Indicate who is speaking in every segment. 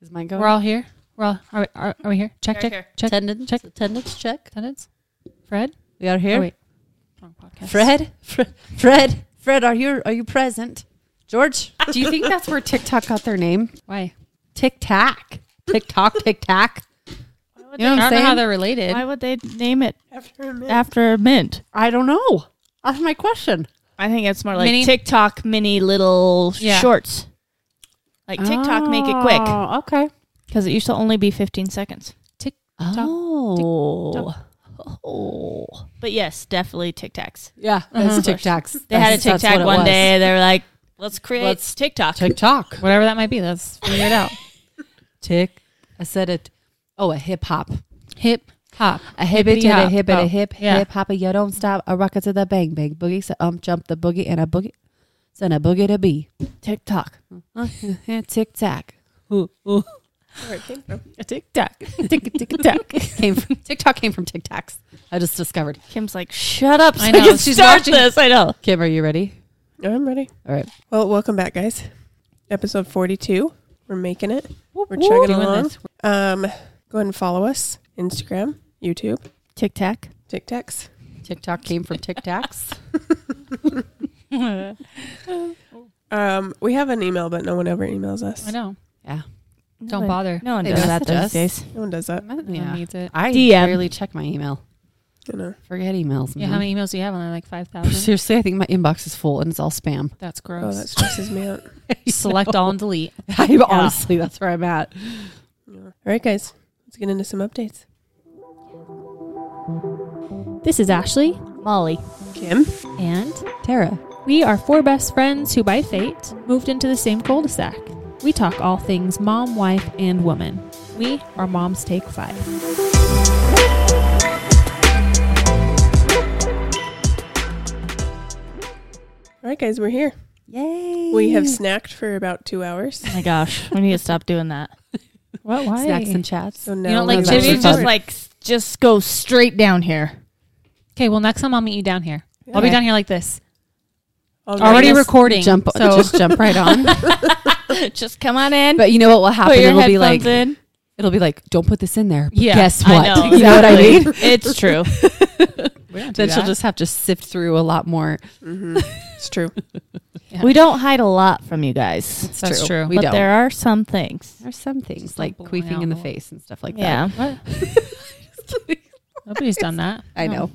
Speaker 1: Is mine going?
Speaker 2: We're all here. We're all are we, are, are we here? Check
Speaker 3: We're
Speaker 2: check
Speaker 3: here.
Speaker 2: check.
Speaker 1: attendance,
Speaker 2: check.
Speaker 1: attendance check.
Speaker 2: Attendance. Fred.
Speaker 1: We are here.
Speaker 2: Oh, wait. Wrong podcast.
Speaker 1: Fred, Fred, Fred, Fred, are you are you present? George,
Speaker 3: Do you think that's where TikTok got their name?
Speaker 2: Why?
Speaker 1: tic tac, tic toc, tic tac.
Speaker 4: Why would,
Speaker 2: You know
Speaker 4: they,
Speaker 2: what I'm
Speaker 1: I'm
Speaker 2: saying? How
Speaker 1: saying?
Speaker 2: they're related.
Speaker 4: why would they name it after mint?
Speaker 1: I don't know. That's my question.
Speaker 4: I think it's more like
Speaker 2: Mini-
Speaker 4: TikTok mini little
Speaker 2: Yeah.
Speaker 4: shorts. Like TikTok, make it quick
Speaker 1: Oh, okay.
Speaker 4: because it used to only be 15 seconds.
Speaker 1: Oh, oh,
Speaker 4: But yes, definitely Tic Tacs.
Speaker 1: yeah. That's tic tacs.
Speaker 4: uh-huh. They had a Tic Tac one day. They were like, "Let's create
Speaker 1: Let's-
Speaker 4: TikTok."
Speaker 1: Tic toc,
Speaker 2: Whatever that might be. Let's figure it out.
Speaker 1: tick. I said it. Oh, a hip hop.
Speaker 2: Hip hop.
Speaker 1: A hip it to the
Speaker 2: Hippity-hop.
Speaker 1: hip it
Speaker 2: Oh,
Speaker 1: a hip
Speaker 2: yeah.
Speaker 1: hip hop a yo don't stop a rocket to the bang bang boogie so um jump the boogie and a boogie send a boogie to B
Speaker 4: TikTok.
Speaker 1: tic tac
Speaker 4: Tic Tac.
Speaker 1: tic tic tac came from TikTok came from Tic Tacs I just discovered
Speaker 4: Kim's like, "Shut up!" So
Speaker 2: I
Speaker 4: I
Speaker 2: know,
Speaker 4: can
Speaker 2: she's
Speaker 4: start
Speaker 2: watching-
Speaker 4: this. I know.
Speaker 1: Kim are you ready
Speaker 5: I'm ready.
Speaker 1: all right
Speaker 5: Well, welcome back, guys. Episode 42. We're making it. We're
Speaker 2: whoop.
Speaker 5: chugging
Speaker 2: Doing
Speaker 5: along.
Speaker 2: this.
Speaker 5: Um, go ahead and follow us Instagram, YouTube,
Speaker 4: Tic Tac.
Speaker 5: Tic Tacs.
Speaker 1: TikTok came from Tic Tacs
Speaker 5: Um, we have an email, but no one ever emails us.
Speaker 2: I know.
Speaker 1: yeah
Speaker 2: Don't bother.
Speaker 4: No one
Speaker 1: They
Speaker 4: does
Speaker 1: do
Speaker 4: that
Speaker 1: that to
Speaker 4: these
Speaker 1: us.
Speaker 4: days.
Speaker 5: No one does that.
Speaker 2: No one
Speaker 1: Yeah.
Speaker 2: needs it.
Speaker 1: I
Speaker 4: DM.
Speaker 1: barely check my email
Speaker 5: You know.
Speaker 1: forget emails
Speaker 2: Yeah.
Speaker 1: man.
Speaker 2: How many emails do you have on there? Like five thousand.
Speaker 1: seriously I think my inbox is full and it's all spam
Speaker 2: That's
Speaker 5: Oh,
Speaker 2: gross.
Speaker 5: that stresses me out.
Speaker 2: Select all and delete.
Speaker 1: I honestly that's where I'm at
Speaker 5: All right, guys. Let's get into some updates.
Speaker 4: This is Ashley, Molly,
Speaker 5: Kim.
Speaker 4: and
Speaker 1: Tara
Speaker 4: We are four best friends who, by fate, moved into the same cul de sac. We talk all things mom, wife, and woman. We are Moms Take Five.
Speaker 5: All right, guys. We're here.
Speaker 1: yay
Speaker 5: We have snacked for about two hours.
Speaker 4: Oh my gosh, we need to stop doing that. What? Why?
Speaker 1: snacks and chats
Speaker 5: So now
Speaker 2: don't like
Speaker 5: we're
Speaker 2: chili?
Speaker 5: actually
Speaker 2: You just
Speaker 5: covered.
Speaker 4: like just go straight down here.
Speaker 2: Okay. Well, next time I'll meet you down here. I'll be
Speaker 4: Okay.
Speaker 2: down here like this.
Speaker 5: All right.
Speaker 2: Already
Speaker 4: Yes.
Speaker 2: recording.
Speaker 1: jump
Speaker 2: So
Speaker 1: just jump right on
Speaker 4: just come on in.
Speaker 1: But you know what will happen?
Speaker 4: put your
Speaker 1: It'll
Speaker 4: headphones
Speaker 1: be like
Speaker 4: in.
Speaker 1: it'll be like, don't put this in there. But
Speaker 2: Yeah,
Speaker 1: guess
Speaker 2: I
Speaker 1: what?
Speaker 2: know,
Speaker 1: You know what I mean?
Speaker 4: It's true.
Speaker 2: we don't do
Speaker 1: Then she'll
Speaker 2: that.
Speaker 1: just have to sift through a lot more.
Speaker 5: It's true.
Speaker 4: We don't hide a lot from you guys,
Speaker 1: It's
Speaker 2: That's true.
Speaker 1: We
Speaker 4: but
Speaker 1: don't. There
Speaker 4: there are some things.
Speaker 1: are some things
Speaker 2: Just
Speaker 1: like
Speaker 2: don't blow my
Speaker 1: queefing in the
Speaker 2: envelope.
Speaker 1: face and stuff like
Speaker 4: yeah.
Speaker 1: that.
Speaker 2: What? Nobody's done that.
Speaker 1: I
Speaker 2: No.
Speaker 1: know.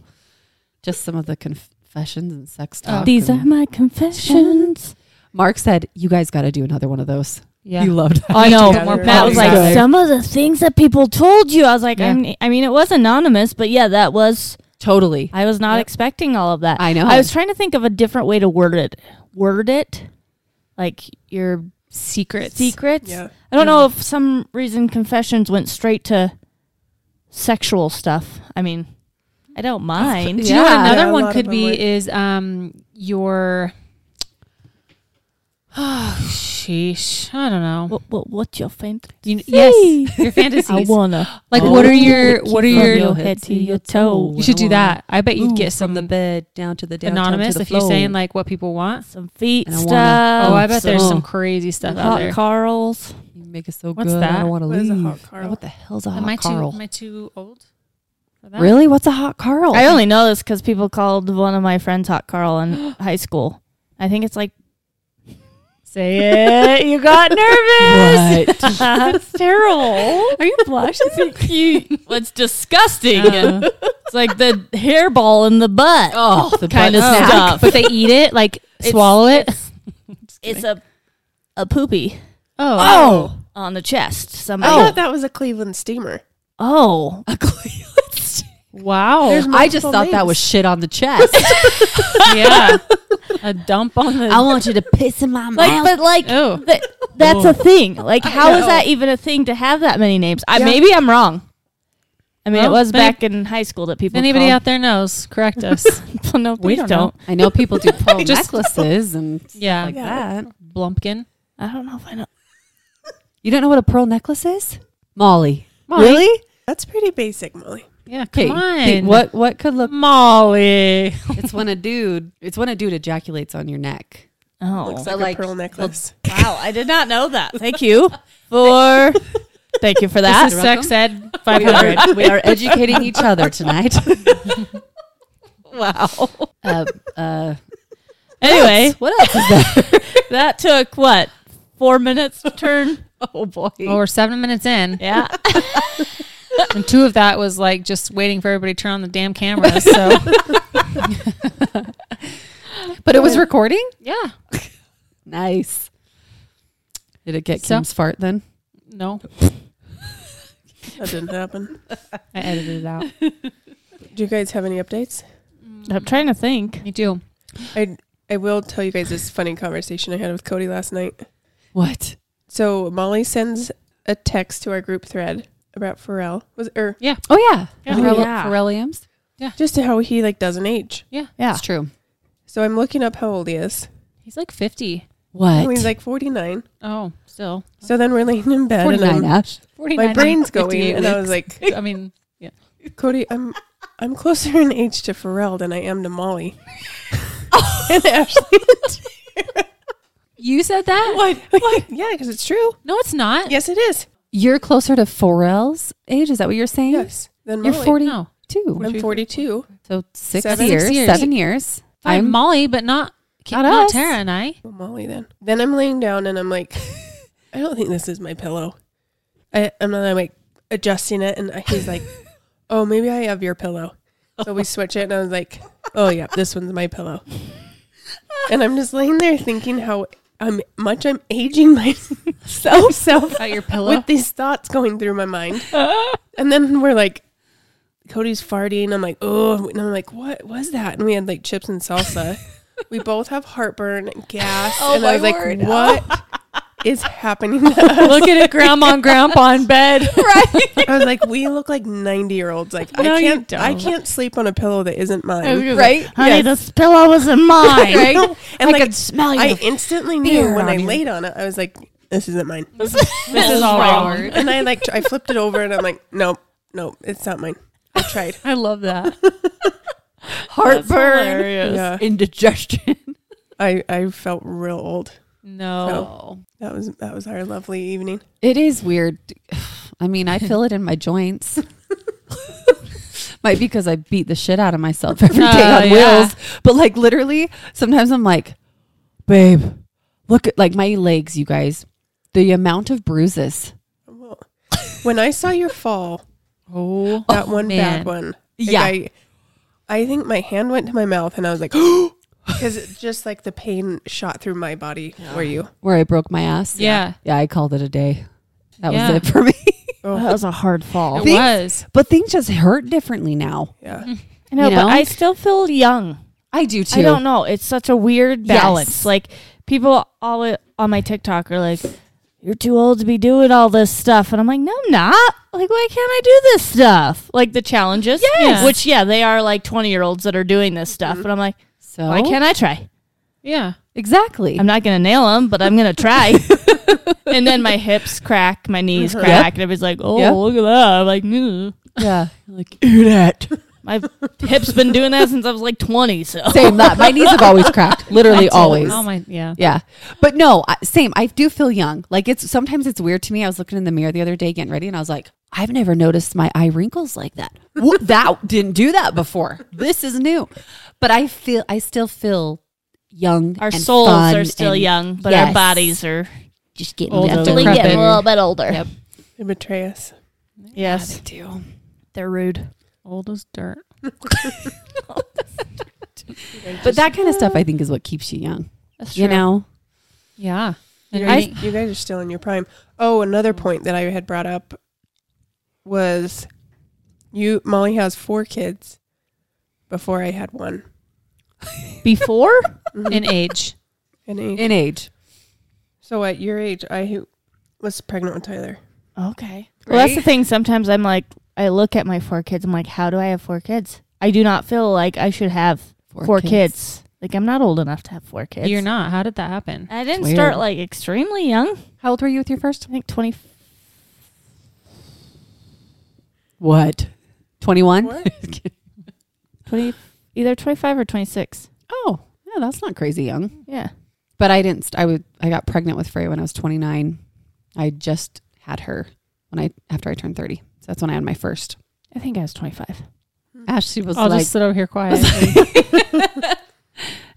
Speaker 1: Just some of the confessions and sex talk.
Speaker 4: These um, are
Speaker 1: and-
Speaker 4: my confessions.
Speaker 1: Mark said, "You guys got to do another one of those."
Speaker 2: Yeah.
Speaker 1: He loved
Speaker 4: Uh,
Speaker 1: that.
Speaker 2: I know.
Speaker 5: Yeah,
Speaker 2: More
Speaker 5: they're
Speaker 4: That
Speaker 5: Oh,
Speaker 4: was
Speaker 2: problems.
Speaker 4: like
Speaker 1: exactly.
Speaker 4: some of the things that people told you. I was like,
Speaker 2: Yeah.
Speaker 4: I'm- I mean, it was anonymous, but yeah, that was.
Speaker 1: Totally.
Speaker 4: I was not expecting all of that.
Speaker 1: I know.
Speaker 4: I was trying to think of a different way to word it. Word it, like your
Speaker 2: secrets.
Speaker 4: secrets.
Speaker 5: Yeah.
Speaker 4: I don't know if some reason confessions went straight to sexual stuff. I mean, I don't mind.
Speaker 2: Do you know what
Speaker 1: Yeah.
Speaker 2: another
Speaker 5: Yeah, a lot
Speaker 2: one
Speaker 5: of
Speaker 2: could
Speaker 5: them
Speaker 2: be
Speaker 5: would.
Speaker 2: is um your oh sheesh I don't know
Speaker 4: What, what, what's your favorite?
Speaker 2: you, yes your
Speaker 4: I
Speaker 2: fantasies
Speaker 4: wanna.
Speaker 2: like
Speaker 1: Oh.
Speaker 2: what are your what are
Speaker 4: From
Speaker 2: your
Speaker 4: your head to your toe?
Speaker 2: you should do that I bet you'd
Speaker 1: Ooh,
Speaker 2: get
Speaker 1: from
Speaker 2: some
Speaker 1: the bed down to the down, down to
Speaker 2: anonymous
Speaker 1: the
Speaker 2: if you're
Speaker 1: floor.
Speaker 2: saying like what people want
Speaker 4: Some feet
Speaker 1: And I
Speaker 4: stuff.
Speaker 1: wanna-
Speaker 2: oh I bet there's
Speaker 1: so-
Speaker 2: some crazy stuff out
Speaker 4: hot
Speaker 2: there
Speaker 4: Carl's. Oh,
Speaker 1: "You make us so
Speaker 2: What's
Speaker 1: good, I
Speaker 2: that?
Speaker 1: don't want to
Speaker 5: What is
Speaker 1: leave."
Speaker 5: a hot Carl?
Speaker 1: What the hell's a hot
Speaker 2: Oh, am I
Speaker 1: Carl?
Speaker 2: too am I too old for that
Speaker 1: really? What's a hot Carl?
Speaker 4: I only know this because people called one of my friends Hot Carl in high school. I think it's like,
Speaker 2: say
Speaker 4: eh, you got nervous.
Speaker 1: What?
Speaker 4: That's terrible. Are you blushing? you, it's disgusting.
Speaker 2: Uh.
Speaker 4: it's like the hairball in the butt
Speaker 1: Oh, the
Speaker 4: kind of
Speaker 1: butt snack.
Speaker 4: stuff.
Speaker 2: but they eat it like
Speaker 4: It's-
Speaker 2: swallow it
Speaker 4: It's a a poopy
Speaker 2: oh
Speaker 1: Oh,
Speaker 4: on the chest. Somebody.
Speaker 5: I
Speaker 4: Oh,
Speaker 5: thought that was a Cleveland steamer.
Speaker 2: wow
Speaker 5: There's
Speaker 1: I just
Speaker 5: multiple
Speaker 1: thought that
Speaker 5: names.
Speaker 1: was shit on the chest.
Speaker 2: yeah a dump on the
Speaker 1: want you to piss in my
Speaker 4: like but like
Speaker 2: oh
Speaker 4: th- that's a thing. Like how is that even a thing to have that many names? I, Maybe I'm wrong. I mean, it
Speaker 2: Well,
Speaker 4: was
Speaker 2: if any-
Speaker 4: back in high school that
Speaker 2: If
Speaker 4: people.
Speaker 2: anybody
Speaker 4: called-
Speaker 2: out there knows, correct us.
Speaker 4: Well, no,
Speaker 2: we
Speaker 4: please
Speaker 2: don't know.
Speaker 1: I know people do pearl necklaces and stuff
Speaker 2: Yeah.
Speaker 1: like
Speaker 5: Yeah.
Speaker 1: that.
Speaker 2: Blumpkin.
Speaker 4: I don't know if I know.
Speaker 1: You don't know what a pearl necklace is, Molly?
Speaker 2: Molly.
Speaker 1: Really?
Speaker 5: That's pretty basic, Molly.
Speaker 2: Yeah, come
Speaker 1: Okay.
Speaker 2: on.
Speaker 1: What what could look?
Speaker 2: Molly?
Speaker 1: It's when a dude. It's when a dude ejaculates on your neck.
Speaker 4: Oh,
Speaker 5: Looks
Speaker 1: So, like,
Speaker 5: like, a pearl
Speaker 1: he'll-
Speaker 5: necklace.
Speaker 4: Wow, I did not know that.
Speaker 1: Thank you for thank you for that.
Speaker 4: This is sex ed
Speaker 1: we,
Speaker 4: 500.
Speaker 1: are, we are educating each other tonight.
Speaker 4: wow.
Speaker 1: Uh, uh,
Speaker 4: Anyway,
Speaker 1: what else is that?
Speaker 4: that took what? Four minutes to turn?
Speaker 1: Oh boy.
Speaker 2: Well, we're seven minutes in,
Speaker 4: Yeah.
Speaker 2: and two of that was like just waiting for everybody to turn on the damn cameras. So, but it was recording. Yeah.
Speaker 1: Nice. Did it get
Speaker 2: So-
Speaker 1: Kim's fart then?
Speaker 2: No,
Speaker 5: That didn't happen.
Speaker 2: I edited it out.
Speaker 5: Do you guys have any updates?
Speaker 4: I'm trying to think.
Speaker 2: Me too.
Speaker 5: I I will tell you guys this funny conversation I had with Cody last night.
Speaker 1: What?
Speaker 5: So Molly sends a text to our group thread about Pharrell. Was or
Speaker 1: Oh yeah.
Speaker 2: Yeah.
Speaker 1: Pharrell,
Speaker 3: Yeah.
Speaker 1: Pharrell Williams.
Speaker 5: just how he like doesn't age.
Speaker 1: Yeah. It's true.
Speaker 5: So I'm looking up how old he is.
Speaker 2: He's like fifty.
Speaker 1: What?
Speaker 5: He's like 49.
Speaker 2: Oh, still
Speaker 5: So then we're laying in bed and
Speaker 1: 49
Speaker 5: I'm-
Speaker 1: Ash.
Speaker 2: forty.
Speaker 5: my brain's going and I was like,
Speaker 2: I mean,
Speaker 5: Cody, I'm I'm closer in age to Pharrell than I am to Molly. and Ashley,
Speaker 2: you said that.
Speaker 5: yeah, because it's true.
Speaker 2: No, it's not.
Speaker 5: Yes, it is.
Speaker 1: You're closer to Pharrell's age. Is that what you're saying?
Speaker 5: Yes, then
Speaker 1: You're
Speaker 5: Molly.
Speaker 1: 40
Speaker 2: No,
Speaker 1: two.
Speaker 5: I'm 42.
Speaker 1: So six
Speaker 5: Seven.
Speaker 1: years,
Speaker 2: Six years.
Speaker 1: seven years.
Speaker 2: I'm,
Speaker 1: I'm
Speaker 2: Molly, but not
Speaker 1: Not
Speaker 2: not,
Speaker 1: us.
Speaker 2: Tara and I.
Speaker 5: Well, Molly, then. Then I'm laying down and I'm like, I don't think this is my pillow. I, and then I'm like adjusting it, and he's like, Oh, maybe I have your pillow. So we switch it, and I was like, Oh yeah, this one's my pillow. And I'm just laying there thinking how I'm much I'm aging myself self
Speaker 2: At your pillow.
Speaker 5: with these thoughts going through my mind. And then we're like, Cody's farting. I'm like, oh, and I'm like, what was that? And we had like chips and salsa. we both have heartburn, and gas,
Speaker 4: Oh
Speaker 5: and I was like, what is happening? to us?
Speaker 4: Look at it, grandma and grandpa in bed.
Speaker 5: I was like, we look like 90 year olds. Like,
Speaker 4: No,
Speaker 5: I
Speaker 4: you
Speaker 5: can't, I
Speaker 4: don't.
Speaker 5: can't sleep on a pillow that isn't mine.
Speaker 4: Right? Honey, this pillow wasn't mine.
Speaker 5: and
Speaker 4: I
Speaker 5: like,
Speaker 4: could smell you.
Speaker 5: I instantly knew
Speaker 4: fear
Speaker 5: when I
Speaker 4: on you.
Speaker 5: laid on it, I was like, this isn't mine.
Speaker 4: this is all wrong.
Speaker 5: And I like, tr- I flipped it over, and I'm like, nope, nope, it's not mine. I tried.
Speaker 4: I love that.
Speaker 1: heartburn,
Speaker 5: Yeah,
Speaker 1: indigestion.
Speaker 5: I, I felt real old.
Speaker 2: no.
Speaker 5: That was that was our lovely evening.
Speaker 1: It is weird. I mean, I feel it in my joints. Might be because I beat the shit out of myself every day
Speaker 2: Oh,
Speaker 1: on
Speaker 2: yeah.
Speaker 1: wheels. But like literally, sometimes I'm like, babe, look at like my legs, you guys. The amount of bruises.
Speaker 5: Well, when I saw your fall,
Speaker 2: Oh,
Speaker 5: that one
Speaker 2: man.
Speaker 5: bad one. like,
Speaker 1: Yeah.
Speaker 5: I, I think my hand went to my mouth, and I was like, because just like the pain shot through my body. Were you?
Speaker 1: Where I broke my ass.
Speaker 2: Yeah.
Speaker 1: Yeah, I called it a day. That
Speaker 2: Yeah.
Speaker 1: was it for me.
Speaker 4: That was a hard fall.
Speaker 2: it
Speaker 1: Things-
Speaker 2: was.
Speaker 1: but things just hurt differently now.
Speaker 5: Yeah.
Speaker 4: I know,
Speaker 1: You know?
Speaker 4: but I still feel young.
Speaker 1: I do too.
Speaker 4: I don't know. It's such a weird balance.
Speaker 1: Yes.
Speaker 4: Like people all on my TikTok are like, "You're too old to be doing all this stuff," and I'm like, "No, I'm not. Like, why can't I do this stuff? Like the challenges,
Speaker 2: Yes.
Speaker 4: Which, yeah, they are like 20 year olds that are doing this stuff,
Speaker 1: Mm-hmm.
Speaker 4: but I'm like,
Speaker 1: So
Speaker 4: why can't I try?
Speaker 2: Yeah.
Speaker 1: exactly.
Speaker 4: I'm not gonna nail them, but I'm gonna try. and then my hips crack, my knees
Speaker 1: Uh-huh.
Speaker 5: Mhm.
Speaker 4: crack, and everybody's like, "Oh,
Speaker 1: Yeah.
Speaker 4: look at that!" I'm like, "No,
Speaker 1: yeah. Like, eat it.
Speaker 4: my hips been doing that since I was like 20." So
Speaker 1: Same that. My knees have always cracked. Literally
Speaker 2: I did.
Speaker 1: always.
Speaker 2: Oh my. Yeah.
Speaker 1: Yeah. But no, I- same. I do feel young. Like it's sometimes it's weird to me. I was looking in the mirror the other day getting ready and I was like, I've never noticed my eye wrinkles like that. Wha- that didn't do that before. This is new. But I feel I still feel young.
Speaker 4: our
Speaker 1: and
Speaker 4: souls
Speaker 1: fun
Speaker 4: are still
Speaker 1: and-
Speaker 4: yown, but
Speaker 1: Yes.
Speaker 4: our bodies are
Speaker 1: Just getting
Speaker 2: Older.
Speaker 1: older.
Speaker 2: Definitely Decrepit. getting a little
Speaker 4: bit older. Yep.
Speaker 5: They betray us.
Speaker 4: Yes,
Speaker 1: do.
Speaker 4: they're rude.
Speaker 2: Old as dirt.
Speaker 1: But that kind of stuff I think is what keeps you young.
Speaker 2: That's
Speaker 1: You know?
Speaker 2: Yeah. And
Speaker 5: You guys,
Speaker 2: I,
Speaker 5: you guys are still in your prime. Oh, another point that I had brought up was you Molly has four kids before I had one.
Speaker 2: before
Speaker 5: Mhm.
Speaker 2: in age.
Speaker 5: And I-
Speaker 1: In age.
Speaker 5: so at your age, I was pregnant with Tyler.
Speaker 4: Okay. Well, that's the thing. Sometimes I'm like, I look at my four kids. I'm like, how do I have four kids? I do not feel like I should have four, kids. Like I'm not old enough to have four kids.
Speaker 2: You're not. How did that happen?
Speaker 4: I didn't
Speaker 1: It's
Speaker 4: start
Speaker 1: weird.
Speaker 4: like extremely young.
Speaker 1: How old were you with your first?
Speaker 4: I think 20.
Speaker 1: What? Twenty one?
Speaker 5: What?
Speaker 4: 20 either 25 or 26.
Speaker 1: Oh, yeah, that's not crazy young.
Speaker 4: Yeah.
Speaker 1: But I didn't. st- I would. I got pregnant with Frey when I was 29. I just had her when I after I turned 30. So that's when I had my first.
Speaker 4: I think I was 25.
Speaker 2: Hmm.
Speaker 1: Ashley was
Speaker 2: I'll
Speaker 1: like
Speaker 2: just sit over here quiet.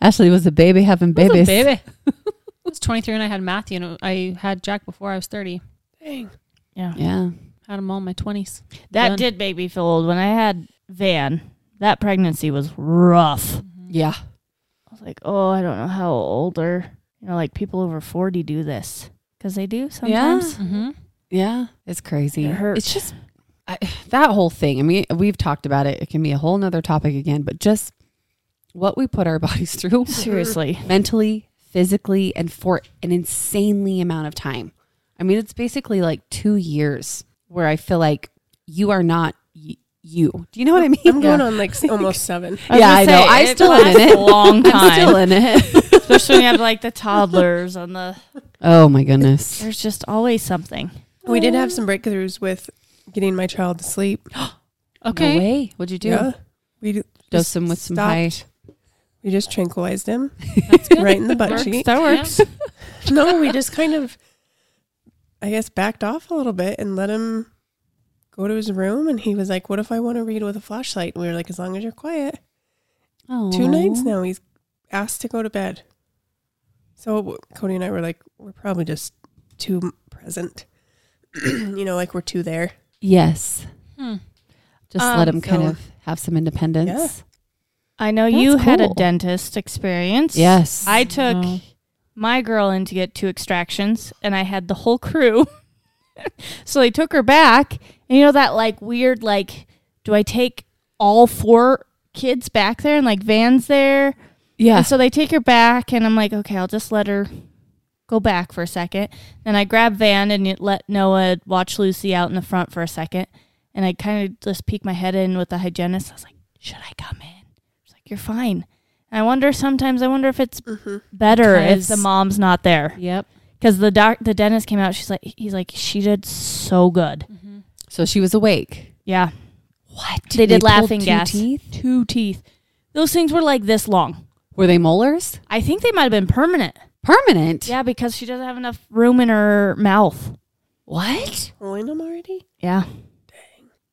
Speaker 1: Ashley was a baby having
Speaker 2: I was a
Speaker 1: babies.
Speaker 2: baby. I was 23 and I had Matthew, and I had Jack before I was 30.
Speaker 5: Dang.
Speaker 4: Yeah.
Speaker 1: Yeah.
Speaker 2: Had him all in my 20s.
Speaker 4: That
Speaker 2: Done.
Speaker 4: did make me feel old. When I had Van, that pregnancy was rough.
Speaker 1: Yeah.
Speaker 4: I was like, oh, I don't know how older, you know, like people over 40 do this because they do sometimes.
Speaker 2: Mm-hmm.
Speaker 1: Yeah. It's crazy.
Speaker 4: It hurt.
Speaker 1: It's just I, that whole thing. I mean, we've talked about it. It can be a whole nother topic again, but just what we put our bodies through
Speaker 4: Seriously.
Speaker 1: mentally, physically, and for an insanely amount of time. I mean, it's basically like two years where I feel like you are not y- you. Do you know what I mean?
Speaker 5: I'm going on like s- almost seven.
Speaker 4: was
Speaker 1: yeah,
Speaker 4: gonna
Speaker 1: I know.
Speaker 4: say,
Speaker 1: I
Speaker 4: it
Speaker 1: still am in
Speaker 4: lasts
Speaker 1: it.
Speaker 4: a long
Speaker 1: I'm still in
Speaker 4: time.
Speaker 1: it.
Speaker 4: Especially when you have like the toddlers on the,
Speaker 1: Oh my goodness.
Speaker 4: there's just always something.
Speaker 5: We did have some breakthroughs with getting my child to sleep.
Speaker 2: Okay.
Speaker 1: No way. What'd you do?
Speaker 5: Yeah. We d-
Speaker 1: Dose
Speaker 5: just
Speaker 1: him with some
Speaker 5: stopped.
Speaker 1: high.
Speaker 5: We just tranquilized him
Speaker 2: That's good.
Speaker 5: right in the butt
Speaker 2: Works.
Speaker 5: cheek.
Speaker 4: That works.
Speaker 5: No, we just kind of, I guess, backed off a little bit and let him go to his room. And he was like, "What if I want to read with a flashlight?" And we were like, "As long as you're quiet." Two nights now, he's asked to go to bed. So Cody and I were like, "We're probably just too present." you know, like we're too there.
Speaker 1: Yes.
Speaker 2: Hmm.
Speaker 1: Just
Speaker 4: Um,
Speaker 1: let him kind
Speaker 5: so-
Speaker 1: of have some independence.
Speaker 4: I know
Speaker 1: That's
Speaker 4: you had a
Speaker 1: cool.
Speaker 4: dentist experience.
Speaker 1: Yes. Uh-huh.
Speaker 4: I took
Speaker 2: No.
Speaker 4: my girl in to get two extractions and I had the whole crew. so they took her back. And you know that like weird like do I take all four kids back there and like Van's there?
Speaker 1: yeah.
Speaker 4: And so they take her back and I'm like, okay, I'll just let her go back for a second. Then I grab Van and it let Noah watch Lucy out in the front for a second. And I kind of just peek my head in with the hygienist. I was like, should I come in? She's like, you're fine. And I wonder sometimes, I wonder if it's
Speaker 1: Mm-hmm.
Speaker 4: better if the
Speaker 2: Because-
Speaker 4: mom's not there.
Speaker 2: Yep.
Speaker 4: Because the doc, the dentist came out. She's like, he's like, she did so good.
Speaker 1: So she was awake.
Speaker 4: Yeah.
Speaker 1: Mm. What?
Speaker 4: They did
Speaker 1: pulled
Speaker 4: laughing
Speaker 1: two
Speaker 4: gas.
Speaker 1: teeth?
Speaker 4: Two teeth. Those things were like this long.
Speaker 1: Were they molars?
Speaker 4: I think they might have been permanent.
Speaker 1: Permanent.
Speaker 4: Yeah, because she doesn't have enough room in her mouth.
Speaker 1: What?
Speaker 5: Pulling him already.
Speaker 4: Yeah.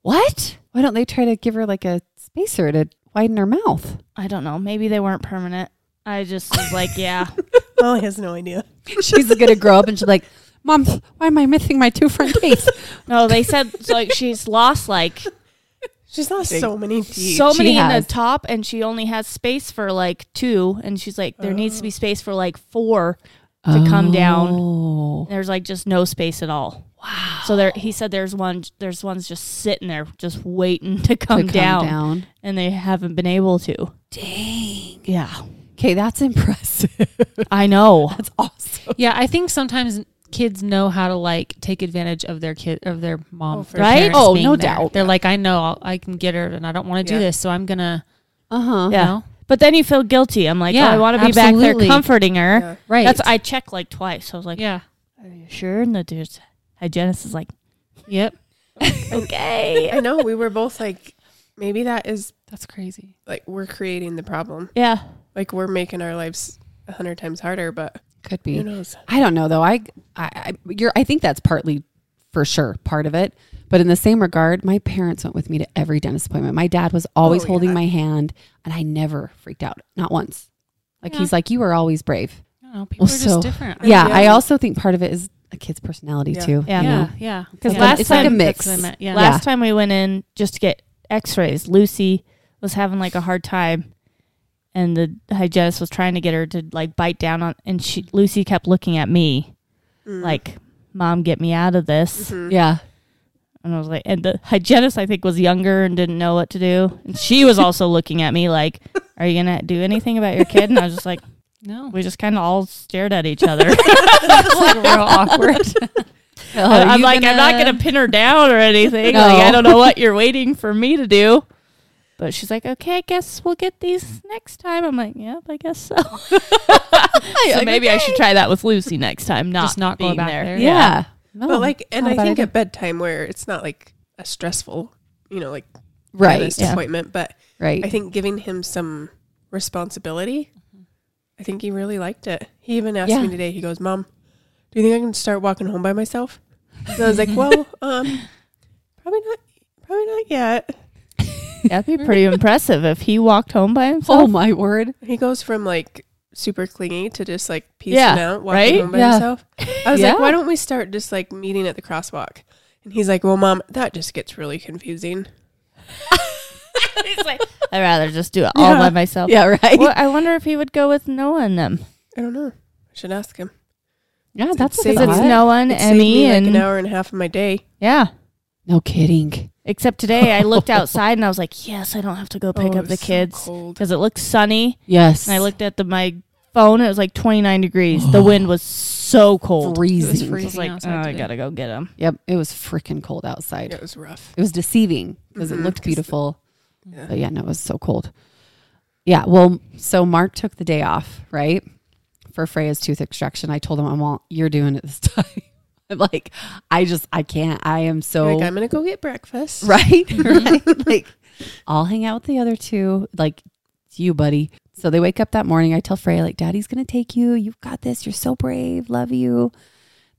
Speaker 1: What? Why don't they try to give her like a spacer to widen her mouth?
Speaker 4: I don't know. Maybe they weren't permanent. I just was like, yeah.
Speaker 5: Well, he has no idea.
Speaker 1: She's gonna grow up and she's like, Mom, why am I missing my two front teeth?
Speaker 4: No, they said so, like she's lost like
Speaker 5: She's lost so many teeth.
Speaker 4: so
Speaker 1: She
Speaker 4: many in the
Speaker 1: has.
Speaker 4: top and she only has space for like two and she's like there needs to be space for like four. To come down.
Speaker 1: Oh.
Speaker 4: There's like just no space at all. Wow. So there he said there's one there's ones just sitting there just waiting to come,
Speaker 1: To come
Speaker 4: down,
Speaker 1: down.
Speaker 4: and they haven't been able to.
Speaker 1: Dang.
Speaker 4: Yeah.
Speaker 1: Okay, that's impressive.
Speaker 4: I know.
Speaker 1: That's awesome.
Speaker 2: Yeah, I think sometimes kids know how to like take advantage of their kid of their mom,
Speaker 5: for
Speaker 2: their
Speaker 4: Right?
Speaker 2: parents
Speaker 1: Oh,
Speaker 2: being
Speaker 1: no
Speaker 2: there.
Speaker 1: doubt.
Speaker 2: They're like, I know I'll, I can get her, and I don't want to
Speaker 5: Yeah.
Speaker 2: do this, so I'm gonna.
Speaker 1: Uh huh.
Speaker 4: Yeah.
Speaker 2: know?
Speaker 4: But then you feel guilty. I'm like,
Speaker 2: Yeah,
Speaker 4: oh, I want to be back
Speaker 2: absolutely.
Speaker 4: there comforting her.
Speaker 5: Yeah.
Speaker 2: Right.
Speaker 4: That's I checked like twice. I was like,
Speaker 2: yeah.
Speaker 4: Are you sure? And the dude's hygienist is like,
Speaker 2: Yep.
Speaker 4: Okay.
Speaker 5: I know. We were both like, maybe that is
Speaker 2: That's crazy.
Speaker 5: like we're creating the problem.
Speaker 4: yeah.
Speaker 5: Like we're making our lives a hundred times harder. But
Speaker 1: Could be.
Speaker 5: who knows?
Speaker 1: I don't know though. I, I, I, you're, I think that's partly for sure part of it. But in the same regard, my parents went with me to every dentist appointment. My dad was always
Speaker 5: Oh,
Speaker 1: holding
Speaker 5: yeah.
Speaker 1: my hand, and I never freaked out, not once. Like
Speaker 2: Yeah.
Speaker 1: he's like, you were always brave.
Speaker 2: I don't know. People
Speaker 1: Well,
Speaker 2: are
Speaker 1: so-
Speaker 2: just different.
Speaker 1: Yeah,
Speaker 5: Yeah.
Speaker 1: I also think part of it is a kid's personality
Speaker 5: Yeah.
Speaker 1: too.
Speaker 4: Yeah.
Speaker 1: you know?
Speaker 2: Yeah. Yeah.
Speaker 4: Because
Speaker 1: Yeah.
Speaker 4: last
Speaker 1: It's like a
Speaker 4: time,
Speaker 1: mix.
Speaker 2: That's what I meant. Yeah.
Speaker 4: last time we went in just to get X-rays, Lucy was having like a hard time, and the hygienist was trying to get her to like bite down on, and she Lucy kept looking at me, like, "Mom, get me out of this."
Speaker 1: yeah.
Speaker 4: And I was like, and the hygienist I think was younger and didn't know what to do, and she was also looking at me like, "Are you gonna do anything about your kid?" And I was just like,
Speaker 2: no.
Speaker 4: we just kind of all stared at each other.
Speaker 2: It's like real awkward.
Speaker 4: I- I'm like, I'm not gonna pin her down or anything.
Speaker 1: No.
Speaker 4: Like, I don't know what you're waiting for me to do. But she's like, okay, I guess we'll get these next time. I'm like, yep, I guess so. so maybe I should try that with Lucy next time. Not
Speaker 2: Just not go
Speaker 4: being
Speaker 2: back
Speaker 4: there.
Speaker 2: there.
Speaker 1: Yeah. yeah. No,
Speaker 5: but like, and
Speaker 1: not
Speaker 5: I
Speaker 1: a bad
Speaker 5: think
Speaker 1: idea.
Speaker 5: at bedtime where it's not like a stressful, you know, like
Speaker 1: right,
Speaker 5: dentist appointment. But
Speaker 1: right.
Speaker 5: I think giving him some responsibility, I think he really liked it. He even asked
Speaker 1: Yeah.
Speaker 5: me today. He goes, "Mom, do you think I can start walking home by myself?" So I was like, "Well, um, probably not. Probably not yet."
Speaker 4: That'd be pretty impressive if he walked home by
Speaker 1: Oh
Speaker 4: himself.
Speaker 1: my word.
Speaker 5: He goes from like super clingy to just like peacing
Speaker 4: Yeah,
Speaker 5: out, walking
Speaker 4: right?
Speaker 5: home by
Speaker 1: Yeah.
Speaker 5: himself. I was like,
Speaker 1: Yeah.
Speaker 5: "Why don't we start just like meeting at the crosswalk?" And he's like, "Well, Mom, that just gets really confusing."
Speaker 4: He's like, I'd rather just do it all
Speaker 5: Yeah.
Speaker 4: by myself.
Speaker 1: Yeah, right.
Speaker 4: Well, I wonder if he would go with Noah and them.
Speaker 5: I don't know. I should ask him.
Speaker 1: yeah, that's a
Speaker 5: Says
Speaker 4: Because it's
Speaker 1: thought. No,
Speaker 4: Noah and
Speaker 5: It saved me
Speaker 4: Emmy
Speaker 5: like
Speaker 4: and
Speaker 5: an hour and a half of my day.
Speaker 4: yeah.
Speaker 1: kidding.
Speaker 4: Except today I looked outside and I was like, yes, I don't have to go pick
Speaker 5: Oh, it
Speaker 4: up the
Speaker 5: was so
Speaker 4: kids
Speaker 5: cold.
Speaker 4: because it looks sunny.
Speaker 1: Yes.
Speaker 4: And I looked at the my phone. It was like 29 degrees. the wind was so cold.
Speaker 1: freezing.
Speaker 2: It was
Speaker 4: I was
Speaker 2: freezing
Speaker 4: like, oh,
Speaker 2: outside
Speaker 4: I
Speaker 2: today.
Speaker 4: gotta go get them.
Speaker 1: Yep, it was freaking cold outside.
Speaker 5: It was rough.
Speaker 1: It was deceiving because
Speaker 5: Mhm,
Speaker 1: it looked
Speaker 5: 'cause the-
Speaker 1: beautiful.
Speaker 5: Yeah.
Speaker 1: But yeah, no, it was so cold. Yeah, well, so Mark took the day off, right? For Freya's tooth extraction. I told him, I'm all, you're doing it this time. I'm like, I just, I can't. I am so.
Speaker 4: oh.
Speaker 5: Like I'm gonna go get breakfast.
Speaker 1: right? right? Like, Mm-hmm. I'll hang out with the other two. Like, it's you, buddy. So they wake up that morning. I tell Freya, like, Daddy's going to take you. You've got this. You're so brave. Love you.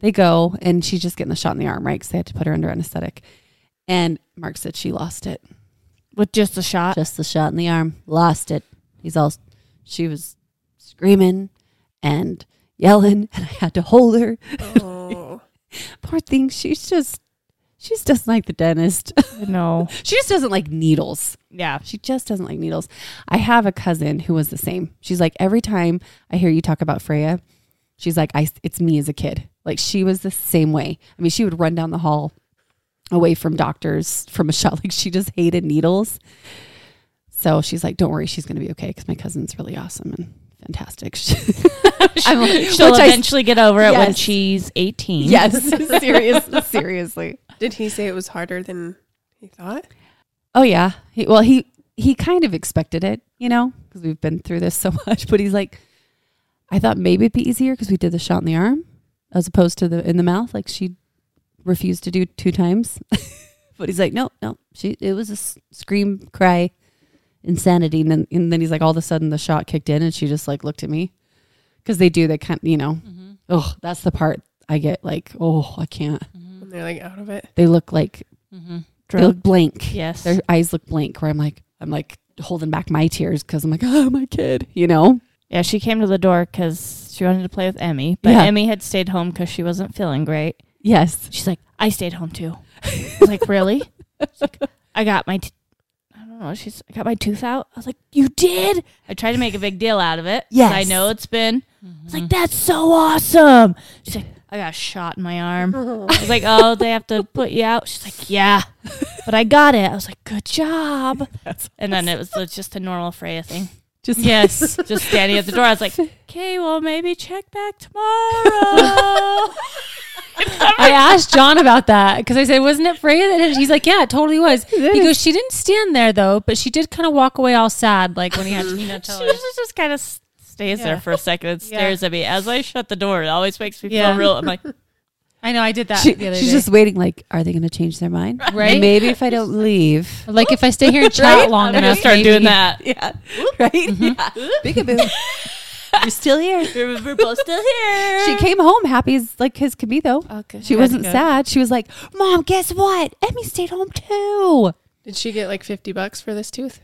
Speaker 1: They go, and she's just getting the shot in the arm, right? Because they had to put her under anesthetic. And Mark said she lost it.
Speaker 4: With just a shot.
Speaker 1: Just the shot in the arm. Lost it. He's all, she was screaming and yelling, and I had to hold her.
Speaker 5: Oh,
Speaker 1: Poor thing. She's just, she just doesn't like the dentist.
Speaker 4: no.
Speaker 1: she just doesn't like needles.
Speaker 4: Yeah.
Speaker 1: She just doesn't like needles. I have a cousin who was the same. She's like, every time I hear you talk about Freya, she's like, I, it's me as a kid. Like she was the same way. I mean, she would run down the hall away from doctors from a shot. Like she just hated needles. So she's like, don't worry, she's going to be okay because my cousin's really awesome and fantastic. I'm like-
Speaker 4: She'll
Speaker 1: which I-
Speaker 4: eventually get over it when
Speaker 1: Yes.
Speaker 4: she's 18.
Speaker 1: yes, serious, seriously.
Speaker 5: did he say it was harder than he thought?
Speaker 1: Oh yeah. He, well, he he kind of expected it, you know, because we've been through this so much. But he's like, I thought maybe it'd be easier because we did the shot in the arm as opposed to the in the mouth. Like she refused to do two times. but he's like, no, no. She it was a s- scream, cry, insanity, and then and then he's like, all of a sudden the shot kicked in, and she just like looked at me because they do. They kind, you know. Oh, that's the part I get like, oh, I can't.
Speaker 2: Mm-hmm.
Speaker 5: When they're like out of it.
Speaker 1: They look like they
Speaker 4: Drug.
Speaker 1: look blank
Speaker 4: Yes.
Speaker 1: their eyes look blank where I'm like, I'm like holding back my tears because I'm like, oh, my kid, you know?
Speaker 4: Yeah, she came to the door because she wanted to play with Emmy, but
Speaker 1: Yeah.
Speaker 4: Emmy had stayed home because she wasn't feeling great.
Speaker 1: Yes.
Speaker 4: She's like, I stayed home too. I was like, really? She's like, I got my, t- I don't know. She's, I got my tooth out. I was like, you did? I tried to make a big deal out of it. 'cause
Speaker 1: Yes.
Speaker 4: I know it's been. I was like, that's so awesome. She's like, I got a shot in my arm. I was like, oh, they have to put you out. She's like, yeah, but I got it. I was like, good job. And then it was just a normal Freya thing.
Speaker 1: Just,
Speaker 4: Yes, just standing at the door. I was like, okay, well, maybe check back tomorrow.
Speaker 2: I asked John about that because I said, "Wasn't it Freya?" That did it?" he's like, "Yeah, it totally was." He goes, "She didn't stand there though, but she did kind of walk away all sad, like when he had you know, tell
Speaker 4: She
Speaker 2: her."
Speaker 4: usually just kind of stays
Speaker 2: Yeah.
Speaker 4: there for a second and
Speaker 2: Yeah.
Speaker 4: stares at me as I shut the door. It always makes me
Speaker 2: Yeah.
Speaker 4: feel real. I'm like,
Speaker 2: I know I did that
Speaker 1: She-
Speaker 2: the other
Speaker 1: she's
Speaker 2: day.
Speaker 1: just waiting, like, are they going to change their mind?
Speaker 2: Right?
Speaker 1: Maybe if I don't leave.
Speaker 2: like if I stay here and chat long
Speaker 4: I'm gonna
Speaker 2: enough,
Speaker 4: start
Speaker 2: maybe
Speaker 4: doing
Speaker 2: he-
Speaker 4: that.
Speaker 1: Yeah. Right? Yeah. Bigaboo. You're Mm-hmm. still here.
Speaker 4: We're, we're both still here.
Speaker 1: She came home happy as like his can be though.
Speaker 4: Okay.
Speaker 1: She
Speaker 4: Good,
Speaker 1: wasn't
Speaker 4: good.
Speaker 1: sad. She was like, "Mom, guess what? Emmy stayed home too."
Speaker 5: Did she get like fifty bucks for this tooth?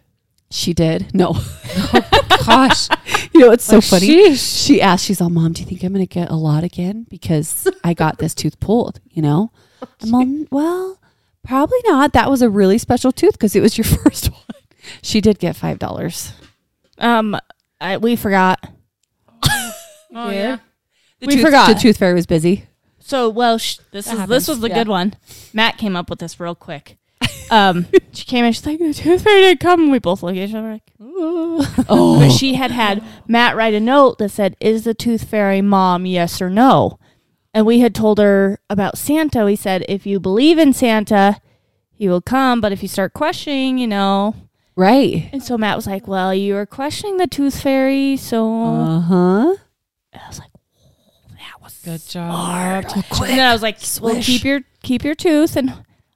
Speaker 1: She did. No, Oh,
Speaker 2: Gosh,
Speaker 1: you know it's so funny.
Speaker 2: sheesh.
Speaker 1: She asked, she's all, Mom, do you think I'm going to get a lot again? Because I got this tooth pulled, you know? I'm all, well, probably not. That was a really special tooth because it was your first one. She did get $5.
Speaker 4: Um, I, we forgot.
Speaker 2: Oh, yeah.
Speaker 1: The
Speaker 4: We
Speaker 1: tooth,
Speaker 4: forgot.
Speaker 1: The tooth fairy was busy.
Speaker 4: So, well, sh- this
Speaker 2: That
Speaker 4: is
Speaker 2: happens.
Speaker 4: this was the
Speaker 1: Yeah.
Speaker 4: good one. Matt came up with this real quick. Um, she came in. She's like, "The tooth fairy didn't come." And we both looked at each other like,
Speaker 2: Oh.
Speaker 4: But she had had Matt write a note that said, Is the tooth fairy mom, yes or no? And we had told her about Santa. We said, If you believe in Santa, he will come. But if you start questioning, you know.
Speaker 1: Right.
Speaker 4: And so Matt was like, Well, you were questioning the tooth fairy. So
Speaker 1: Uh huh.
Speaker 4: I was like, That was
Speaker 2: Good job.
Speaker 4: And then I was like, Well, keep your, keep your tooth. And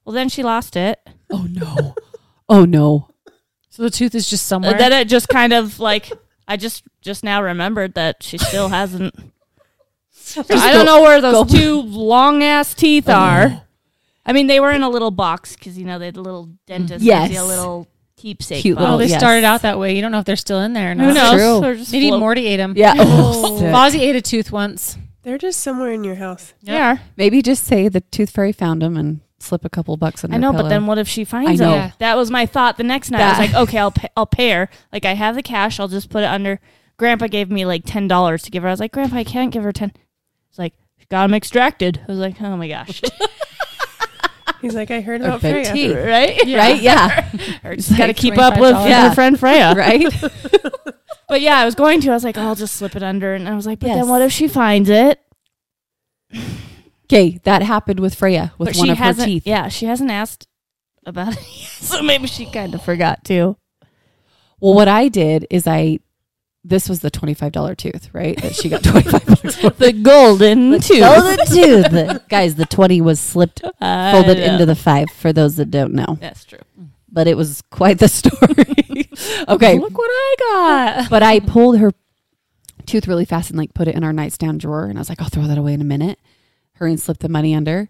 Speaker 4: well, then she lost it.
Speaker 1: Oh, no. oh, no.
Speaker 2: So the tooth is just somewhere.
Speaker 4: And then it just kind of like, I just just now remembered that she still hasn't. I don't know where those two long ass teeth
Speaker 1: Oh,
Speaker 4: are. I mean, they were in a little box because you know they had a little dentist.
Speaker 1: Yes.
Speaker 4: gives you a little keepsake.
Speaker 1: Cute
Speaker 4: box.
Speaker 1: little-
Speaker 2: Oh, they
Speaker 1: yes.
Speaker 2: started out that way. You don't know if they're still in there. Or not.
Speaker 4: Who knows?
Speaker 1: true.
Speaker 4: They're just
Speaker 2: Maybe
Speaker 4: float-
Speaker 2: Morty ate them.
Speaker 1: Yeah. Oh, sick.
Speaker 2: Fozzie ate a tooth once.
Speaker 5: They're just somewhere in your house.
Speaker 4: They are.
Speaker 1: Maybe just say the tooth fairy found him and slip a couple bucks in
Speaker 4: I
Speaker 1: her
Speaker 4: know, but
Speaker 1: pillow.
Speaker 4: then what if she finds
Speaker 1: I know.
Speaker 4: them? That was my thought. The next night, I was
Speaker 1: That-
Speaker 4: like, okay, I'll pa- I'll pair. Like I have the cash. I'll just put it under. Grandpa gave me like ten dollars to give her. I was like, Grandpa, I can't give her ten. He's like, got them extracted. I was like, oh my gosh,
Speaker 5: He's like, I heard about
Speaker 1: bent
Speaker 5: Freya.
Speaker 1: teeth.
Speaker 4: right?
Speaker 1: Right? Yeah.
Speaker 4: Or just got to
Speaker 2: like
Speaker 4: keep up with
Speaker 2: $25.
Speaker 1: Yeah.
Speaker 4: her friend Freya.
Speaker 1: right?
Speaker 4: But yeah, I was going to. I was like, "Oh, I'll just slip it under. And I was like, but
Speaker 1: Yes.
Speaker 4: then what if she finds it?
Speaker 1: Okay, that happened with Freya with
Speaker 4: but
Speaker 1: one
Speaker 4: she
Speaker 1: of her
Speaker 4: hasn't.
Speaker 1: teeth.
Speaker 4: Yeah, she hasn't asked about it. yet, so maybe she kind of forgot too.
Speaker 1: Well, what I did is I this was the twenty five dollar tooth, right? That she got twenty five dollars.
Speaker 4: The golden tooth. Uh,
Speaker 1: Oh, the tooth, guys. The twenty was slipped folded into the five. For those that don't know,
Speaker 4: That's true.
Speaker 1: but it was quite the story. okay,
Speaker 2: Look what I got.
Speaker 1: but I pulled her tooth really fast and like put it in our nightstand drawer, and I was like, I'll throw that away in a minute. Hurry and slip the money under,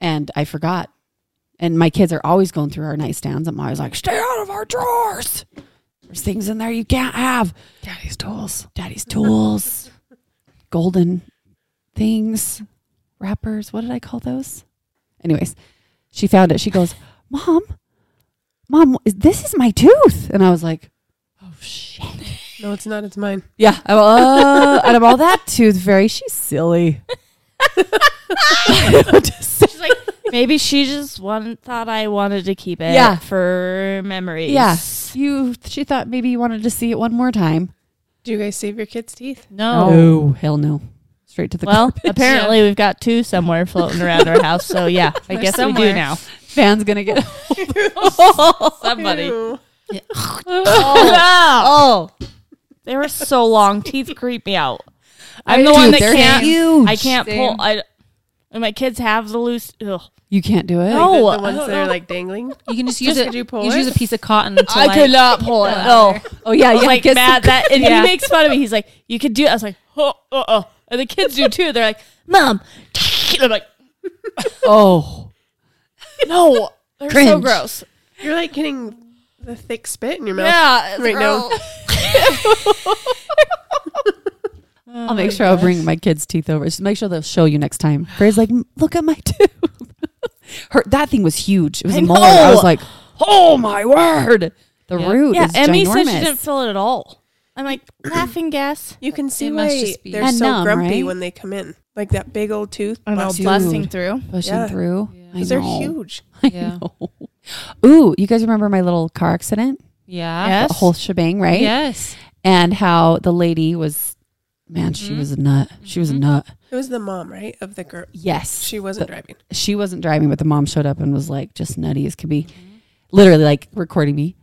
Speaker 1: and I forgot. And my kids are always going through our nightstands. I'm always like, stay out of our drawers. There's things in there you can't have. Daddy's tools. Daddy's tools. Golden things. Wrappers. What did I call those? Anyways, she found it. She goes, Mom, Mom, is- this is my tooth. And I was like, oh, shit.
Speaker 5: No, it's not. It's mine.
Speaker 1: Yeah. I'm, uh, out of all that tooth fairy, she's silly.
Speaker 4: She's like, maybe she just one thought I wanted to keep it
Speaker 1: Yeah.
Speaker 4: for memories.
Speaker 1: Yes. You she thought maybe you wanted to see it one more time.
Speaker 5: Do you guys save your kids' teeth?
Speaker 2: No.
Speaker 1: hell no. Straight to the
Speaker 4: Well,
Speaker 1: garbage.
Speaker 4: apparently we've got two somewhere floating around our house. So yeah, I
Speaker 2: They're
Speaker 4: guess we
Speaker 2: somewhere.
Speaker 4: do now.
Speaker 1: Fan's gonna get
Speaker 4: Somebody.
Speaker 5: Ew.
Speaker 4: Oh. They were so long. Teeth creep me out. I'm the one
Speaker 1: Dude,
Speaker 4: that
Speaker 1: they're
Speaker 4: can't.
Speaker 1: huge.
Speaker 4: I can't pull.
Speaker 2: Same.
Speaker 4: I. And my kids have the loose. Ugh.
Speaker 1: You can't do it.
Speaker 4: No.
Speaker 5: The-
Speaker 4: Oh,
Speaker 5: the
Speaker 4: I
Speaker 5: ones
Speaker 4: don't
Speaker 5: that are
Speaker 4: know.
Speaker 5: like dangling.
Speaker 2: You can just use
Speaker 5: Just
Speaker 2: it.
Speaker 5: could you
Speaker 2: You
Speaker 5: pull
Speaker 2: can
Speaker 5: it?
Speaker 2: use a piece of cotton to
Speaker 4: I
Speaker 2: like,
Speaker 4: could not pull it. No.
Speaker 1: Oh yeah,
Speaker 4: I was
Speaker 1: yeah.
Speaker 4: like
Speaker 1: get
Speaker 4: Matt.
Speaker 1: some-
Speaker 4: That and
Speaker 2: Yeah.
Speaker 4: he makes fun of me. He's like, "You could do." it." I was like, "Oh, oh, oh." And the kids do too. They're like, "Mom," and I'm like,
Speaker 1: oh.
Speaker 4: "No." They're so
Speaker 1: Cringe.
Speaker 4: gross.
Speaker 5: You're like getting the thick spit in your
Speaker 1: Oh,
Speaker 5: mouth.
Speaker 4: Yeah.
Speaker 5: Right now.
Speaker 1: I'll make sure I'll bring my kids' teeth over. Just make sure they'll show you next time. Fairy's like, "M- look at my tooth. Her that thing was huge. It was
Speaker 4: I
Speaker 1: a molar. I
Speaker 4: know.
Speaker 1: was like, oh my word. The root
Speaker 4: Yeah.
Speaker 1: is
Speaker 4: Emmy
Speaker 1: ginormous.
Speaker 4: said she didn't feel it at all. I'm like laughing gas.
Speaker 5: You can see
Speaker 2: They must
Speaker 5: why
Speaker 2: just be-
Speaker 5: they're
Speaker 1: And
Speaker 5: so
Speaker 1: numb,
Speaker 5: grumpy
Speaker 1: right?
Speaker 5: when they come in. Like that big old tooth.
Speaker 4: I know,
Speaker 5: busts you.
Speaker 4: busting through.
Speaker 1: pushing
Speaker 5: Yeah.
Speaker 1: through. I
Speaker 5: They're
Speaker 1: know.
Speaker 5: huge.
Speaker 2: Yeah.
Speaker 1: Ooh, you guys remember my little car accident?
Speaker 2: Yeah.
Speaker 1: The whole shebang, right?
Speaker 2: Yes.
Speaker 1: And how the lady was, man, she was a nut. She was a nut.
Speaker 5: It was the mom, right, of the girl.
Speaker 1: Yes.
Speaker 5: She wasn't driving.
Speaker 1: she wasn't driving, but the mom showed up and was like, just nutty as could be, literally like recording me.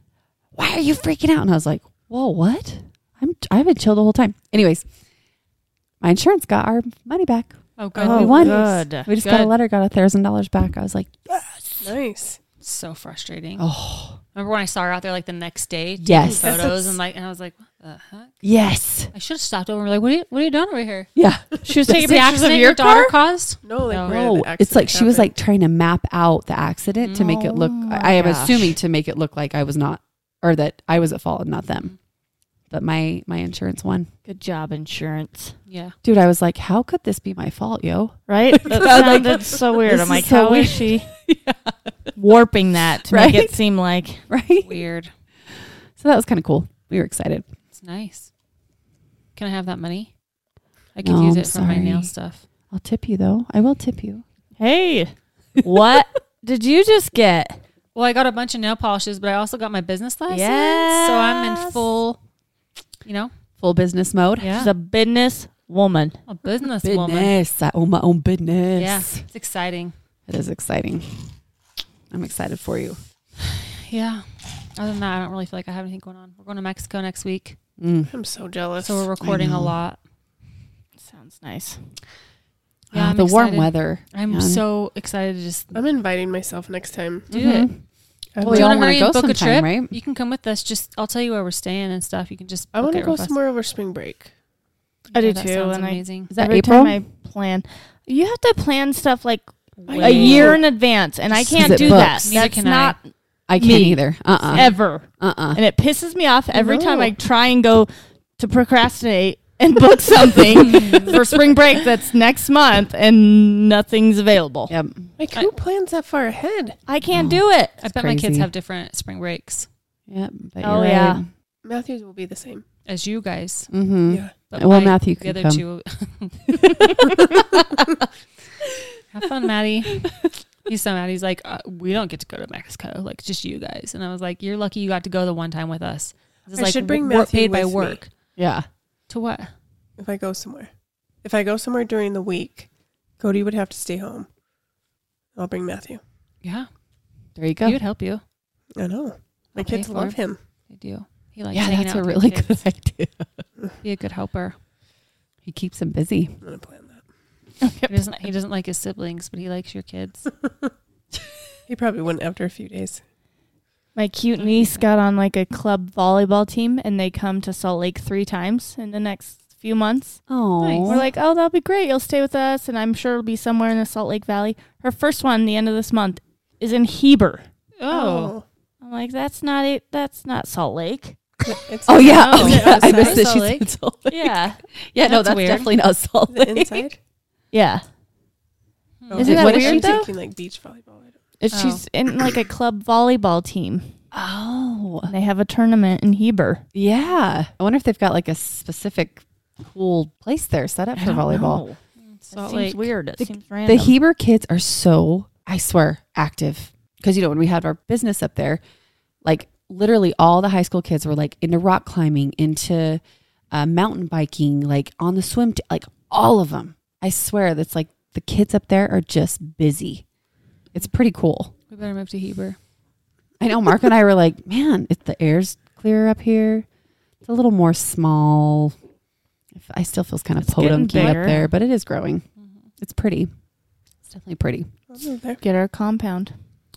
Speaker 1: Why are you freaking out? And I was like, whoa, what? I'm I've been chill the whole time. Anyways, my insurance got our money back.
Speaker 2: Oh, good.
Speaker 1: we won.
Speaker 4: good.
Speaker 1: We just got a
Speaker 2: Good.
Speaker 1: letter, got a thousand dollars back. I was like,
Speaker 5: Nice.
Speaker 2: So frustrating.
Speaker 1: oh
Speaker 2: Remember when I saw her out there like the next day taking
Speaker 1: Yes.
Speaker 2: photos and like and I was like, what the heck?
Speaker 1: yes,
Speaker 2: I should have stopped over and be like, what are you what are you doing over here?
Speaker 1: yeah.
Speaker 4: She was
Speaker 2: Taking
Speaker 4: taking pictures of your
Speaker 2: daughter
Speaker 4: car.
Speaker 2: caused?
Speaker 5: No, like
Speaker 2: No.
Speaker 5: where
Speaker 1: Oh,
Speaker 5: the accident
Speaker 1: it's like she was
Speaker 5: happened.
Speaker 1: like trying to map out the accident to make it look.
Speaker 4: Oh
Speaker 1: I I am
Speaker 4: my gosh.
Speaker 1: assuming to make it look like I was not, or that I was at fault and not them. But my my insurance won,
Speaker 4: Good job, insurance.
Speaker 2: Yeah.
Speaker 1: dude. I was like, how could this be my fault, yo?
Speaker 4: Right? That sounded so weird.
Speaker 1: this
Speaker 4: I'm
Speaker 1: is
Speaker 4: like,
Speaker 1: so
Speaker 4: how is she warping that to make
Speaker 1: Right?
Speaker 4: it seem like
Speaker 1: Right.
Speaker 2: Weird.
Speaker 1: So that was kind of cool. We were excited.
Speaker 2: It's nice. Can I have that money? I could
Speaker 1: No,
Speaker 2: use
Speaker 1: I'm
Speaker 2: it for my nail
Speaker 1: sorry.
Speaker 2: stuff.
Speaker 1: I'll tip you though. I will tip you.
Speaker 4: Hey, what did you just get?
Speaker 2: Well, I got a bunch of nail polishes, but I also got my business license. So I'm in
Speaker 4: Yes.
Speaker 2: full you know,
Speaker 1: Full business mode.
Speaker 2: yeah.
Speaker 4: She's a business woman.
Speaker 2: a business, woman.
Speaker 1: Business. I own my own business.
Speaker 2: Yeah. It's exciting.
Speaker 1: It is exciting. I'm excited for you.
Speaker 2: Yeah. Other than that, I don't really feel like I have anything going on. We're going to Mexico next week.
Speaker 1: Mm.
Speaker 5: I'm so jealous.
Speaker 2: So we're recording a
Speaker 1: know.
Speaker 2: lot.
Speaker 4: Sounds nice.
Speaker 2: Yeah,
Speaker 1: Ah,
Speaker 2: I'm
Speaker 1: the warm
Speaker 2: excited.
Speaker 1: weather.
Speaker 2: I'm
Speaker 1: man.
Speaker 2: so excited to just
Speaker 5: I'm inviting myself next time.
Speaker 2: do
Speaker 1: Mhm.
Speaker 2: it.
Speaker 5: I
Speaker 1: We
Speaker 2: Do you
Speaker 1: all
Speaker 2: wanna
Speaker 5: wanna-
Speaker 1: wanna
Speaker 2: hurry
Speaker 1: go
Speaker 2: and book a
Speaker 1: sometime,
Speaker 2: trip?
Speaker 1: right?
Speaker 2: You can come with us. Just I'll tell you where we're staying and stuff. You can just.
Speaker 5: I
Speaker 2: book
Speaker 5: want to
Speaker 2: it
Speaker 5: go
Speaker 2: real fast.
Speaker 5: somewhere over spring break.
Speaker 4: I do
Speaker 2: Yeah, that
Speaker 4: too,
Speaker 2: sounds
Speaker 4: and I-
Speaker 2: amazing.
Speaker 1: Is that
Speaker 4: Every
Speaker 1: Uh, April?
Speaker 4: time I plan, you have to plan stuff like
Speaker 5: I
Speaker 4: a year in advance, and I
Speaker 1: Just
Speaker 4: can't
Speaker 1: is it
Speaker 4: do that.
Speaker 1: books?
Speaker 2: Neither
Speaker 4: That's
Speaker 2: can I.
Speaker 4: not
Speaker 1: I can't
Speaker 4: Me.
Speaker 1: either. Uh
Speaker 4: ever,
Speaker 1: uh-uh. uh. Uh
Speaker 4: and it pisses me off every time
Speaker 5: No.
Speaker 4: I try and go to procrastinate and book something for spring break that's next month, and nothing's available.
Speaker 1: Yep.
Speaker 5: Like who plans that far ahead?
Speaker 4: I can't do it.
Speaker 2: I
Speaker 1: It's
Speaker 2: bet my kids
Speaker 1: crazy.
Speaker 2: have different spring breaks
Speaker 1: Yep. but
Speaker 4: Oh,
Speaker 1: you're
Speaker 4: yeah.
Speaker 1: right.
Speaker 5: Matthews will be the same.
Speaker 2: as you guys.
Speaker 1: Mm-hmm.
Speaker 5: Yeah.
Speaker 2: But
Speaker 1: Well,
Speaker 2: my-
Speaker 1: Matthew
Speaker 2: the
Speaker 1: can
Speaker 2: other
Speaker 1: come.
Speaker 2: two. have fun, Maddie. He's so mad. He's like, uh, we don't get to go to Mexico. Like, just you guys. And I was like, you're lucky you got to go the one time with us. This is
Speaker 5: I
Speaker 2: like
Speaker 5: should bring
Speaker 2: we're
Speaker 5: Matthew
Speaker 2: paid by
Speaker 5: with me.
Speaker 2: work.
Speaker 1: Yeah.
Speaker 2: To what?
Speaker 5: If I go somewhere, if I go somewhere during the week, Cody would have to stay home. I'll bring Matthew.
Speaker 2: Yeah,
Speaker 1: There you go.
Speaker 2: he would help you.
Speaker 5: I know my
Speaker 2: I'll pay
Speaker 5: kids
Speaker 2: for
Speaker 5: love him.
Speaker 2: I do. He likes.
Speaker 1: yeah,
Speaker 2: hanging
Speaker 1: that's
Speaker 2: out
Speaker 1: a
Speaker 2: with
Speaker 1: really
Speaker 2: kids.
Speaker 1: good idea.
Speaker 2: Be a good helper.
Speaker 1: He keeps them busy.
Speaker 5: I'm gonna plan that.
Speaker 2: He doesn't. He doesn't like his siblings, but he likes your kids.
Speaker 5: He probably wouldn't after a few days.
Speaker 4: My cute niece got on like a club volleyball team and they come to Salt Lake three times in the next few months.
Speaker 1: Oh.
Speaker 4: We're like, oh, that'll be great. You'll stay with us. And I'm sure it'll be somewhere in the Salt Lake Valley. Her first one, the end of this month, is in Heber.
Speaker 2: Oh,
Speaker 4: I'm like, that's not it. That's not Salt Lake.
Speaker 5: It's
Speaker 1: Oh yeah, oh,
Speaker 2: Oh,
Speaker 1: yeah. I
Speaker 5: outside.
Speaker 1: missed that
Speaker 2: Salt
Speaker 1: she
Speaker 2: Lake.
Speaker 1: said Salt Lake.
Speaker 4: Yeah.
Speaker 1: Yeah, no,
Speaker 2: That's
Speaker 1: that's
Speaker 2: weird.
Speaker 1: definitely not Salt
Speaker 5: The
Speaker 1: Lake.
Speaker 5: inside. Oh,
Speaker 4: Yeah.
Speaker 2: Hmm.
Speaker 4: Isn't that
Speaker 1: What is
Speaker 5: she
Speaker 1: she
Speaker 4: weird though?
Speaker 5: taking like beach volleyball? I
Speaker 4: It's
Speaker 2: Oh.
Speaker 4: She's in like a club volleyball team.
Speaker 1: Oh,
Speaker 4: They have a tournament in Heber.
Speaker 1: yeah. I wonder if they've got like a specific cool place there set up
Speaker 4: I
Speaker 1: for
Speaker 4: don't
Speaker 1: volleyball.
Speaker 4: know. That
Speaker 2: Salt
Speaker 4: seems
Speaker 2: Lake.
Speaker 4: weird. It
Speaker 1: The-
Speaker 4: seems
Speaker 1: The
Speaker 4: random.
Speaker 1: Heber kids are so, I swear, active. Because you know when we had our business up there, like literally all the high school kids were like into rock climbing, into uh, mountain biking, like on the swim, t- like all of them. I swear that's like the kids up there are just busy. It's pretty cool.
Speaker 2: We better move to Heber.
Speaker 1: I know Mark and I were like, man, if the air's clearer up here, it's a little more small. If- I still feels kind of
Speaker 4: It's getting
Speaker 1: podunk up
Speaker 4: bigger. Mm-hmm.
Speaker 1: there, but it is growing. It's pretty. It's definitely pretty.
Speaker 5: don't know. There.
Speaker 4: Get our compound.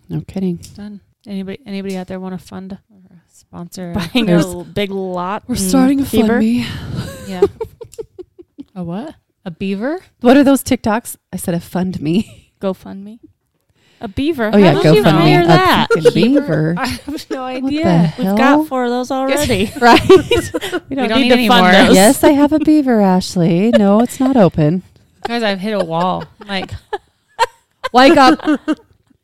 Speaker 1: No kidding.
Speaker 2: Done. Anybody? Anybody out there want to fund or sponsor? a-
Speaker 4: Buying
Speaker 1: There's-
Speaker 4: a l- big lot.
Speaker 1: We're
Speaker 4: in
Speaker 1: starting a
Speaker 4: Heber.
Speaker 1: fund me.
Speaker 2: Yeah. a what? A beaver?
Speaker 1: What are those TikToks? I said a fund me.
Speaker 4: GoFundMe. A beaver.
Speaker 1: Oh, yeah,
Speaker 4: How did you
Speaker 1: GoFundMe.
Speaker 4: hire
Speaker 1: A
Speaker 4: that?
Speaker 1: freaking beaver.
Speaker 2: I have no
Speaker 1: What the
Speaker 2: idea.
Speaker 1: hell?
Speaker 4: We've got four of those already.
Speaker 1: right.
Speaker 4: we
Speaker 2: don't need any more.
Speaker 1: yes, I have a beaver, Ashley. No, it's not open.
Speaker 2: Guys, I've hit a wall. I'm like,
Speaker 1: Wake up.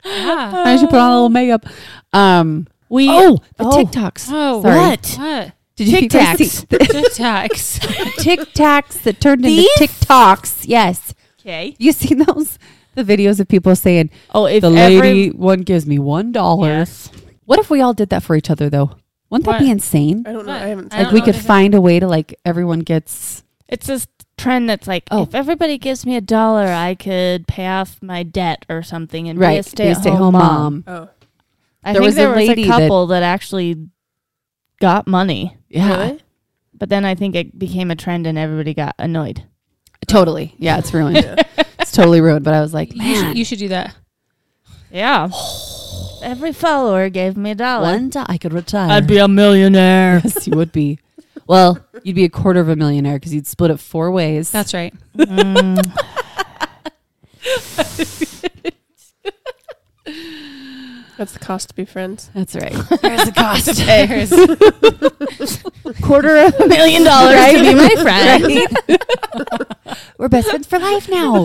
Speaker 2: yeah.
Speaker 1: I should put on a little makeup. Um.
Speaker 4: We
Speaker 1: Oh, the
Speaker 4: Oh.
Speaker 1: TikToks.
Speaker 2: Oh,
Speaker 1: Sorry.
Speaker 4: what?
Speaker 2: What?
Speaker 1: Did you guys see
Speaker 4: Tic
Speaker 1: the
Speaker 2: Tic Tacs.
Speaker 1: Tic Tacs that turned
Speaker 4: These?
Speaker 1: into TikToks? Yes.
Speaker 4: Okay.
Speaker 1: You seen those? The videos of people saying
Speaker 4: Oh, if
Speaker 1: the
Speaker 4: every-
Speaker 1: lady one gives me one dollar.
Speaker 4: Yes.
Speaker 1: What if we all did that for each other though? Wouldn't that be
Speaker 2: What?
Speaker 1: insane?
Speaker 5: I don't know.
Speaker 2: What?
Speaker 5: I haven't.
Speaker 2: I
Speaker 5: seen
Speaker 1: Like
Speaker 2: don't
Speaker 1: we
Speaker 2: know
Speaker 1: could
Speaker 2: if it-
Speaker 1: find a way to like everyone gets.
Speaker 4: It's this trend that's like,
Speaker 1: Oh.
Speaker 4: if everybody gives me a dollar, I could pay off my debt or something and be a
Speaker 1: Right, be
Speaker 4: stay-at-home mom.
Speaker 5: Oh,
Speaker 4: I
Speaker 1: There
Speaker 4: think
Speaker 1: was a
Speaker 4: there was
Speaker 1: lady
Speaker 4: a
Speaker 1: that-
Speaker 4: couple that, actually got money,
Speaker 1: Yeah,
Speaker 4: but then I think it became a trend and everybody got annoyed.
Speaker 1: totally. Yeah, it's ruined.
Speaker 5: Yeah.
Speaker 1: It's totally ruined. But I was like,
Speaker 2: You
Speaker 1: man,
Speaker 2: should, you should do that.
Speaker 4: Yeah. Every follower gave me a dollar.
Speaker 1: one dollar I could retire.
Speaker 4: I'd be a millionaire.
Speaker 1: yes, you would be. Well, you'd be a quarter of a millionaire because you'd split it four ways.
Speaker 2: That's right.
Speaker 4: Mm.
Speaker 5: that's the cost to be friends.
Speaker 1: that's right. There's a cost.
Speaker 4: quarter of a million dollars to be my friend.
Speaker 1: We're best friends for life now.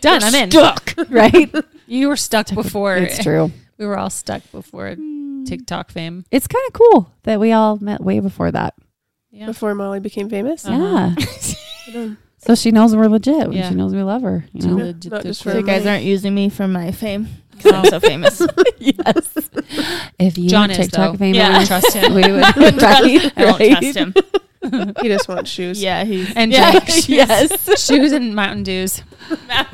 Speaker 2: Done. I'm in.
Speaker 1: Stuck. Right?
Speaker 2: You were stuck before.
Speaker 1: It's true.
Speaker 2: We were all stuck before
Speaker 4: Mm.
Speaker 2: TikTok fame.
Speaker 1: It's kind of cool that we all met way before that.
Speaker 2: Yeah.
Speaker 5: Before Molly became
Speaker 1: Oh.
Speaker 5: famous,
Speaker 2: Uh-huh.
Speaker 1: Yeah.
Speaker 5: Um,
Speaker 1: so she knows we're legit. when
Speaker 2: Yeah.
Speaker 1: She knows we love her. You know?
Speaker 5: Legit- not just
Speaker 4: So you
Speaker 5: for-
Speaker 4: guys aren't using me for my fame because I'm so famous.
Speaker 1: yes. If you
Speaker 2: John
Speaker 1: were
Speaker 2: is,
Speaker 1: TikTok
Speaker 2: though.
Speaker 1: famous,
Speaker 2: Yeah. I don't trust him.
Speaker 1: we would. right?
Speaker 4: I won't trust him.
Speaker 5: he just wants shoes.
Speaker 4: Yeah, he's
Speaker 2: And
Speaker 4: yeah,
Speaker 2: Jack shoes. Shoes and Mountain Dews.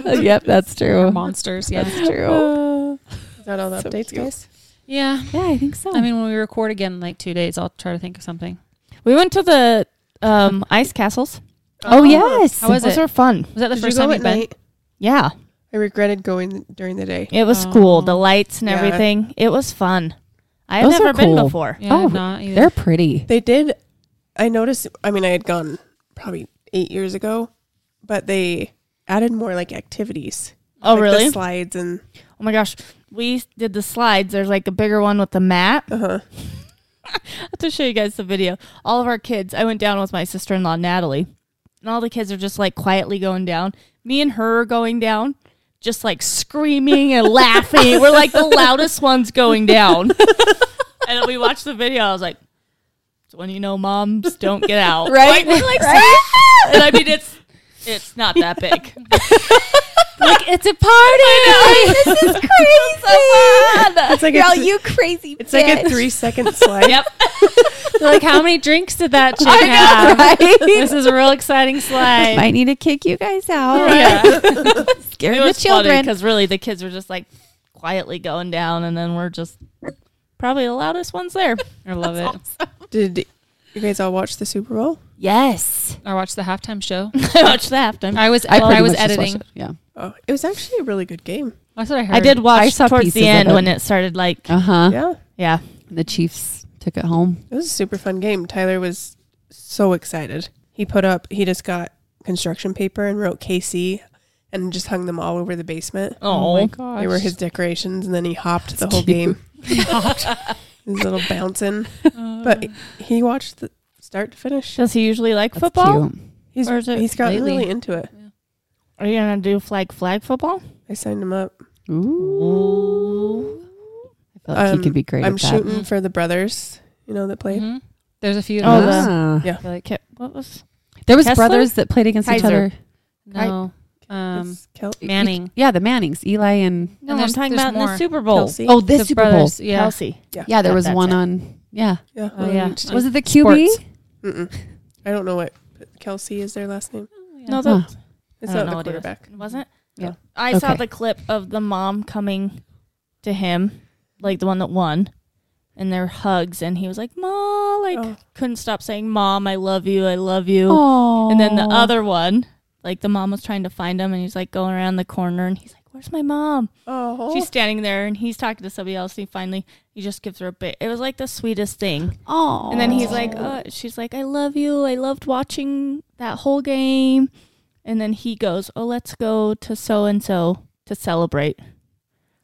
Speaker 1: yep, that's true.
Speaker 2: Monsters. Yeah.
Speaker 1: That's true.
Speaker 5: Uh-huh. Is that all the
Speaker 1: So
Speaker 5: updates,
Speaker 1: cute.
Speaker 5: guys?
Speaker 2: Yeah.
Speaker 1: Yeah, I think so.
Speaker 2: I mean, when we record again in like two days, I'll try to think of something.
Speaker 4: We went to the um, ice castles.
Speaker 1: oh, yes.
Speaker 2: How was
Speaker 4: Those
Speaker 2: it?
Speaker 4: were fun.
Speaker 2: Was that the
Speaker 5: Did you
Speaker 2: first
Speaker 5: go
Speaker 2: time
Speaker 5: at
Speaker 2: you've been?
Speaker 5: night?
Speaker 4: Yeah,
Speaker 5: I regretted going during the day.
Speaker 4: It was cool. The lights and
Speaker 5: Oh. Yeah.
Speaker 4: everything. It was fun. I had
Speaker 1: Those are
Speaker 4: never been
Speaker 1: cool.
Speaker 4: before.
Speaker 2: Yeah,
Speaker 1: Oh,
Speaker 2: not either.
Speaker 1: They're pretty.
Speaker 5: They did. I noticed. I mean, I had gone probably eight years ago, but they added more like activities.
Speaker 4: Oh,
Speaker 5: like the
Speaker 4: really?
Speaker 5: slides and
Speaker 4: Oh my gosh. We did the slides. There's like a bigger one with the map.
Speaker 5: uh
Speaker 2: Uh-huh.
Speaker 5: huh.
Speaker 4: I have to show you guys the video. All of our kids, I went down with my sister in law, Natalie, and all the kids are just like quietly going down. Me and her are going down, just like screaming and laughing. We're like the loudest ones going down. and we watched the video. I was like, it's when you know moms don't get out.
Speaker 1: Right?
Speaker 4: Like, we're like, And I mean, it's. It's not that big.
Speaker 2: like it's a party.
Speaker 1: it's
Speaker 5: like a
Speaker 1: Girl,
Speaker 5: th-
Speaker 1: you crazy
Speaker 5: It's like a three second slide.
Speaker 2: Yep. like how many drinks did that chick have? This is a real exciting slide.
Speaker 1: Might need to kick you guys out.
Speaker 4: Yeah,
Speaker 1: Scare
Speaker 4: it
Speaker 1: the
Speaker 4: was children
Speaker 1: children.
Speaker 4: because really the kids were just like quietly going down, and then we're just probably the loudest ones there.
Speaker 2: I love it.
Speaker 5: Did you guys all watch the Super Bowl?
Speaker 1: yes.
Speaker 2: I watched the halftime show.
Speaker 4: I watched that after.
Speaker 2: I was
Speaker 1: I,
Speaker 2: I,
Speaker 1: pretty
Speaker 2: was
Speaker 1: much just watched
Speaker 2: editing.
Speaker 1: it, Yeah.
Speaker 5: Oh, it was actually a really good game.
Speaker 2: That's what I heard.
Speaker 4: I did watch
Speaker 1: I saw
Speaker 4: towards
Speaker 1: pieces
Speaker 4: the
Speaker 1: of
Speaker 4: end
Speaker 1: it.
Speaker 4: when it started like
Speaker 1: Uh huh.
Speaker 5: Yeah,
Speaker 4: yeah.
Speaker 1: The Chiefs took it home.
Speaker 5: it was a super fun game. Tyler was so excited. He put up. He just got construction paper and wrote KC, and just hung them all over the basement.
Speaker 2: Oh my
Speaker 4: Oh,
Speaker 2: gosh.
Speaker 5: They were his decorations, and then he hopped the whole game. his little bouncing, but he watched the start to finish.
Speaker 4: does he usually like
Speaker 1: That's
Speaker 4: football?
Speaker 1: cute.
Speaker 5: He's
Speaker 4: Or is it
Speaker 5: he's gotten
Speaker 2: lately?
Speaker 5: really into it.
Speaker 4: Are you gonna do flag flag football?
Speaker 5: I signed him up.
Speaker 1: Ooh. I feel like
Speaker 5: Um,
Speaker 1: he could be great
Speaker 5: I'm
Speaker 1: at that.
Speaker 5: shooting for the brothers. You know that played.
Speaker 2: Mhm. There's a few.
Speaker 4: Oh,
Speaker 2: of those.
Speaker 1: Ah.
Speaker 5: Yeah.
Speaker 4: Like it- what was?
Speaker 1: There was
Speaker 4: Kessler?
Speaker 1: brothers that played against each other.
Speaker 4: Kaiser.
Speaker 2: no. Um,
Speaker 5: It's Kel-
Speaker 2: Manning.
Speaker 1: Yeah, the Mannings, Eli and
Speaker 2: And
Speaker 4: No, I'm
Speaker 2: there's-
Speaker 4: talking
Speaker 2: there's
Speaker 4: about in
Speaker 2: more.
Speaker 4: the Super Bowl.
Speaker 5: Kelsey.
Speaker 1: oh this
Speaker 2: the
Speaker 1: Super
Speaker 2: brothers,
Speaker 1: Bowl.
Speaker 2: Yeah.
Speaker 4: Kelsey.
Speaker 1: Yeah, there was
Speaker 4: That's
Speaker 1: one
Speaker 4: it.
Speaker 1: on. Yeah,
Speaker 5: yeah.
Speaker 2: Oh, yeah.
Speaker 1: was it the QB?
Speaker 2: Sports.
Speaker 5: Mm-mm. I don't know what Kelsey is their last name.
Speaker 2: Oh,
Speaker 4: No,
Speaker 1: Huh.
Speaker 4: that
Speaker 5: It's
Speaker 4: I don't
Speaker 5: not
Speaker 4: know
Speaker 5: the
Speaker 4: what it is.
Speaker 5: quarterback.
Speaker 4: wasn't.
Speaker 1: Yeah.
Speaker 4: I saw
Speaker 1: Okay.
Speaker 4: the clip of the mom coming to him, like the one that won, and their hugs, and he was like, "Mom," like
Speaker 5: Oh.
Speaker 4: couldn't stop saying, "Mom, I love you, I love you."
Speaker 1: Oh,
Speaker 4: And then the other one, like the mom was trying to find him, and he's like going around the corner, and he's like, "Where's my mom?"
Speaker 5: Oh,
Speaker 4: She's standing there, and he's talking to somebody else. And he finally, he just gives her a bit. It was like the sweetest thing.
Speaker 1: Oh,
Speaker 4: And then he's like, uh "She's like, I love you. I loved watching that whole game." And then he goes, "Oh, let's go to so and so to celebrate.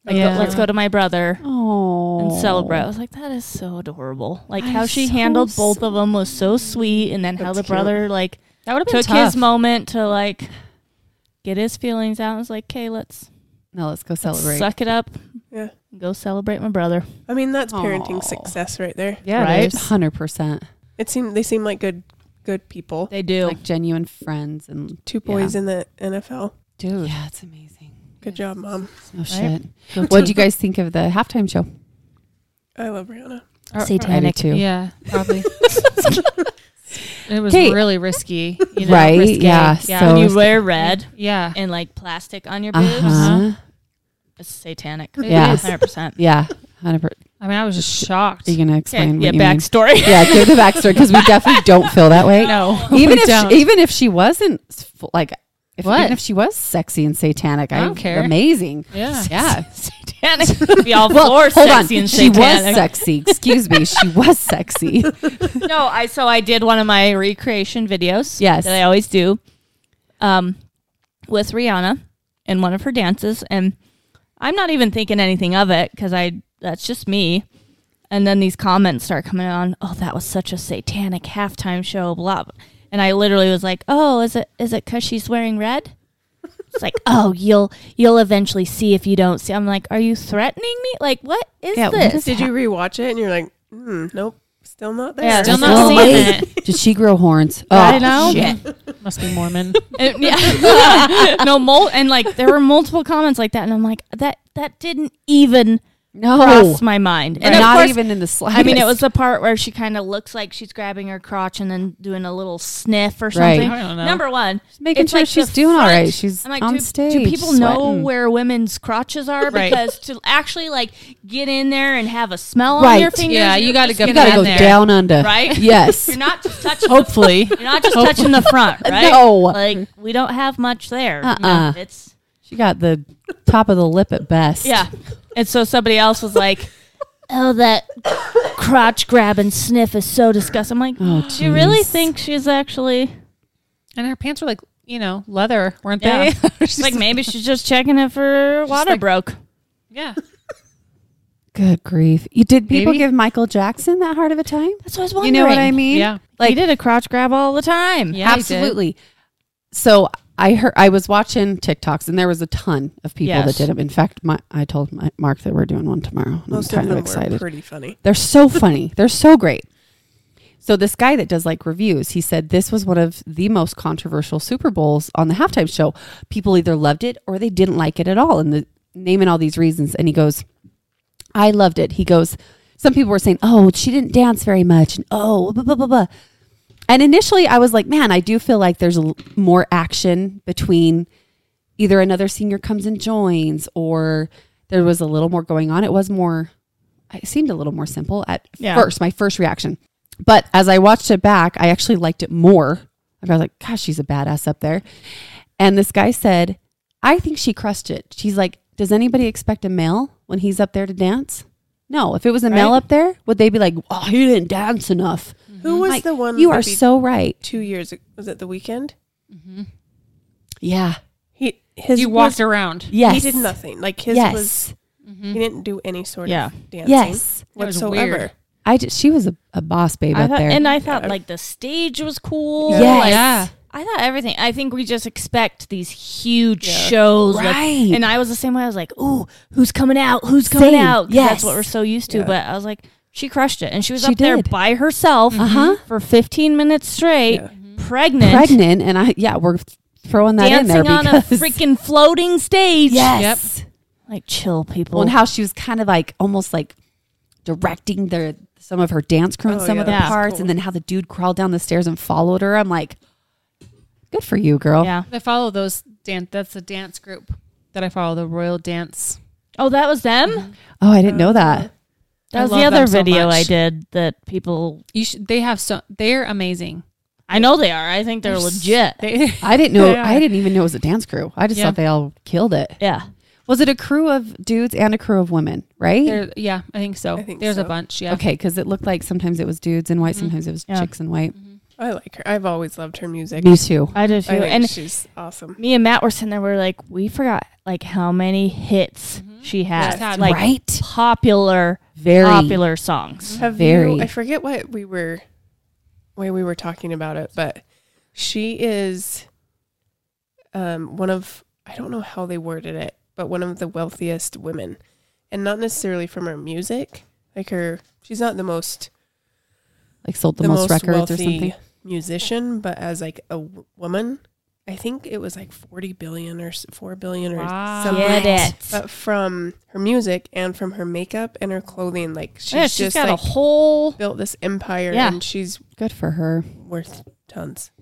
Speaker 4: Like,
Speaker 2: Yeah.
Speaker 4: let's go to my brother."
Speaker 1: oh,
Speaker 4: and celebrate. I was like, that is so adorable. Like
Speaker 1: That
Speaker 4: how
Speaker 1: is
Speaker 4: she
Speaker 1: so
Speaker 4: handled both of them was so sweet, and then how
Speaker 5: That's
Speaker 4: the
Speaker 5: cute.
Speaker 4: brother like
Speaker 2: That would have been
Speaker 4: took
Speaker 2: tough.
Speaker 4: his moment to like get his feelings out. and was like, okay, let's
Speaker 1: No, let's go celebrate.
Speaker 4: suck it up.
Speaker 5: Yeah.
Speaker 4: and go celebrate my brother.
Speaker 5: I mean that's
Speaker 1: Aw.
Speaker 5: parenting success right there.
Speaker 2: yeah,
Speaker 4: right?
Speaker 2: there's-
Speaker 1: Hundred percent,
Speaker 5: It seemed they seem like good good people.
Speaker 4: They do.
Speaker 1: like genuine friends and
Speaker 5: Two boys in the NFL.
Speaker 1: dude. Yeah, it's amazing.
Speaker 5: Good job, mom.
Speaker 1: No shit. What would you guys think of the halftime show?
Speaker 5: I love Rihanna.
Speaker 2: Or- or-
Speaker 1: Satanic too.
Speaker 2: Yeah, probably. it was
Speaker 1: 'Kay.
Speaker 2: really risky, you know,
Speaker 1: Right,
Speaker 2: risque.
Speaker 1: yeah,
Speaker 2: Yeah.
Speaker 1: so-
Speaker 4: you wear red
Speaker 2: yeah.
Speaker 4: and like plastic on your
Speaker 1: Uh
Speaker 4: boobs.
Speaker 1: huh.
Speaker 4: It's satanic.
Speaker 1: Yeah.
Speaker 4: hundred percent.
Speaker 1: Yeah, hundred percent.
Speaker 2: I mean, I was just shocked.
Speaker 1: Are you gonna
Speaker 4: Okay,
Speaker 1: explain?
Speaker 4: yeah.
Speaker 1: what you mean?
Speaker 4: Backstory.
Speaker 1: Yeah, give the backstory because we definitely don't feel that way.
Speaker 2: No,
Speaker 4: Oh,
Speaker 1: even
Speaker 2: we
Speaker 1: if
Speaker 2: don't.
Speaker 1: she, even if she wasn't s- f- like if,
Speaker 2: What?
Speaker 1: even if she was sexy and satanic, I,
Speaker 2: don't care.
Speaker 1: Amazing.
Speaker 2: yeah.
Speaker 1: Yeah.
Speaker 4: satanic. We all
Speaker 1: Well,
Speaker 4: four
Speaker 1: hold on.
Speaker 4: sexy and
Speaker 1: she was
Speaker 4: satanic.
Speaker 1: sexy. Excuse me. She was sexy.
Speaker 4: No, I so I did one of my recreation videos.
Speaker 1: Yes.
Speaker 4: that I always do, um, with Rihanna in one of her dances, and I'm not even thinking anything of it because I that's just me. And then these comments start coming on. Oh, that was such a satanic halftime show. Blah. blah." And I literally was like, Oh, is it is it because she's wearing red? It's like, Oh, you'll you'll eventually see if you don't see. I'm like, Are you threatening me? Like, what is
Speaker 1: Yeah, what
Speaker 4: this?
Speaker 1: is-
Speaker 5: Did you rewatch it and you're like, hmm, nope, still not there.
Speaker 4: Yeah,
Speaker 2: Still
Speaker 4: Like,
Speaker 2: not
Speaker 4: oh,
Speaker 2: seeing
Speaker 4: wait.
Speaker 2: it.
Speaker 1: Did she grow horns? Oh,
Speaker 2: I know.
Speaker 1: shit.
Speaker 2: Must be Mormon.
Speaker 4: And- yeah. no, mul- and like there were multiple comments like that, and I'm like, that that didn't even
Speaker 1: No.
Speaker 4: cross my mind. Oh. And of
Speaker 1: Not
Speaker 4: course,
Speaker 1: even in the slightest.
Speaker 4: I mean, it was the part where she kind of looks like she's grabbing her crotch and then doing a little sniff or
Speaker 1: Right.
Speaker 4: something.
Speaker 2: I don't know.
Speaker 4: Number one,
Speaker 1: making
Speaker 4: it's
Speaker 1: sure
Speaker 4: like
Speaker 1: she's
Speaker 4: the
Speaker 1: doing all
Speaker 4: front-
Speaker 1: right. She's
Speaker 4: I'm like,
Speaker 1: on
Speaker 4: do,
Speaker 1: stage.
Speaker 4: Do people know
Speaker 1: sweating.
Speaker 4: where women's crotches are?
Speaker 2: Right.
Speaker 4: Because to actually like get in there and have a smell on
Speaker 1: Right.
Speaker 4: your fingers,
Speaker 2: Yeah,
Speaker 4: you're
Speaker 2: you gotta
Speaker 4: just
Speaker 2: go
Speaker 1: You
Speaker 4: getting
Speaker 1: gotta
Speaker 2: in
Speaker 1: go
Speaker 4: in
Speaker 2: there.
Speaker 1: down under.
Speaker 4: Right?
Speaker 1: Yes.
Speaker 4: You're not just touching. the
Speaker 2: Hopefully,
Speaker 4: you're not just touching the front, right?
Speaker 1: No.
Speaker 4: Like we don't have much there.
Speaker 1: Uh-uh.
Speaker 4: It's
Speaker 1: She got the top of the lip at best.
Speaker 4: Yeah. And so somebody else was like, "Oh, that crotch grab and sniff is so disgusting." I'm like,
Speaker 1: Oh,
Speaker 4: "Do you really
Speaker 1: geez.
Speaker 4: think she's actually
Speaker 2: And her pants were like, you know, leather, weren't
Speaker 4: Yeah.
Speaker 2: they?
Speaker 4: She's like maybe she's just checking if her water
Speaker 2: like-
Speaker 4: broke?"
Speaker 2: yeah.
Speaker 1: Good grief. You did people
Speaker 2: Maybe.
Speaker 1: give Michael Jackson that hard of a time?
Speaker 4: That's what I was
Speaker 1: You
Speaker 4: wondering.
Speaker 1: know what I mean?
Speaker 2: Yeah.
Speaker 4: Like he did a crotch grab all the time.
Speaker 2: Yeah, he did.
Speaker 1: Absolutely. So I heard I was watching TikToks and there was a ton of people
Speaker 2: Yes.
Speaker 1: that did them. In fact, my, I told my, Mark that we're doing one tomorrow. and I'm
Speaker 5: Most
Speaker 1: kind of
Speaker 5: of them were
Speaker 1: excited.
Speaker 5: pretty funny.
Speaker 1: They're so funny. They're so great. So this guy that does like reviews, he said this was one of the most controversial Super Bowls on the halftime show. People either loved it or they didn't like it at all, and the naming all these reasons. And he goes, "I loved it." He goes, "Some people were saying, oh, she didn't dance very much, and oh, blah blah blah blah." And initially, I was like, "Man, I do feel like there's a l- more action between either another senior comes and joins, or there was a little more going on. It was more." It seemed a little more simple at
Speaker 4: Yeah.
Speaker 1: first, my first reaction. But as I watched it back, I actually liked it more. I was like, gosh, she's a badass up there. And this guy said, I think she crushed it. She's like, does anybody expect a male when he's up there to dance? No. If it was a male
Speaker 4: Right.
Speaker 1: up there, would they be like, oh, he didn't dance enough?
Speaker 5: Who was
Speaker 1: Like,
Speaker 5: the one?
Speaker 1: You are
Speaker 5: maybe
Speaker 1: so right.
Speaker 5: two years. ag- Was it the weekend?
Speaker 1: Yeah.
Speaker 5: He his
Speaker 2: You walked
Speaker 5: was-
Speaker 2: around.
Speaker 1: Yes.
Speaker 5: He did nothing. Like his
Speaker 1: yes.
Speaker 5: was. He didn't do any sort
Speaker 4: Yeah.
Speaker 5: of dancing.
Speaker 1: yes.
Speaker 2: Mm-hmm. That was
Speaker 5: whatsoever.
Speaker 2: weird.
Speaker 1: I just, she was a, a boss babe
Speaker 4: I
Speaker 1: up
Speaker 4: thought,
Speaker 1: there.
Speaker 4: and uh, I thought like the stage was cool.
Speaker 1: Yes.
Speaker 4: Like,
Speaker 2: Yeah.
Speaker 4: I thought everything. I think we just expect these huge shows, like-
Speaker 1: Right.
Speaker 4: and I was the same way. I was like, "Ooh, who's coming out? Who's coming
Speaker 1: Same.
Speaker 4: out?" 'Cause that's what
Speaker 1: Yes.
Speaker 4: we're so used to. But I was like, she crushed it, and she was
Speaker 1: She
Speaker 4: up there
Speaker 1: did.
Speaker 4: by herself Mm-hmm.
Speaker 1: Uh-huh.
Speaker 4: for 15 minutes straight, Mm-hmm. pregnant,
Speaker 1: Pregnant. And I, yeah, we're throwing that in there
Speaker 4: dancing on a
Speaker 1: because.
Speaker 4: freaking floating stage.
Speaker 1: yes.
Speaker 4: like chill, people.
Speaker 1: Well, and how she was kind of like almost like directing their some of her dance crew and
Speaker 5: Oh,
Speaker 1: some
Speaker 5: yeah,
Speaker 1: of the
Speaker 4: that's
Speaker 1: parts, and then how the dude crawled down the stairs and followed her. I'm like, good for you, girl.
Speaker 4: yeah.
Speaker 2: I follow those dance. That's a dance group that I follow, the Royal Dance.
Speaker 4: Oh, that was them.
Speaker 1: Oh, I didn't know that.
Speaker 4: That
Speaker 2: I
Speaker 4: was the
Speaker 2: love
Speaker 4: other
Speaker 2: them so
Speaker 4: video I
Speaker 2: much.
Speaker 4: did that people.
Speaker 2: You should. They have so. They're amazing.
Speaker 4: I know they are. I think they're legit.
Speaker 2: They,
Speaker 1: I didn't know.
Speaker 2: They are.
Speaker 1: I didn't even know it was a dance crew. I just
Speaker 2: Yeah.
Speaker 1: thought they all killed it.
Speaker 4: yeah.
Speaker 1: Was it a crew of dudes and a crew of women? Right? Okay, 'cause
Speaker 2: they're, yeah, I think so.
Speaker 5: I think
Speaker 2: There's a
Speaker 5: so.
Speaker 2: bunch. Yeah.
Speaker 1: okay, because it looked like sometimes it was dudes in white, sometimes it was
Speaker 4: Yeah.
Speaker 1: chicks in white.
Speaker 5: I like her. I've always loved her music.
Speaker 1: Me too.
Speaker 4: I do too.
Speaker 5: I think
Speaker 4: and
Speaker 5: she's awesome.
Speaker 4: me and Matt were sitting there. We are like, we forgot like how many hits she has,
Speaker 2: Yes. Had
Speaker 4: like
Speaker 1: right?
Speaker 4: popular,
Speaker 1: Very
Speaker 4: popular songs.
Speaker 5: Have
Speaker 1: Very.
Speaker 5: you? I forget what we were, why we were talking about it, but she is, um, one of I don't know how they worded it, but one of the wealthiest women, and not necessarily from her music. Like her, she's not the most
Speaker 1: Like sold the, most, records or something.
Speaker 5: musician, but as like a w- woman, I think it was like forty billion or s- four billion or
Speaker 2: Wow.
Speaker 5: something.
Speaker 4: Get it?
Speaker 5: But from her music and from her makeup and her clothing, like she's
Speaker 4: yeah, she's
Speaker 5: just
Speaker 4: got
Speaker 5: like
Speaker 4: a whole.
Speaker 5: built this empire
Speaker 4: Yeah.
Speaker 5: and she's
Speaker 1: Good for her.
Speaker 5: worth tons.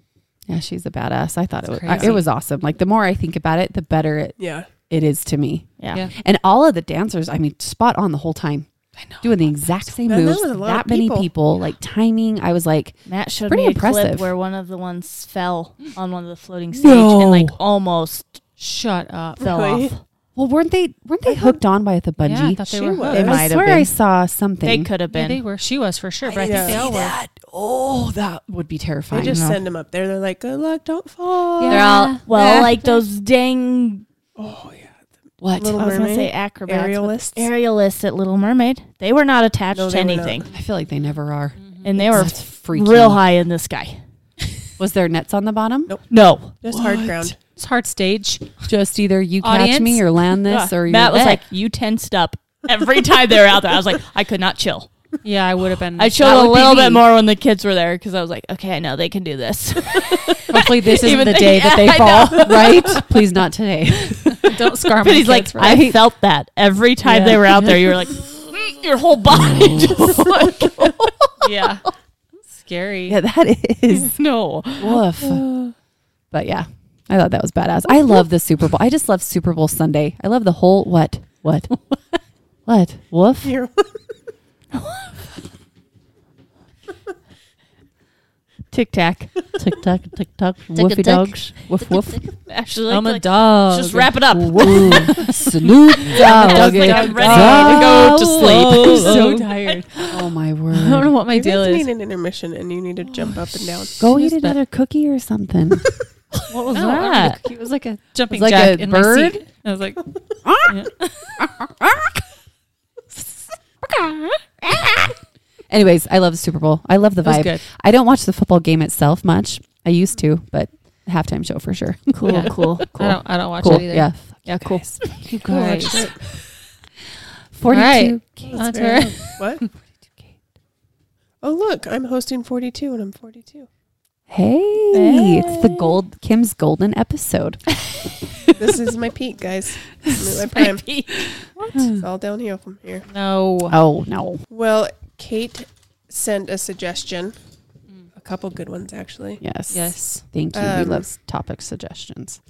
Speaker 1: Yeah, she's a badass. I thought
Speaker 2: That's
Speaker 1: it was. I,
Speaker 2: crazy.
Speaker 1: it was awesome. Like the more I think about it, the better it,
Speaker 5: Yeah.
Speaker 1: it is to me.
Speaker 4: Yeah.
Speaker 2: Yeah.
Speaker 1: And all of the dancers, I mean, spot on the whole time. I know. Doing the exact same
Speaker 5: And that
Speaker 1: moves.
Speaker 5: was a
Speaker 1: That,
Speaker 5: lot of
Speaker 1: many
Speaker 5: people.
Speaker 1: people, like timing. I was like,
Speaker 4: Matt showed
Speaker 1: Pretty
Speaker 4: me a
Speaker 1: impressive.
Speaker 4: clip where one of the ones fell on one of the floating stage and like almost
Speaker 2: Shut up.
Speaker 4: fell
Speaker 5: Really?
Speaker 4: off.
Speaker 1: well, weren't they weren't they hooked on by the
Speaker 2: Yeah, I
Speaker 1: bungee?
Speaker 2: thought they
Speaker 5: She
Speaker 2: were.
Speaker 5: was.
Speaker 1: I,
Speaker 5: They
Speaker 1: swear
Speaker 5: might
Speaker 1: I saw something.
Speaker 4: They could have
Speaker 2: Yeah,
Speaker 4: been.
Speaker 2: they were. She was for sure, but I, think
Speaker 5: didn't
Speaker 2: they
Speaker 5: see
Speaker 2: all were.
Speaker 1: Oh, that would be
Speaker 5: They
Speaker 1: terrifying.
Speaker 5: just send them up there. They're like, good luck, don't fall.
Speaker 4: They're all well, like those dang.
Speaker 5: Oh, yeah.
Speaker 1: what?
Speaker 5: Little
Speaker 4: I was gonna
Speaker 5: Mermaid,
Speaker 4: say acrobats,
Speaker 5: aerialists.
Speaker 4: aerialists at Little Mermaid. They were not attached
Speaker 5: No,
Speaker 4: to
Speaker 5: they were
Speaker 4: anything,
Speaker 1: I feel like they never are.
Speaker 4: and they were
Speaker 1: That's freaky.
Speaker 4: Mm. real high in the sky.
Speaker 1: Was there nets on the bottom?
Speaker 5: Nope.
Speaker 4: No,
Speaker 5: Just hard ground.
Speaker 2: It's hard stage.
Speaker 1: Just either you catch
Speaker 2: Audience?
Speaker 1: me or land this
Speaker 4: Yeah.
Speaker 1: or you're
Speaker 4: Matt was
Speaker 1: dead.
Speaker 4: like, "You tensed up every time they were out there." I was like, "I could not chill."
Speaker 2: Yeah, I would have been.
Speaker 4: I
Speaker 1: That
Speaker 4: chilled a
Speaker 1: would be
Speaker 4: little bit
Speaker 1: me.
Speaker 4: more when the kids were there because I was like, "Okay, I know they can do this."
Speaker 1: Hopefully this isn't
Speaker 4: Even
Speaker 1: the
Speaker 4: though-
Speaker 1: day that they
Speaker 4: Yeah, I
Speaker 1: fall, right? Please not today.
Speaker 2: Don't scar
Speaker 4: but
Speaker 2: my
Speaker 4: he's like,
Speaker 2: kids, right?
Speaker 4: "I felt that every time
Speaker 2: Yeah.
Speaker 4: they were out there. You were like, "Mm, your whole body just like,
Speaker 2: yeah, scary.
Speaker 1: Yeah, that is.
Speaker 4: no."
Speaker 1: Woof. but yeah, I thought that was badass. I love the Super Bowl. I just love Super Bowl Sunday. I love the whole what what what woof.
Speaker 5: You're-
Speaker 4: Tic Tac.
Speaker 1: Tick tock, tick tock,
Speaker 4: woofy tick. dogs.
Speaker 1: woof woof.
Speaker 4: Actually,
Speaker 2: I'm a
Speaker 4: like-
Speaker 2: dog.
Speaker 4: just wrap it up.
Speaker 1: Salute, dog.
Speaker 4: like, I'm ready to go to sleep.
Speaker 2: I'm so
Speaker 1: so
Speaker 2: tired.
Speaker 1: Oh my
Speaker 2: I don't know
Speaker 1: word!
Speaker 2: what my
Speaker 5: You
Speaker 2: deal
Speaker 5: guys
Speaker 2: is.
Speaker 5: need an intermission and you need to jump up and down.
Speaker 1: Go eat
Speaker 2: Just that-
Speaker 1: another cookie or something.
Speaker 2: What was
Speaker 4: No, I don't
Speaker 2: that?
Speaker 1: it was like a It
Speaker 2: Jumping
Speaker 1: was like
Speaker 2: jack
Speaker 1: a
Speaker 2: in my
Speaker 1: bird?
Speaker 2: seat. I was like,
Speaker 1: Anyways, I love the Super Bowl. I love the
Speaker 2: It was
Speaker 1: vibe.
Speaker 2: good.
Speaker 1: I don't watch the football game itself much. I used to, but halftime show for sure.
Speaker 4: Cool,
Speaker 2: Yeah.
Speaker 4: cool,
Speaker 2: I
Speaker 4: cool.
Speaker 2: don't, I don't watch
Speaker 1: cool.
Speaker 2: it either.
Speaker 1: Yeah.
Speaker 4: Yeah, cool.
Speaker 2: You
Speaker 5: Watch
Speaker 2: guys.
Speaker 5: it.
Speaker 1: 42. K.
Speaker 2: On to
Speaker 5: fair.
Speaker 2: her.
Speaker 5: What? Oh, look, I'm hosting 42 and I'm 42.
Speaker 1: Hey, it's the gold Kim's golden episode.
Speaker 5: This is my peak, guys. I'm at my prime. It's all downhill from here.
Speaker 2: No.
Speaker 1: Oh no.
Speaker 5: Well, Kate sent a suggestion,
Speaker 4: Mm.
Speaker 5: a couple good ones actually,
Speaker 1: Yes.
Speaker 2: Yes.
Speaker 1: Thank you. we
Speaker 5: Um,
Speaker 1: love topic suggestions.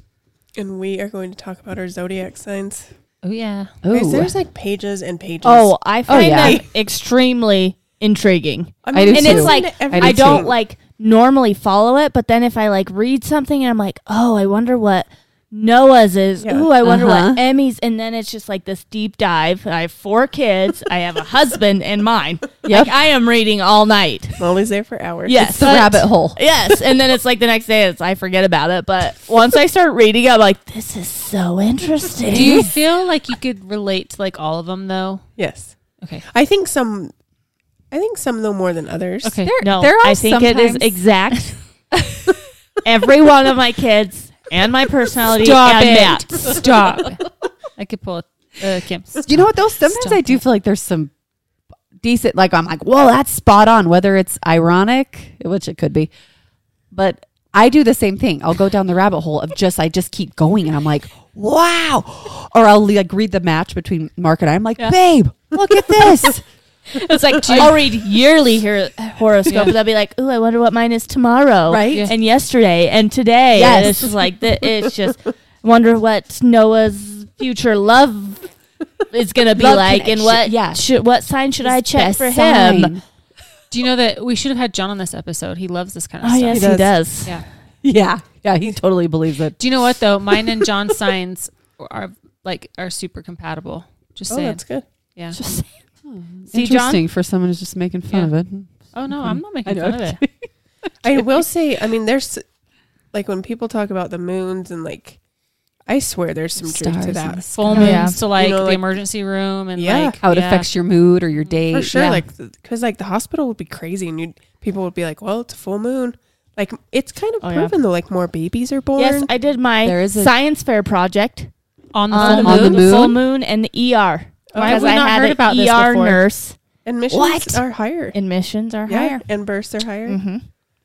Speaker 5: and we are going to talk about our zodiac signs.
Speaker 2: Oh yeah.
Speaker 5: Guys,
Speaker 1: Oh.
Speaker 5: there's like pages and pages.
Speaker 4: Oh, I find
Speaker 1: yeah.
Speaker 4: them extremely intriguing.
Speaker 5: I'm
Speaker 1: I do
Speaker 5: listening
Speaker 1: too.
Speaker 5: to
Speaker 4: And it's
Speaker 1: I
Speaker 5: everything.
Speaker 1: do
Speaker 4: I don't like normally follow it, but then if I like read something and I'm like, oh, I wonder what Noah's is.
Speaker 5: Yeah.
Speaker 4: Ooh, I wonder
Speaker 1: Uh-huh.
Speaker 4: what Emmy's, and then it's just like this deep dive. I have four kids. I have a husband and mine. Like I am reading all night.
Speaker 5: Molly's there for hours.
Speaker 4: Yes,
Speaker 1: It's the
Speaker 4: but-
Speaker 1: rabbit hole.
Speaker 4: Yes, and then it's like the next day, it's I forget about it. But once I start reading, I'm like, this is so interesting.
Speaker 2: Do you feel like you could relate to like all of them though?
Speaker 5: Yes.
Speaker 2: Okay.
Speaker 5: I think some. I think some though more than others.
Speaker 2: Okay.
Speaker 4: no,
Speaker 1: there are
Speaker 4: I think it is
Speaker 1: sometimes-
Speaker 4: exact. Every one of my kids and my personality
Speaker 2: Stop
Speaker 4: and
Speaker 2: it.
Speaker 4: Matt's.
Speaker 2: Stop. I could pull uh, Kim.
Speaker 1: You know what though? Sometimes
Speaker 2: Stop
Speaker 1: I do feel like there's some decent like I'm like, well, that's spot on, whether it's ironic, which it could be. But I do the same thing. I'll go down the rabbit hole of just I just keep going and I'm like, wow. Or I'll like read the match between Mark and I. I'm like, babe, look at this.
Speaker 4: It's like I'll read yearly her- horoscope, and I'll be like, "Ooh, I wonder what mine is tomorrow,
Speaker 1: Right. Yeah.
Speaker 4: And yesterday, and today."
Speaker 1: Yes.
Speaker 4: And it's just like the, it's just wonder what Noah's future love is gonna be
Speaker 1: Love
Speaker 4: like, and what
Speaker 1: connection, yeah.
Speaker 4: should, what sign should I
Speaker 1: Best
Speaker 4: check for him?
Speaker 1: sign.
Speaker 2: Do you know that we should have had John on this episode? He loves this kind of
Speaker 4: Oh
Speaker 2: stuff.
Speaker 4: yes,
Speaker 5: He
Speaker 4: he does.
Speaker 2: Yeah.
Speaker 1: Yeah. Yeah, he totally believes it.
Speaker 2: Do you know what though? Mine and John's signs are like are super compatible. Just
Speaker 5: Oh,
Speaker 2: saying.
Speaker 5: that's good.
Speaker 2: yeah.
Speaker 4: Just-
Speaker 2: Hmm. See, John.
Speaker 1: Interesting for someone who's just making fun
Speaker 2: Yeah.
Speaker 1: of it.
Speaker 2: Oh no, I'm not
Speaker 1: I
Speaker 2: making
Speaker 1: know.
Speaker 2: fun of it.
Speaker 5: I will say. I mean, there's like when people talk about the moons and like, I swear there's some truth
Speaker 1: Stars
Speaker 5: to
Speaker 1: in
Speaker 5: that.
Speaker 1: the
Speaker 2: Full
Speaker 1: sky.
Speaker 2: moons
Speaker 4: yeah.
Speaker 2: to like
Speaker 5: You know,
Speaker 2: the
Speaker 5: like-
Speaker 2: emergency room and
Speaker 5: Yeah.
Speaker 2: like
Speaker 1: How it
Speaker 2: yeah.
Speaker 1: affects your mood or your day.
Speaker 5: For sure,
Speaker 1: Yeah.
Speaker 5: like because like the hospital would be crazy, and you people would be like, "Well, it's a full moon." Like it's kind of
Speaker 4: Oh, yeah.
Speaker 5: proven though, like more babies are born.
Speaker 4: yes, I did my
Speaker 1: There is a-
Speaker 4: science fair project
Speaker 2: on the
Speaker 4: on,
Speaker 2: full
Speaker 1: On the
Speaker 2: moon.
Speaker 1: moon?
Speaker 4: full moon, and the ER.
Speaker 2: Why have
Speaker 4: because
Speaker 2: we
Speaker 4: I
Speaker 2: not
Speaker 4: had
Speaker 2: heard
Speaker 4: an
Speaker 2: about this
Speaker 4: ER
Speaker 2: before?
Speaker 4: nurse.
Speaker 5: admissions
Speaker 1: What?
Speaker 5: are higher.
Speaker 4: Admissions are
Speaker 5: yeah,
Speaker 4: higher.
Speaker 5: and births are higher.
Speaker 4: Mm-hmm.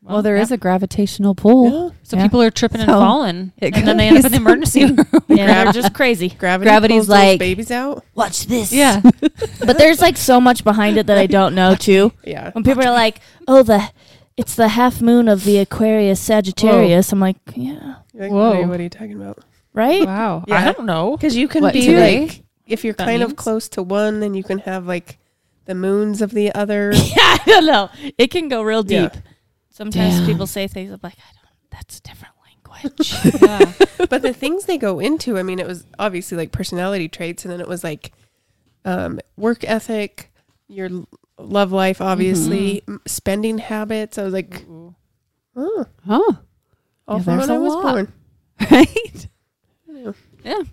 Speaker 1: well, there is a gravitational pull.
Speaker 5: Yeah.
Speaker 2: So
Speaker 4: Yeah.
Speaker 2: people are tripping and
Speaker 1: So
Speaker 2: falling,
Speaker 1: it
Speaker 2: and then
Speaker 1: could
Speaker 2: they end
Speaker 1: be
Speaker 2: up in the emergency room.
Speaker 4: Yeah, they're just crazy.
Speaker 5: Gravity
Speaker 1: Gravity's
Speaker 5: pulls those
Speaker 1: like-
Speaker 5: babies out.
Speaker 1: Watch this.
Speaker 2: Yeah,
Speaker 4: but there's like so much behind it that I don't know too.
Speaker 5: Yeah,
Speaker 4: When people are like, "Oh, the it's the half moon of the Aquarius Sagittarius," I'm like, "Yeah,
Speaker 5: You're like,
Speaker 2: Whoa.
Speaker 5: Whoa. what are you talking about?
Speaker 4: right."
Speaker 2: wow. I
Speaker 5: Yeah.
Speaker 2: don't know.
Speaker 5: Because you can
Speaker 1: What,
Speaker 5: be
Speaker 1: do they?
Speaker 5: like, if you're
Speaker 2: That
Speaker 5: kind of
Speaker 2: means?
Speaker 5: close to one, then you can have like the moons of the other.
Speaker 4: I don't know. It can go real
Speaker 5: Yeah.
Speaker 4: deep. Sometimes
Speaker 1: Damn.
Speaker 4: people say things. I'm like, "I don't. That's a different language."
Speaker 2: Yeah.
Speaker 5: but the things they go into, I mean, it was obviously like personality traits, and then it was like um, work ethic, your l- love life, obviously,
Speaker 1: Mm-hmm.
Speaker 5: m spending habits. I was like, oh,
Speaker 1: Huh.
Speaker 5: all
Speaker 1: Yeah,
Speaker 5: from
Speaker 1: there's
Speaker 5: when I
Speaker 1: a
Speaker 5: was
Speaker 1: lot.
Speaker 5: born.
Speaker 1: Right?
Speaker 5: Yeah.
Speaker 1: Yeah.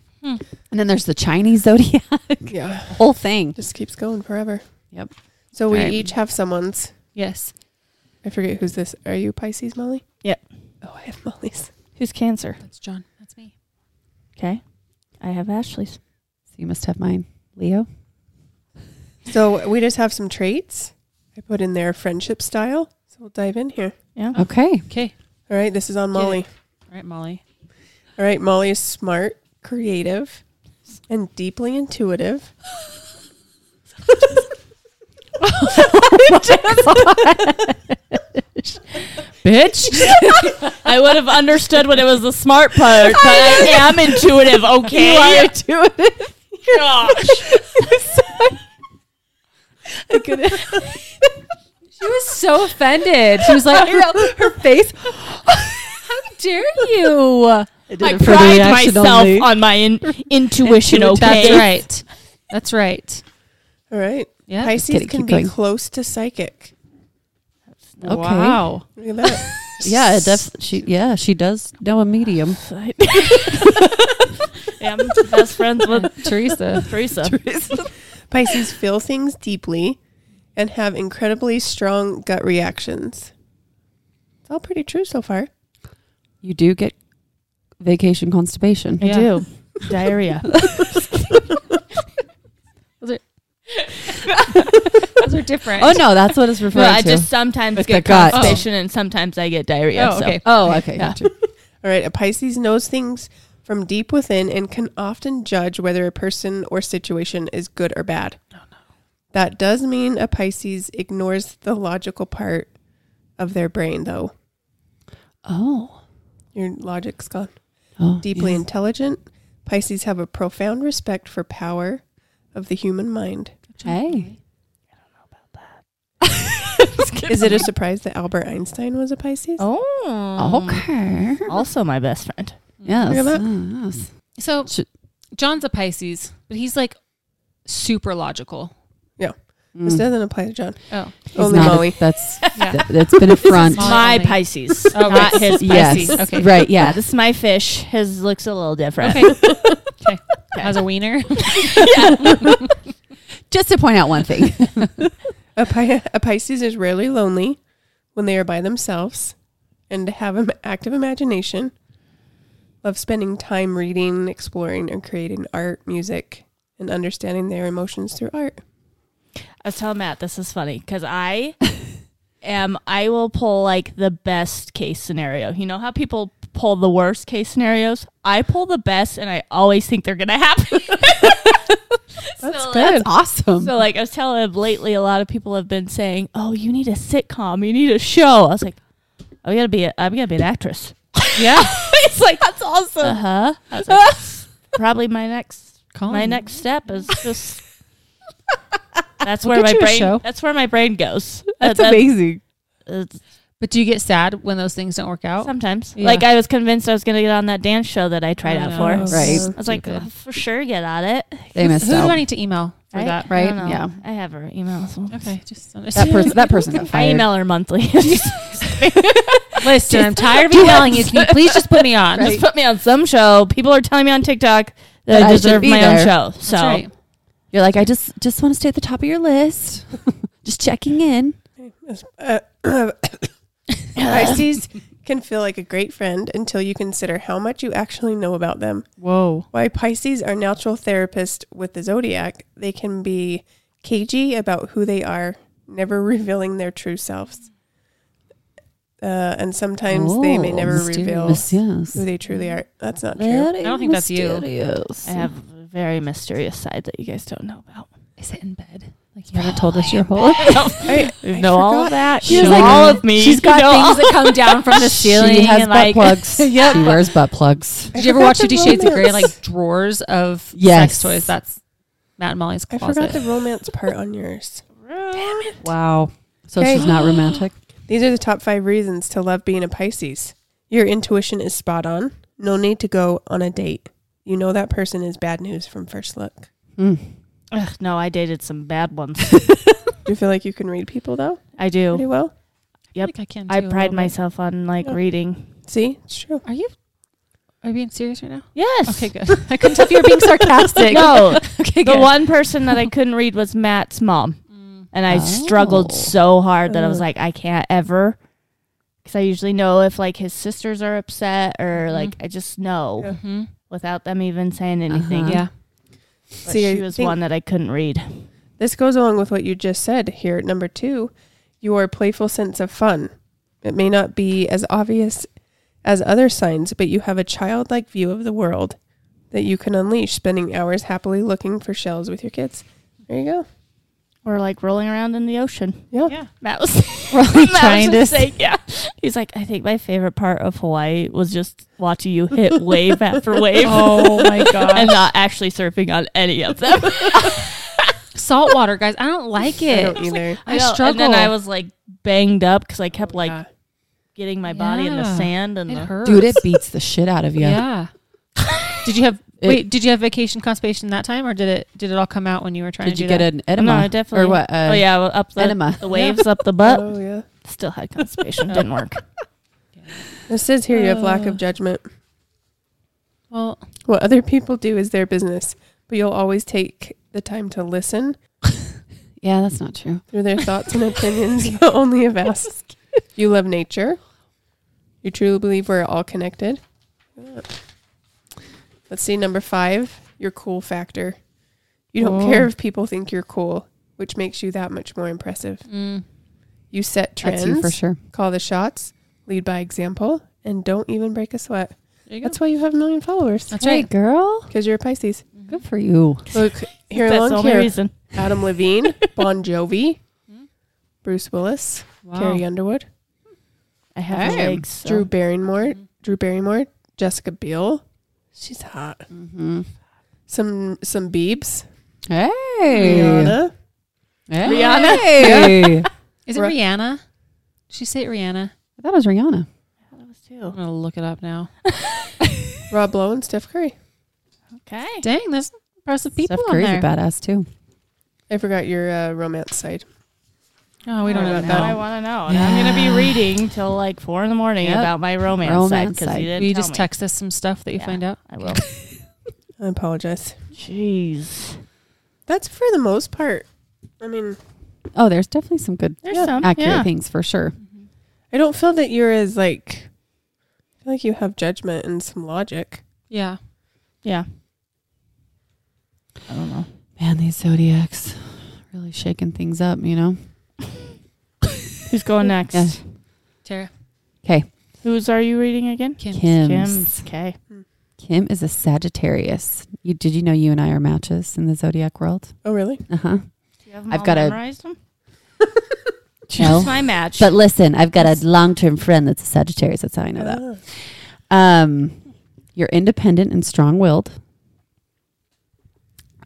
Speaker 1: And then there's the Chinese zodiac
Speaker 5: Yeah,
Speaker 1: whole thing.
Speaker 5: just keeps going forever.
Speaker 1: Yep.
Speaker 5: So we
Speaker 1: Right.
Speaker 5: each have someone's.
Speaker 2: yes.
Speaker 5: I forget who's this. Are you Pisces, Molly?
Speaker 4: Yep.
Speaker 5: Oh, I have Molly's.
Speaker 4: Who's Cancer?
Speaker 2: That's John. That's me.
Speaker 4: Okay, I have Ashley's.
Speaker 1: So you must have mine, Leo.
Speaker 5: So we just have some traits. I put in there friendship style. So we'll dive in here.
Speaker 4: Oh.
Speaker 1: Okay.
Speaker 2: Okay.
Speaker 5: All right, this is on
Speaker 2: Get it.
Speaker 5: Molly.
Speaker 2: All right, Molly.
Speaker 5: All right, Molly is smart, creative, and deeply intuitive.
Speaker 2: Bitch.
Speaker 4: I would have understood when it was the smart part, but I am intuitive. Okay, you are intuitive. Gosh,
Speaker 5: I couldn't.
Speaker 2: She was so offended. She was like,
Speaker 1: her face.
Speaker 2: "How dare you?"
Speaker 4: I pride myself on my in- intuition. okay,
Speaker 2: That's right. That's right.
Speaker 5: All right.
Speaker 2: Yeah.
Speaker 5: Pisces
Speaker 1: kidding,
Speaker 5: can
Speaker 1: keep
Speaker 5: be
Speaker 1: going.
Speaker 5: close to psychic.
Speaker 1: Okay.
Speaker 2: Wow.
Speaker 5: Look at that.
Speaker 1: Yeah, it def- she yeah she does know a medium.
Speaker 4: I'm best friends with
Speaker 2: Teresa.
Speaker 4: Teresa.
Speaker 5: Pisces feel things deeply and have incredibly strong gut reactions. It's all pretty true so far.
Speaker 1: You do get vacation constipation.
Speaker 2: Yeah.
Speaker 4: do diarrhea.
Speaker 2: Those are different.
Speaker 1: Oh no, that's what it's referring
Speaker 4: Well, I
Speaker 1: to.
Speaker 4: just sometimes
Speaker 1: With
Speaker 4: get
Speaker 1: the gut.
Speaker 4: constipation and sometimes I get diarrhea.
Speaker 2: Oh,
Speaker 4: so.
Speaker 2: okay.
Speaker 1: oh okay,
Speaker 4: Yeah.
Speaker 1: gotcha.
Speaker 5: All right. A Pisces knows things from deep within and can often judge whether a person or situation is good or bad. That does mean a Pisces ignores the logical part of their brain, though.
Speaker 1: Oh,
Speaker 5: Your logic's gone.
Speaker 1: oh
Speaker 5: Deeply
Speaker 1: yeah.
Speaker 5: intelligent, Pisces have a profound respect for power of the human mind.
Speaker 1: Hey,
Speaker 5: Is it a surprise that Albert Einstein was a Pisces?
Speaker 4: Oh.
Speaker 1: okay,
Speaker 4: Also my best friend.
Speaker 1: yes,
Speaker 5: Look at that.
Speaker 1: uh, yes.
Speaker 2: So
Speaker 1: Sh-
Speaker 2: John's a Pisces, but he's like super logical.
Speaker 5: This doesn't apply to John.
Speaker 2: Oh.
Speaker 1: He's
Speaker 5: Only
Speaker 1: Mm. not a-
Speaker 5: Molly.
Speaker 1: that's
Speaker 2: Yeah.
Speaker 1: that, that's been a front.
Speaker 2: Molly.
Speaker 4: My
Speaker 2: only.
Speaker 4: Pisces, not his Pisces.
Speaker 1: yes,
Speaker 2: Okay.
Speaker 1: right.
Speaker 4: Yeah,
Speaker 1: Yeah,
Speaker 4: this is my fish. His looks a little different.
Speaker 2: Okay. okay. Has a wiener.
Speaker 1: just to point out one thing.
Speaker 5: A, Pi- a Pisces is rarely lonely when they are by themselves and have an active imagination. Love spending time reading, exploring, and creating art, music, and understanding their emotions through art.
Speaker 4: I was telling Matt this is funny because I am. I will pull like the best case scenario. You know how people pull the worst case scenarios. I pull the best, and I always think they're gonna happen.
Speaker 5: That's good.
Speaker 1: That's awesome.
Speaker 4: so like I was telling him lately, a lot of people have been saying, "Oh, you need a sitcom. You need a show." I was like, "I'm gonna be. A, I'm gonna be an actress."
Speaker 2: yeah.
Speaker 4: it's like
Speaker 1: that's awesome.
Speaker 4: Uh huh. I was like, probably my next
Speaker 2: Colin.
Speaker 4: my next step is just. That's
Speaker 2: We'll get
Speaker 4: where my
Speaker 2: you a
Speaker 4: brain.
Speaker 2: show.
Speaker 4: That's where my brain goes.
Speaker 1: That's
Speaker 4: That-
Speaker 1: amazing.
Speaker 4: it's-
Speaker 2: But do you get sad when those things don't work out?
Speaker 4: sometimes,
Speaker 2: Oh. Yeah.
Speaker 4: like I was convinced I was going to get on that dance show that I tried out
Speaker 2: Oh,
Speaker 4: for.
Speaker 2: no.
Speaker 1: Right.
Speaker 4: I was like,
Speaker 2: Stupid.
Speaker 4: "Oh, for sure, get on it.
Speaker 1: They missed
Speaker 2: Who do I
Speaker 1: out.
Speaker 2: need to email for
Speaker 4: I-
Speaker 2: that?
Speaker 4: I
Speaker 1: right?
Speaker 4: don't know.
Speaker 1: Yeah.
Speaker 4: I have her email. so-
Speaker 2: Okay. Just
Speaker 1: That person. That person got
Speaker 4: I
Speaker 1: fired.
Speaker 4: email her monthly.
Speaker 2: Listen, I'm tired of emailing you. Can you please just put me on?
Speaker 4: Just put me on some show. People are telling me on TikTok that,
Speaker 1: That I
Speaker 4: I
Speaker 1: should
Speaker 4: deserve
Speaker 1: be
Speaker 4: my
Speaker 1: there.
Speaker 4: own show. So
Speaker 2: That's right.
Speaker 1: You're like, I just just want to stay at the top of your list. just checking in.
Speaker 5: Uh, Pisces can feel like a great friend until you consider how much you actually know about them.
Speaker 2: Whoa.
Speaker 5: While Pisces are natural therapists with the zodiac, they can be cagey about who they are, never revealing their true selves. Uh, and sometimes they may
Speaker 1: Oh,
Speaker 5: never reveal
Speaker 1: mysterious, yes.
Speaker 5: who they truly are. That's not true.
Speaker 1: Very
Speaker 2: I don't think that's you.
Speaker 1: mysterious.
Speaker 4: I have a very mysterious side that you guys don't know about.
Speaker 2: Is it in bed? Like you
Speaker 1: You
Speaker 2: haven't
Speaker 1: haven't
Speaker 2: told us your whole.
Speaker 5: I, I
Speaker 4: know all of
Speaker 5: forgot.
Speaker 4: that.
Speaker 1: She
Speaker 4: You
Speaker 1: was
Speaker 4: know
Speaker 1: like,
Speaker 4: all of me.
Speaker 2: She's
Speaker 4: You
Speaker 2: got
Speaker 4: know all-
Speaker 2: things that come down from the ceiling.
Speaker 1: She has
Speaker 2: and
Speaker 1: butt
Speaker 2: like,
Speaker 1: plugs. She wears butt plugs.
Speaker 5: I
Speaker 2: Did you ever
Speaker 5: forgot
Speaker 2: watch
Speaker 5: the
Speaker 2: Fifty Shades of Grey?
Speaker 5: romance.
Speaker 2: Like drawers of sex
Speaker 1: Yes.
Speaker 2: toys. That's Matt and Molly's
Speaker 5: I forgot the
Speaker 2: closet.
Speaker 5: romance part on yours.
Speaker 1: Wow. So
Speaker 5: Okay.
Speaker 1: she's not romantic.
Speaker 5: These are the top five reasons to love being a Pisces. Your intuition is spot on. No need to go on a date. You know that person is bad news from first look.
Speaker 1: Mm.
Speaker 4: Ugh, no, I dated some bad ones.
Speaker 5: Do you feel like you can read people though
Speaker 4: I
Speaker 5: pretty
Speaker 4: do.
Speaker 5: well?
Speaker 2: I think I can.
Speaker 4: I
Speaker 2: too, a
Speaker 4: pride
Speaker 2: little bit.
Speaker 4: myself on like
Speaker 5: Yeah.
Speaker 4: reading.
Speaker 5: See, it's true.
Speaker 2: Are you? Are you being serious right now?
Speaker 4: Yes.
Speaker 2: Okay, good. I couldn't tell if you were being sarcastic.
Speaker 4: No,
Speaker 2: Okay,
Speaker 4: the
Speaker 2: good.
Speaker 4: one person that I couldn't read was Matt's mom,
Speaker 2: Mm-hmm.
Speaker 4: and I struggled
Speaker 1: Oh.
Speaker 4: so hard that I was like, I can't ever, because I usually know if like his sisters are upset or like I just know
Speaker 5: Yeah.
Speaker 2: Mm-hmm.
Speaker 4: without them even saying anything.
Speaker 1: Uh-huh.
Speaker 2: Yeah.
Speaker 4: But
Speaker 5: See, I
Speaker 4: she was
Speaker 5: think-
Speaker 4: one that I couldn't read.
Speaker 5: This goes along with what you just said here at number two your playful sense of fun. It may not be as obvious as other signs, but you have a childlike view of the world that you can unleash, spending hours happily looking for shells with your kids. There you go.
Speaker 4: Or like rolling around in the ocean.
Speaker 5: Yeah.
Speaker 2: Yeah.
Speaker 4: Matt was
Speaker 2: Really
Speaker 4: Matt was
Speaker 2: trying to.
Speaker 4: just saying, yeah. He's like, I think my favorite part of Hawaii was just watching you hit wave after wave.
Speaker 2: oh my god.
Speaker 4: and not actually surfing on any of them.
Speaker 2: Salt water, guys. I don't like it.
Speaker 5: I don't either.
Speaker 2: I
Speaker 4: know,
Speaker 2: struggle.
Speaker 4: And then I was like banged up because I kept like
Speaker 5: Yeah.
Speaker 4: getting my body in the
Speaker 2: Yeah.
Speaker 4: sand and
Speaker 2: Oh it
Speaker 4: the,
Speaker 2: hurts.
Speaker 1: Dude, it beats the shit out of you.
Speaker 2: Yeah. did you have
Speaker 1: It-
Speaker 2: wait? Did you have vacation constipation that time, or did it did it all come out when you were trying
Speaker 1: Did
Speaker 2: to
Speaker 1: you
Speaker 2: do
Speaker 1: get an
Speaker 4: no,
Speaker 1: edema?
Speaker 4: I definitely.
Speaker 1: Or what? Uh,
Speaker 4: oh yeah, well, up the
Speaker 1: enema.
Speaker 4: the waves up the butt.
Speaker 5: Oh yeah.
Speaker 4: Still had constipation. Didn't work.
Speaker 5: It says here you have lack
Speaker 1: Ah.
Speaker 5: of judgment.
Speaker 2: that? Well,
Speaker 5: What other people do is their business, but you'll always take the time to listen
Speaker 1: Yeah, that's not true.
Speaker 5: through their thoughts and opinions you only have asked. You love nature. You truly believe we're all connected. Let's see, number five, your cool factor. You don't
Speaker 2: Oh.
Speaker 5: care if people think you're cool, which makes you that much more impressive.
Speaker 2: mm,
Speaker 5: You set trends,
Speaker 1: That's you for sure.
Speaker 5: call the shots, lead by example, and don't even break a sweat.
Speaker 2: there you go.
Speaker 5: That's why you have a million followers.
Speaker 2: That's right.
Speaker 1: girl.
Speaker 5: Because you're a Pisces.
Speaker 1: Good for you.
Speaker 5: Look, here
Speaker 4: That's the
Speaker 5: along
Speaker 4: only
Speaker 5: here,
Speaker 4: reason.
Speaker 5: Adam Levine, Bon Jovi, Bruce Willis,
Speaker 2: Wow.
Speaker 5: Carrie Underwood,
Speaker 4: I have
Speaker 5: Damn.
Speaker 4: legs. so-
Speaker 5: Drew Barrymore, Drew Barrymore, Jessica Biel. She's hot.
Speaker 1: Mm-hmm.
Speaker 5: Some some Beebs.
Speaker 1: Hey.
Speaker 5: Rihanna.
Speaker 1: Hey.
Speaker 4: Rihanna.
Speaker 1: Hey.
Speaker 2: Is it
Speaker 5: Ri-
Speaker 2: Rihanna? Did she say it Rihanna?
Speaker 1: I thought it was Rihanna.
Speaker 2: I'm gonna look it up now.
Speaker 5: Rob Lowe and Steph Curry.
Speaker 4: Okay.
Speaker 2: Dang, that's impressive people
Speaker 1: Steph
Speaker 2: on
Speaker 1: Curry's
Speaker 2: there.
Speaker 1: a badass too.
Speaker 5: I forgot your uh, romance side.
Speaker 2: Oh, we don't
Speaker 5: Oh,
Speaker 2: even
Speaker 5: no.
Speaker 2: know.
Speaker 4: Now I want to know. And I'm going to be reading till like four in the morning
Speaker 1: Yep.
Speaker 4: about my romance,
Speaker 1: Romance
Speaker 4: side because
Speaker 1: side.
Speaker 4: you didn't
Speaker 2: Will you
Speaker 4: tell
Speaker 2: just
Speaker 4: me.
Speaker 2: text us some stuff that you
Speaker 4: Yeah.
Speaker 2: find out?
Speaker 4: I will.
Speaker 5: I apologize.
Speaker 4: Jeez.
Speaker 5: That's for the most part. I mean,
Speaker 1: Oh, there's definitely some good
Speaker 4: There's
Speaker 5: Yeah.
Speaker 4: some.
Speaker 1: accurate
Speaker 4: Um, yeah.
Speaker 1: things for sure.
Speaker 4: Mm-hmm.
Speaker 5: I don't feel that you're as like. I feel like you have judgment and some logic.
Speaker 2: Yeah.
Speaker 4: Yeah. I don't know.
Speaker 1: Man, these zodiacs really shaking things up, you know?
Speaker 4: Who's going next?
Speaker 1: Yes.
Speaker 2: Tara.
Speaker 1: Okay.
Speaker 4: Whose are you reading again?
Speaker 2: Kim.
Speaker 1: Kim's.
Speaker 4: Okay.
Speaker 1: Kim is a Sagittarius. You did you know you and I are matches in the zodiac world?
Speaker 5: Oh, really?
Speaker 1: Uh-huh.
Speaker 4: Do you have them
Speaker 1: I've
Speaker 4: all
Speaker 1: got a-
Speaker 4: memorized them?
Speaker 1: No.
Speaker 4: Choose my match.
Speaker 1: But listen, I've got a long-term friend that's a Sagittarius. That's how I know that.
Speaker 5: Ah.
Speaker 1: Um, you're independent and strong willed.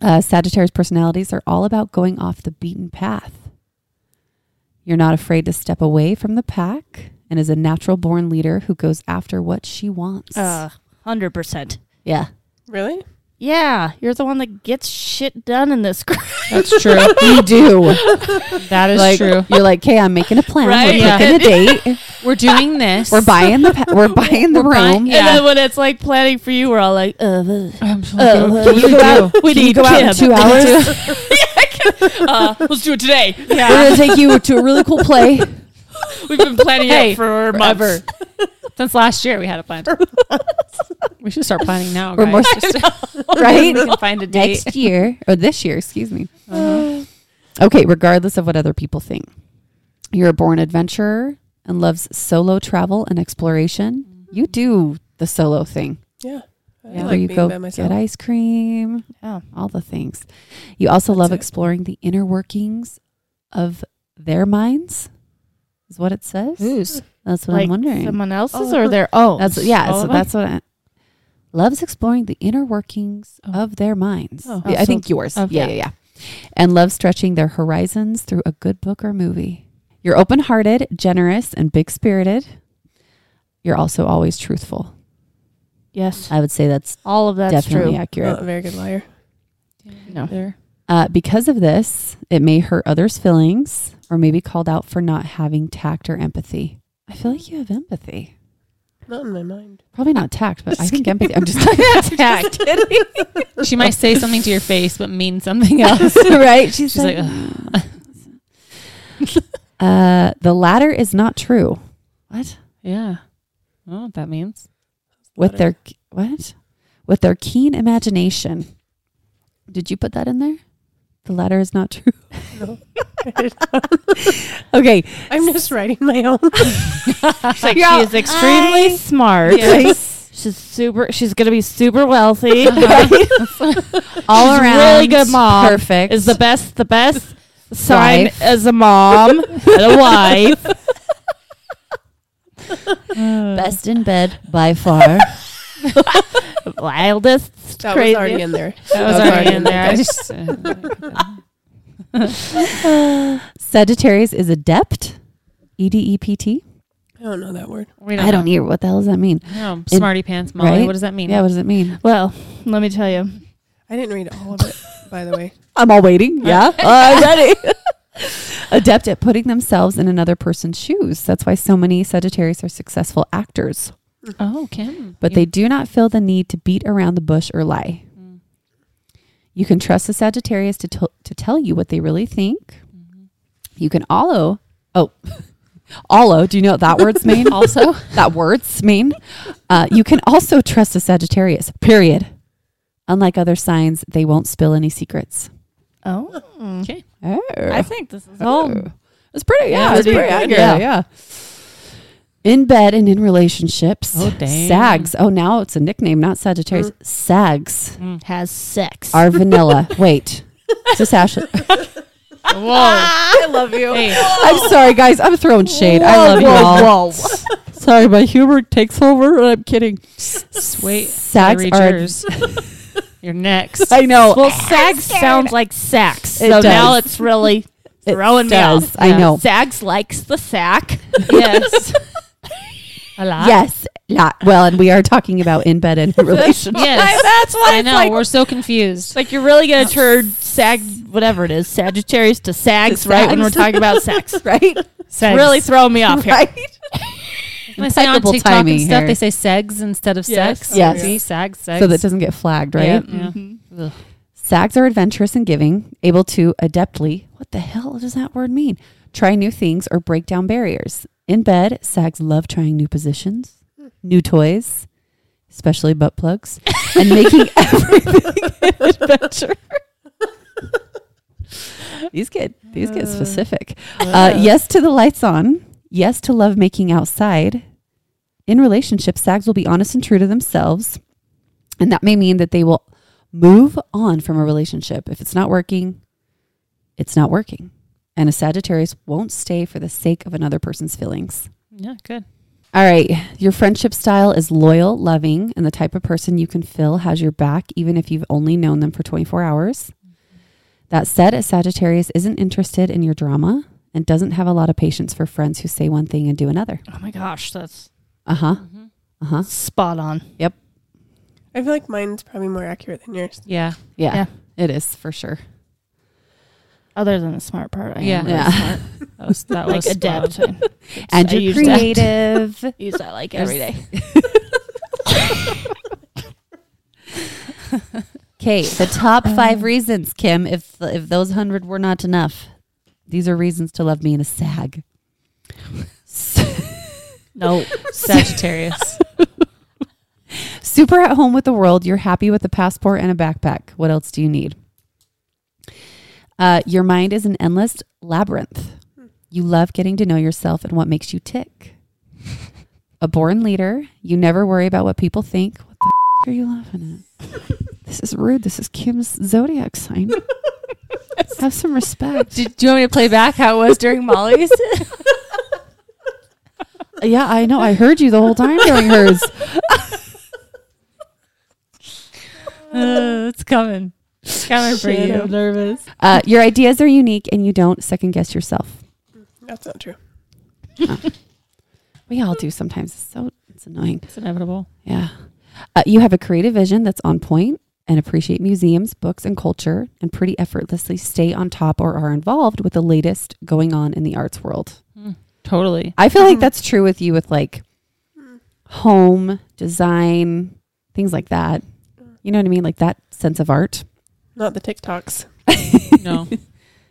Speaker 1: Uh, Sagittarius personalities are all about going off the beaten path. You're not afraid to step away from the pack and is a natural born leader who goes after what she wants.
Speaker 4: uh, 100%.
Speaker 1: yeah.
Speaker 5: Really?
Speaker 4: Yeah. You're the one that gets shit done in this group.
Speaker 2: That's true.
Speaker 1: You do.
Speaker 2: that is
Speaker 1: like,
Speaker 2: true.
Speaker 1: You're like, hey, I'm making a plan.
Speaker 4: Right?
Speaker 1: We're
Speaker 2: Yeah.
Speaker 1: picking a date.
Speaker 2: We're doing this.
Speaker 1: We're buying the pa- we're buying the
Speaker 2: We're buying-
Speaker 1: room.
Speaker 2: Yeah.
Speaker 4: And then when it's like planning for you, we're all like, uh, uh,
Speaker 2: I'm so
Speaker 4: Uh,
Speaker 2: good.
Speaker 4: can
Speaker 2: What do
Speaker 4: you
Speaker 2: we
Speaker 4: go
Speaker 2: do?
Speaker 4: out- we
Speaker 1: Can you
Speaker 4: need
Speaker 1: go out in
Speaker 4: Kim.
Speaker 1: two hours?
Speaker 4: uh, let's do it today. Yeah.
Speaker 1: We're gonna take you to a really cool play.
Speaker 4: We've been planning
Speaker 2: Hey,
Speaker 4: it for
Speaker 2: forever.
Speaker 4: months.
Speaker 2: Since last year, we had a plan. we should start planning now.
Speaker 1: We're
Speaker 2: guys.
Speaker 1: more- right?
Speaker 2: We can find a date.
Speaker 1: next year or this year, excuse me. Okay, regardless of what other people think, you're a born adventurer and loves solo travel and exploration. You do the solo thing
Speaker 5: Yeah. Mm-hmm. I
Speaker 1: where
Speaker 5: like
Speaker 1: you
Speaker 5: being
Speaker 1: go
Speaker 5: by myself.
Speaker 1: get ice cream,
Speaker 4: Yeah.
Speaker 1: all the things. You also love
Speaker 5: it.
Speaker 1: exploring the inner workings of their minds, is what it says.
Speaker 2: Who's?
Speaker 1: That's what
Speaker 4: Like
Speaker 1: I'm wondering.
Speaker 4: someone else's
Speaker 5: Oh,
Speaker 4: or
Speaker 5: huh.
Speaker 4: their own.
Speaker 1: That's yeah.
Speaker 4: All
Speaker 1: so
Speaker 4: of them?
Speaker 1: that's what I, loves exploring the inner workings
Speaker 2: Oh.
Speaker 1: of their minds.
Speaker 2: Oh.
Speaker 1: Yeah,
Speaker 2: Oh,
Speaker 1: I think yours.
Speaker 2: of-
Speaker 1: yeah, yeah, yeah. And loves stretching their horizons through a good book or movie. You're open-hearted, generous, and big-spirited. You're also always truthful.
Speaker 4: yes.
Speaker 1: I would say that's,
Speaker 4: All of that's
Speaker 1: definitely
Speaker 4: true.
Speaker 1: accurate.
Speaker 5: Not a very good liar.
Speaker 4: No.
Speaker 2: There.
Speaker 1: Uh, because of this, it may hurt others' feelings, or may be called out for not having tact or empathy. I feel like you have empathy.
Speaker 5: Not in my mind.
Speaker 1: Probably not tact, but I think empathy. I'm just
Speaker 2: Tact. she might say something to your face, but mean something else.
Speaker 1: right? She's,
Speaker 2: She's
Speaker 1: like,
Speaker 2: like,
Speaker 1: uh, the latter is not true. What?
Speaker 2: yeah. I don't know what that means.
Speaker 1: With their what? With their keen imagination. Did you put that in there? The latter is not true.
Speaker 5: No.
Speaker 1: Okay.
Speaker 5: I'm just writing my own.
Speaker 4: She's like,
Speaker 1: Yeah,
Speaker 4: she is extremely smart.
Speaker 1: Yes.
Speaker 4: She's super. She's gonna be super wealthy.
Speaker 1: All
Speaker 4: Uh-huh. She's a
Speaker 1: around.
Speaker 4: really good mom.
Speaker 1: Perfect.
Speaker 4: Is the best. The best. Sign
Speaker 1: Wife.
Speaker 4: as a mom and a wife.
Speaker 1: best in bed by far.
Speaker 4: Wildest.
Speaker 5: That
Speaker 4: Crazy.
Speaker 5: was already in there.
Speaker 2: uh, That was already in there. I just,
Speaker 1: Sagittarius is adept. E D E P T.
Speaker 5: I don't know that word.
Speaker 2: We
Speaker 1: I don't either. What the hell does that mean?
Speaker 2: know. No, smarty pants, Molly.
Speaker 1: right?
Speaker 2: What does that mean?
Speaker 1: Yeah, what does it mean?
Speaker 4: Well, let me tell you.
Speaker 5: I didn't read all of it, by the way.
Speaker 1: I'm all waiting. Yeah, Oh, I'm ready. Adept at putting themselves in another person's shoes. That's why so many Sagittarius are successful actors,
Speaker 2: Oh, Kim.
Speaker 1: but they do not feel the need to beat around the bush or lie. You can trust the Sagittarius to, t- to tell you what they really think. You can allo, oh, allo, do you know what that word's mean? also, that word's mean. Uh, you can also trust the Sagittarius, period. Unlike other signs, they won't spill any secrets.
Speaker 4: Oh,
Speaker 2: Okay.
Speaker 1: Oh.
Speaker 2: I think this is all.
Speaker 1: It's pretty, yeah,
Speaker 2: Yeah,
Speaker 1: it's
Speaker 2: pretty
Speaker 1: pretty
Speaker 2: good,
Speaker 1: accurate, yeah. In bed and in relationships,
Speaker 2: Oh, dang.
Speaker 1: sags. Oh, now it's a nickname, not Sagittarius. Sags
Speaker 4: has sex.
Speaker 1: are vanilla. Wait, is this Ashley?
Speaker 2: Whoa. I love you.
Speaker 1: I'm sorry, guys. I'm throwing shade. I love you all. Sorry, my humor takes over. I'm kidding.
Speaker 2: Wait.
Speaker 1: Sags
Speaker 2: Sags
Speaker 1: are-
Speaker 2: are. You're next.
Speaker 1: I know.
Speaker 4: Well, sags sounds like sax.
Speaker 1: It
Speaker 4: so now
Speaker 1: does.
Speaker 4: it's really
Speaker 1: It
Speaker 4: throwing
Speaker 1: does.
Speaker 4: me off.
Speaker 1: Oh, I know.
Speaker 4: Sags likes the sack.
Speaker 2: yes. A lot.
Speaker 1: Yes, lot. Well, and we are talking about in bed and relationships.
Speaker 2: Yes.
Speaker 4: That's why
Speaker 2: I
Speaker 4: it's
Speaker 2: know.
Speaker 4: like-
Speaker 2: we're so confused.
Speaker 4: Like you're really gonna turn sag whatever it is Sagittarius to sags
Speaker 1: To
Speaker 4: right when we're
Speaker 1: sags.
Speaker 4: talking about sex.
Speaker 1: Right?
Speaker 2: Segs.
Speaker 4: Really throwing me off here.
Speaker 1: Right?
Speaker 2: When I say on
Speaker 1: impeccable
Speaker 2: TikTok and
Speaker 1: timing
Speaker 2: stuff,
Speaker 1: here.
Speaker 2: they say segs instead of
Speaker 4: Yes. Oh,
Speaker 2: sex.
Speaker 1: Yes.
Speaker 2: See, sags, segs.
Speaker 1: So that doesn't get flagged, right?
Speaker 2: Yep, yeah. Ugh.
Speaker 1: Sags are adventurous and giving, able to adeptly, what the hell does that word mean? Try new things or break down barriers. In bed, sags love trying new positions, new toys, especially butt plugs, and making everything an adventure. these get these get specific. Uh, yes to the lights on. Yes to love making outside. In relationships, sags will be honest and true to themselves, and that may mean that they will move on from a relationship. If it's not working, it's not working. And a Sagittarius won't stay for the sake of another person's feelings.
Speaker 2: Yeah, good.
Speaker 1: All right. Your friendship style is loyal, loving, and the type of person you can feel has your back, even if you've only known them for 24 hours. That said, a Sagittarius isn't interested in your drama and doesn't have a lot of patience for friends who say one thing and do another.
Speaker 4: Oh my gosh, that's
Speaker 1: Uh huh.
Speaker 2: Mm-hmm.
Speaker 1: Uh huh.
Speaker 4: spot on.
Speaker 5: I feel like mine's probably more accurate than yours.
Speaker 2: Yeah.
Speaker 1: Yeah,
Speaker 4: Yeah.
Speaker 1: It is for sure.
Speaker 4: Other than the smart part, I
Speaker 2: Yeah.
Speaker 4: am
Speaker 1: Yeah.
Speaker 4: smart.
Speaker 2: That was, that
Speaker 4: like
Speaker 2: was
Speaker 4: adept. I
Speaker 1: And
Speaker 4: I
Speaker 1: you're
Speaker 4: use that.
Speaker 1: creative.
Speaker 4: use that like every day.
Speaker 1: Okay, the top five reasons, Kim. If if those hundred were not enough, these are reasons to love me in a sag.
Speaker 2: No, Sagittarius.
Speaker 1: Super at home with the world. You're happy with a passport and a backpack. What else do you need? Uh, your mind is an endless labyrinth. You love getting to know yourself and what makes you tick. A born leader. You never worry about what people think. What the f- are you laughing at? This is rude. This is Kim's zodiac sign. Have some respect.
Speaker 2: do, do you want me to play back how it was during Molly's?
Speaker 1: Yeah, I know. I heard you the whole time during hers.
Speaker 2: Uh, it's coming. It's coming for
Speaker 5: Shit,
Speaker 2: you.
Speaker 5: I'm
Speaker 2: nervous.
Speaker 1: Uh, your ideas are unique and you don't second guess yourself.
Speaker 5: That's not true.
Speaker 1: We all do sometimes. It's so it's annoying.
Speaker 2: It's inevitable.
Speaker 1: Yeah. Uh, you have a creative vision that's on point and appreciate museums, books, and culture and pretty effortlessly stay on top or are involved with the latest going on in the arts world.
Speaker 2: Totally.
Speaker 1: I feel like that's true with you with like home, design, things like that. You know what I mean? Like that sense of art.
Speaker 5: Not the TikToks.
Speaker 2: No.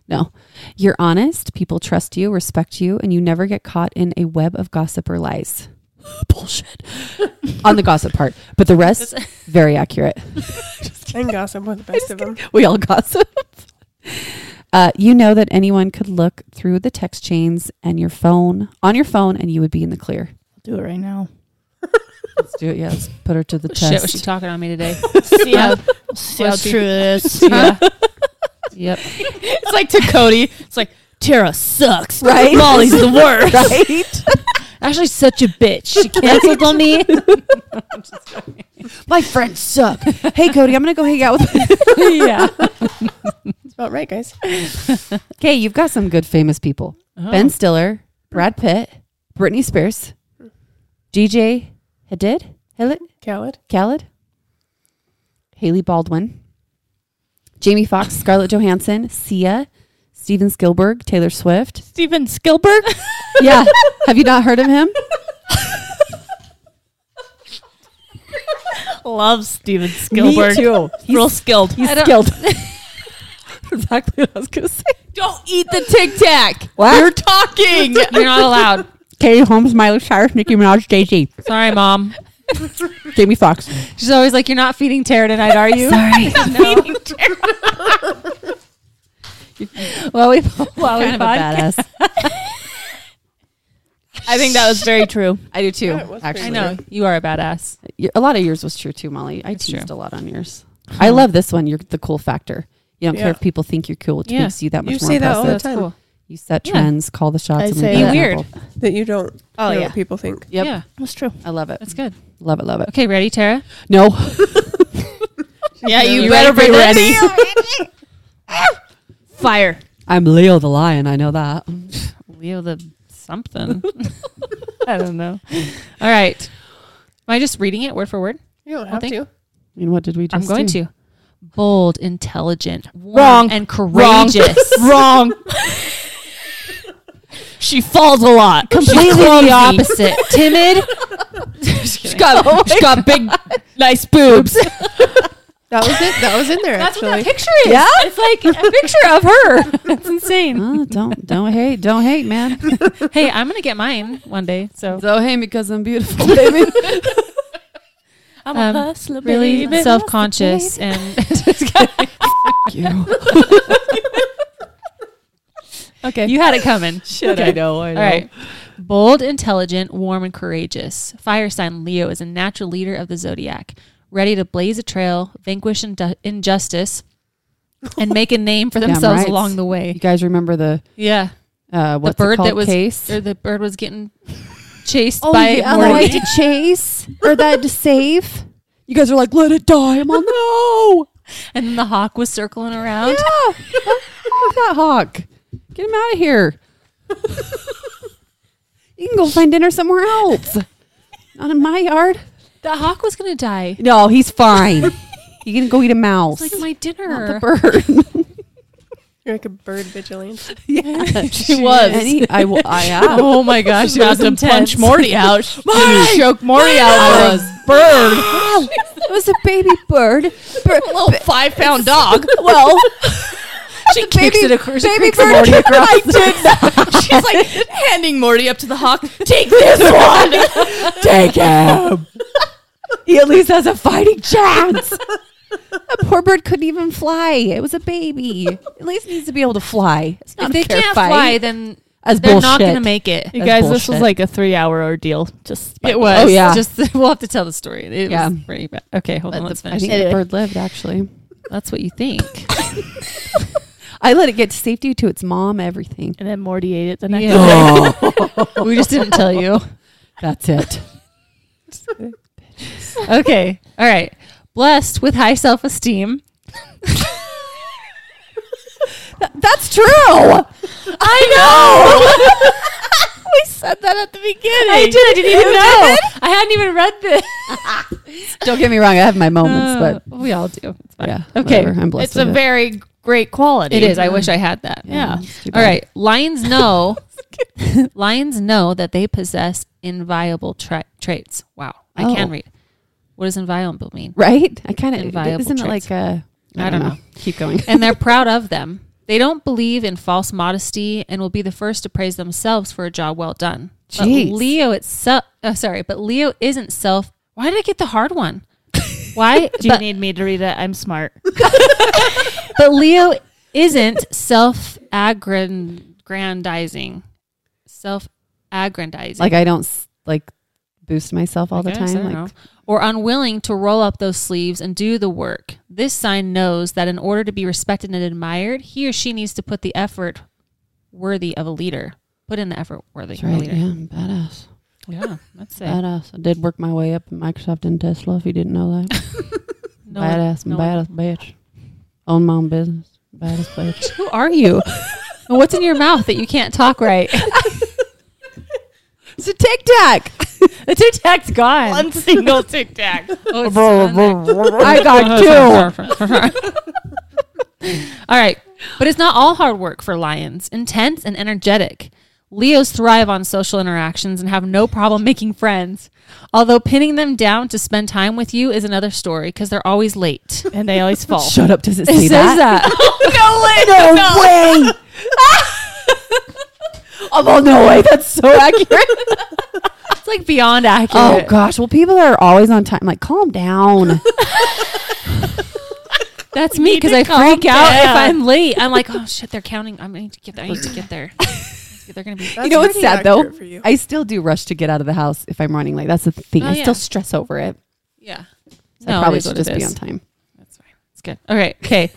Speaker 1: No. You're honest, people trust you, respect you, and you never get caught in a web of gossip or lies. Bullshit. On the gossip part, but the rest very accurate.
Speaker 5: And gossip with the best of them.
Speaker 1: We all gossip. Uh, you know that anyone could look through the text chains and your phone on your phone, and you would be in the clear.
Speaker 4: Do it right now.
Speaker 1: Let's do it. Yeah, let's put her to the
Speaker 2: Shit, was
Speaker 1: test.
Speaker 2: she talking on me today?
Speaker 4: See how, see how
Speaker 2: Let's see.
Speaker 4: true it is.
Speaker 2: yeah. Yep.
Speaker 4: It's like to Cody. It's like Tara sucks.
Speaker 1: Right.
Speaker 4: Molly's the worst.
Speaker 1: right?
Speaker 2: Actually, such a bitch. She canceled on me.
Speaker 1: My friends suck. hey, Cody, I'm gonna go hang out with.
Speaker 2: yeah.
Speaker 5: about right, guys.
Speaker 1: Okay, you've got some good famous people.
Speaker 2: Uh-huh.
Speaker 1: Ben Stiller, Brad Pitt, Britney Spears, DJ Hadid, Halid,
Speaker 5: Khaled.
Speaker 1: Khaled, Haley Baldwin, Jamie Foxx, Scarlett Johansson, Sia, Steven Spielberg, Taylor Swift.
Speaker 4: Steven Spielberg.
Speaker 1: Yeah, have you not heard of him?
Speaker 4: Love Steven Spielberg.
Speaker 1: too.
Speaker 4: Real skilled.
Speaker 1: He's skilled. exactly what I was gonna say.
Speaker 4: Don't eat the Tic Tac.
Speaker 1: What?
Speaker 4: You're talking.
Speaker 2: You're not allowed.
Speaker 1: Katie Holmes, Miley Cyrus, Nicki Minaj, JG,
Speaker 2: Sorry, mom.
Speaker 1: Jamie Foxx.
Speaker 2: She's always like, "You're not feeding Tara tonight, are you?" Sorry.
Speaker 1: Well, we well, kind of a badass.
Speaker 4: I think that was very true.
Speaker 1: I do too.
Speaker 5: was pretty
Speaker 1: actually,
Speaker 2: I know you are a badass.
Speaker 1: Your- a lot of yours was true too, Molly. I
Speaker 2: It's
Speaker 1: teased
Speaker 2: true.
Speaker 1: a lot on yours. I love this one. You're the cool factor. You don't
Speaker 5: Yeah.
Speaker 1: care if people think you're cool, which
Speaker 2: Yeah.
Speaker 1: makes you that much
Speaker 5: You
Speaker 1: more
Speaker 5: say that all
Speaker 1: impressive.
Speaker 5: the time.
Speaker 1: You set
Speaker 2: Yeah.
Speaker 1: trends, call the shots.
Speaker 4: I
Speaker 1: and lead
Speaker 4: say
Speaker 1: by
Speaker 4: that.
Speaker 2: Be
Speaker 1: example.
Speaker 5: That you don't
Speaker 4: Oh,
Speaker 5: know
Speaker 4: yeah.
Speaker 5: what people think.
Speaker 1: Yep.
Speaker 2: Yeah,
Speaker 4: That's true.
Speaker 1: I love it.
Speaker 2: that's good.
Speaker 1: Love it. Love it.
Speaker 2: Okay, ready, Tara?
Speaker 1: No,
Speaker 4: Yeah, you,
Speaker 1: You
Speaker 4: better
Speaker 1: better
Speaker 4: be
Speaker 1: be
Speaker 4: ready. Fire.
Speaker 1: I'm Leo the lion. I know that.
Speaker 2: Leo the something. I don't know. All right. Am I just reading it word for word?
Speaker 5: You don't have
Speaker 2: think-
Speaker 5: to.
Speaker 1: And what did we just
Speaker 2: I'm going
Speaker 1: do?
Speaker 2: to. Bold, intelligent, warm,
Speaker 1: Wrong.
Speaker 2: and courageous.
Speaker 1: Wrong.
Speaker 2: she falls a lot. Completely the opposite. Oh Timid. she's got, she's got big, nice boobs.
Speaker 5: That was it. That was in there actually.
Speaker 2: picture is. Yeah? It's like a picture of her. That's insane.
Speaker 1: Oh, don't don't hate. Don't hate, man.
Speaker 2: hey, I'm going to get mine one day. So
Speaker 1: Don't hate because I'm beautiful, baby.
Speaker 4: I'm
Speaker 2: Um,
Speaker 4: a hustler,
Speaker 2: really
Speaker 4: baby.
Speaker 2: self conscious and.
Speaker 1: you.
Speaker 2: okay. You had it coming.
Speaker 1: Shit, I know. I know.
Speaker 2: All right. Bold, intelligent, warm, and courageous. Fire sign Leo is a natural leader of the zodiac, ready to blaze a trail, vanquish indu- injustice, and make a name for
Speaker 1: Damn
Speaker 2: themselves
Speaker 1: right.
Speaker 2: along the
Speaker 1: You
Speaker 2: way.
Speaker 1: guys remember the
Speaker 2: Yeah.
Speaker 1: uh, what's
Speaker 2: bird
Speaker 1: it
Speaker 2: that
Speaker 1: called?
Speaker 2: was-
Speaker 1: case?
Speaker 2: Or the bird was getting chased
Speaker 1: Oh,
Speaker 2: by
Speaker 1: yeah, that
Speaker 2: Morty.
Speaker 1: I had to chase or that I had to save. You guys are like, let it die. I'm on no.
Speaker 2: and then the hawk was circling around.
Speaker 1: Yeah. Fuck that hawk. Get him out of here. you can go find dinner somewhere else. Not in my yard.
Speaker 2: The hawk was going to die.
Speaker 1: No, he's fine. you can go eat a mouse.
Speaker 2: It's like my
Speaker 1: the
Speaker 2: dinner.
Speaker 1: bird.
Speaker 5: You're like a bird vigilante.
Speaker 1: yeah,
Speaker 2: She was.
Speaker 1: And he- I, wa- I am.
Speaker 2: Oh my gosh, she
Speaker 4: About to punch Morty out. Morty! Choke Morty out was bird.
Speaker 1: Ow. It was a baby bird. bird.
Speaker 4: Little five pound dog.
Speaker 1: Well,
Speaker 4: She
Speaker 1: baby,
Speaker 4: it across. she
Speaker 1: baby
Speaker 4: kicks it
Speaker 1: bird.
Speaker 4: Morty across.
Speaker 1: I did
Speaker 4: She's like handing Morty up to the hawk. Take this one.
Speaker 1: Take him. he at least has a fighting chance. That poor bird couldn't even fly. It was a baby. At least it needs to be able to fly. It's not
Speaker 2: If they
Speaker 1: a care
Speaker 2: can't
Speaker 1: fight.
Speaker 2: fly, then
Speaker 1: That's
Speaker 2: they're
Speaker 1: bullshit.
Speaker 2: not going to make it.
Speaker 4: You
Speaker 1: That's
Speaker 4: guys, this was
Speaker 1: bullshit.
Speaker 4: like a three hour ordeal. Just
Speaker 2: It was.
Speaker 1: Oh, yeah.
Speaker 2: Just we'll have to tell the story. It
Speaker 1: Yeah.
Speaker 2: was pretty bad. Okay, hold
Speaker 1: But
Speaker 2: on.
Speaker 1: the-
Speaker 2: Let's
Speaker 1: I
Speaker 2: finish.
Speaker 1: think the bird lived actually.
Speaker 2: That's what you think.
Speaker 1: I let it get to safety to its mom. Everything.
Speaker 4: and then Morty ate it the next
Speaker 2: Yeah. we just didn't tell you.
Speaker 1: That's it.
Speaker 2: Okay. All right. Blessed with high self esteem.
Speaker 1: That's true. I know.
Speaker 4: We said that at the beginning.
Speaker 2: I did. I didn't even know. I hadn't even read this.
Speaker 1: Don't get me wrong. I have my moments,
Speaker 2: Uh,
Speaker 1: but
Speaker 2: we all do. It's fine.
Speaker 1: yeah.
Speaker 2: Okay.
Speaker 1: whatever. I'm blessed.
Speaker 4: It's a
Speaker 1: with it.
Speaker 4: very great quality.
Speaker 2: It is. I wish I had that.
Speaker 4: Yeah.
Speaker 1: it's too
Speaker 2: All
Speaker 1: bad.
Speaker 2: right. Lions know. lions know that they possess inviolable tra- traits. Wow. I can
Speaker 1: Oh.
Speaker 2: read. What does inviolable mean?
Speaker 1: Right. I kind of
Speaker 2: Inviolable
Speaker 1: isn't it
Speaker 2: traits.
Speaker 1: like a. I
Speaker 2: I
Speaker 1: don't
Speaker 2: don't
Speaker 1: know. Keep going.
Speaker 2: and they're proud of them. They don't believe in false modesty and will be the first to praise themselves for a job well done. But
Speaker 1: Jeez.
Speaker 2: Leo itself, oh, sorry, but Leo isn't self. Why did I get the hard one? Why?
Speaker 4: Do you
Speaker 2: but,
Speaker 4: need me to read it? I'm smart.
Speaker 2: but Leo isn't self aggrandizing. Self aggrandizing.
Speaker 1: like I don't s- like boost myself all the
Speaker 2: guess, I
Speaker 1: time.
Speaker 2: don't
Speaker 1: Like
Speaker 2: know. or unwilling to roll up those sleeves and do the work. This sign knows that in order to be respected and admired, he or she needs to put the effort worthy of a leader. Put in the effort worthy
Speaker 1: that's
Speaker 2: of a
Speaker 1: right,
Speaker 2: leader.
Speaker 1: yeah, I'm badass,
Speaker 2: Yeah, that's it.
Speaker 1: badass. I did work my way up in Microsoft and Tesla. If you didn't know that,
Speaker 2: No one-
Speaker 1: badass,
Speaker 2: no one-
Speaker 1: badass bitch. Own my own business. Bad as bitch.
Speaker 2: Who are you? And what's in your mouth that you can't talk right?
Speaker 1: It's a tic tac.
Speaker 2: the Tic Tac's gone.
Speaker 4: One single Tic Tac.
Speaker 2: Oh, it's
Speaker 1: I got two.
Speaker 2: all right. But it's not all hard work for lions. Intense and energetic. Leos thrive on social interactions and have no problem making friends. Although pinning them down to spend time with you is another story because they're always late.
Speaker 4: And they always fall.
Speaker 1: Shut up. Does it say
Speaker 2: It says
Speaker 1: that?
Speaker 2: that.
Speaker 1: No way. Although, no way. That's so accurate.
Speaker 2: It's like beyond
Speaker 1: Oh,
Speaker 2: accurate.
Speaker 1: gosh. Well, people are always on time. Like, calm down. Oh,
Speaker 2: That's me because I freak out if I'm late. I'm like, oh shit, they're counting. I need to get there. I need to get there. They're gonna be.
Speaker 5: That's
Speaker 1: you know what's
Speaker 5: pretty
Speaker 1: sad though?
Speaker 5: accurate For you.
Speaker 1: I still do rush to get out of the house if I'm running late. That's the thing.
Speaker 2: Oh,
Speaker 1: I
Speaker 2: yeah.
Speaker 1: still stress over it.
Speaker 2: Yeah.
Speaker 1: So I probably should just be on time.
Speaker 2: That's fine. It's good. All right. Okay.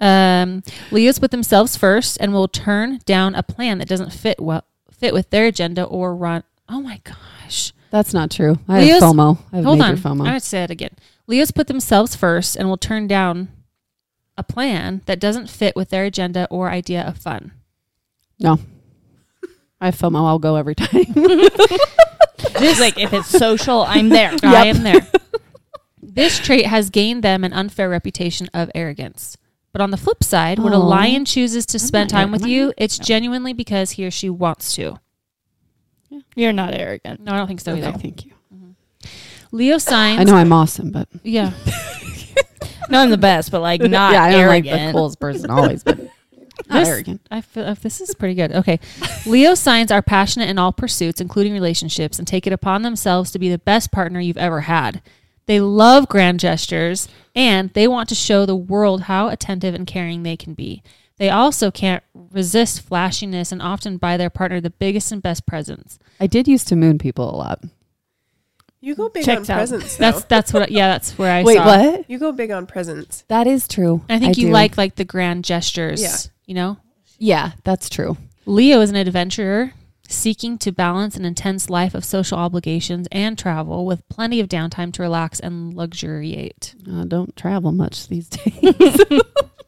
Speaker 2: um, Leos put themselves first and will turn down a plan that doesn't fit well fit with their agenda or run. Oh my gosh.
Speaker 1: That's not true. I
Speaker 2: Leo's-
Speaker 1: have FOMO. I have
Speaker 2: Hold
Speaker 1: major
Speaker 2: on.
Speaker 1: FOMO.
Speaker 2: I would say it again. Leos put themselves first and will turn down a plan that doesn't fit with their agenda or idea of fun.
Speaker 1: no. I have FOMO. I'll go every time.
Speaker 4: This like if it's social, I'm there.
Speaker 2: I am there. this trait has gained them an unfair reputation of arrogance. But on the flip side, when a
Speaker 1: Oh.
Speaker 2: lion chooses to spend
Speaker 1: not
Speaker 2: time
Speaker 1: arro-
Speaker 2: with
Speaker 1: am I
Speaker 2: you, it's genuinely because he or she wants to.
Speaker 4: You're not arrogant.
Speaker 2: No, I don't think so
Speaker 1: okay,
Speaker 2: either.
Speaker 1: thank you.
Speaker 2: Leo signs.
Speaker 1: I know I'm awesome, but
Speaker 2: Yeah.
Speaker 4: No, I'm the best, but like not
Speaker 1: yeah, I am like
Speaker 4: arrogant.
Speaker 1: the coolest person always, but not
Speaker 2: This-
Speaker 1: arrogant.
Speaker 2: I feel uh, this is pretty good. Okay. Leo signs are passionate in all pursuits, including relationships, and take it upon themselves to be the best partner you've ever had. They love grand gestures and they want to show the world how attentive and caring they can be. They also can't resist flashiness and often buy their partner the biggest and best presents.
Speaker 1: I did used to moon people a lot.
Speaker 5: you go big
Speaker 4: Checks
Speaker 5: on
Speaker 4: out.
Speaker 5: presents. Though.
Speaker 2: That's that's what yeah, that's where I
Speaker 1: Wait,
Speaker 2: saw.
Speaker 1: what?
Speaker 5: you go big on presents.
Speaker 1: That is true.
Speaker 2: I think you
Speaker 1: do.
Speaker 2: like like the grand gestures,
Speaker 5: Yeah.
Speaker 2: you know?
Speaker 1: Yeah, that's true.
Speaker 2: Leo is an adventurer seeking to balance an intense life of social obligations and travel with plenty of downtime to relax and luxuriate.
Speaker 1: I Uh, don't travel much these days.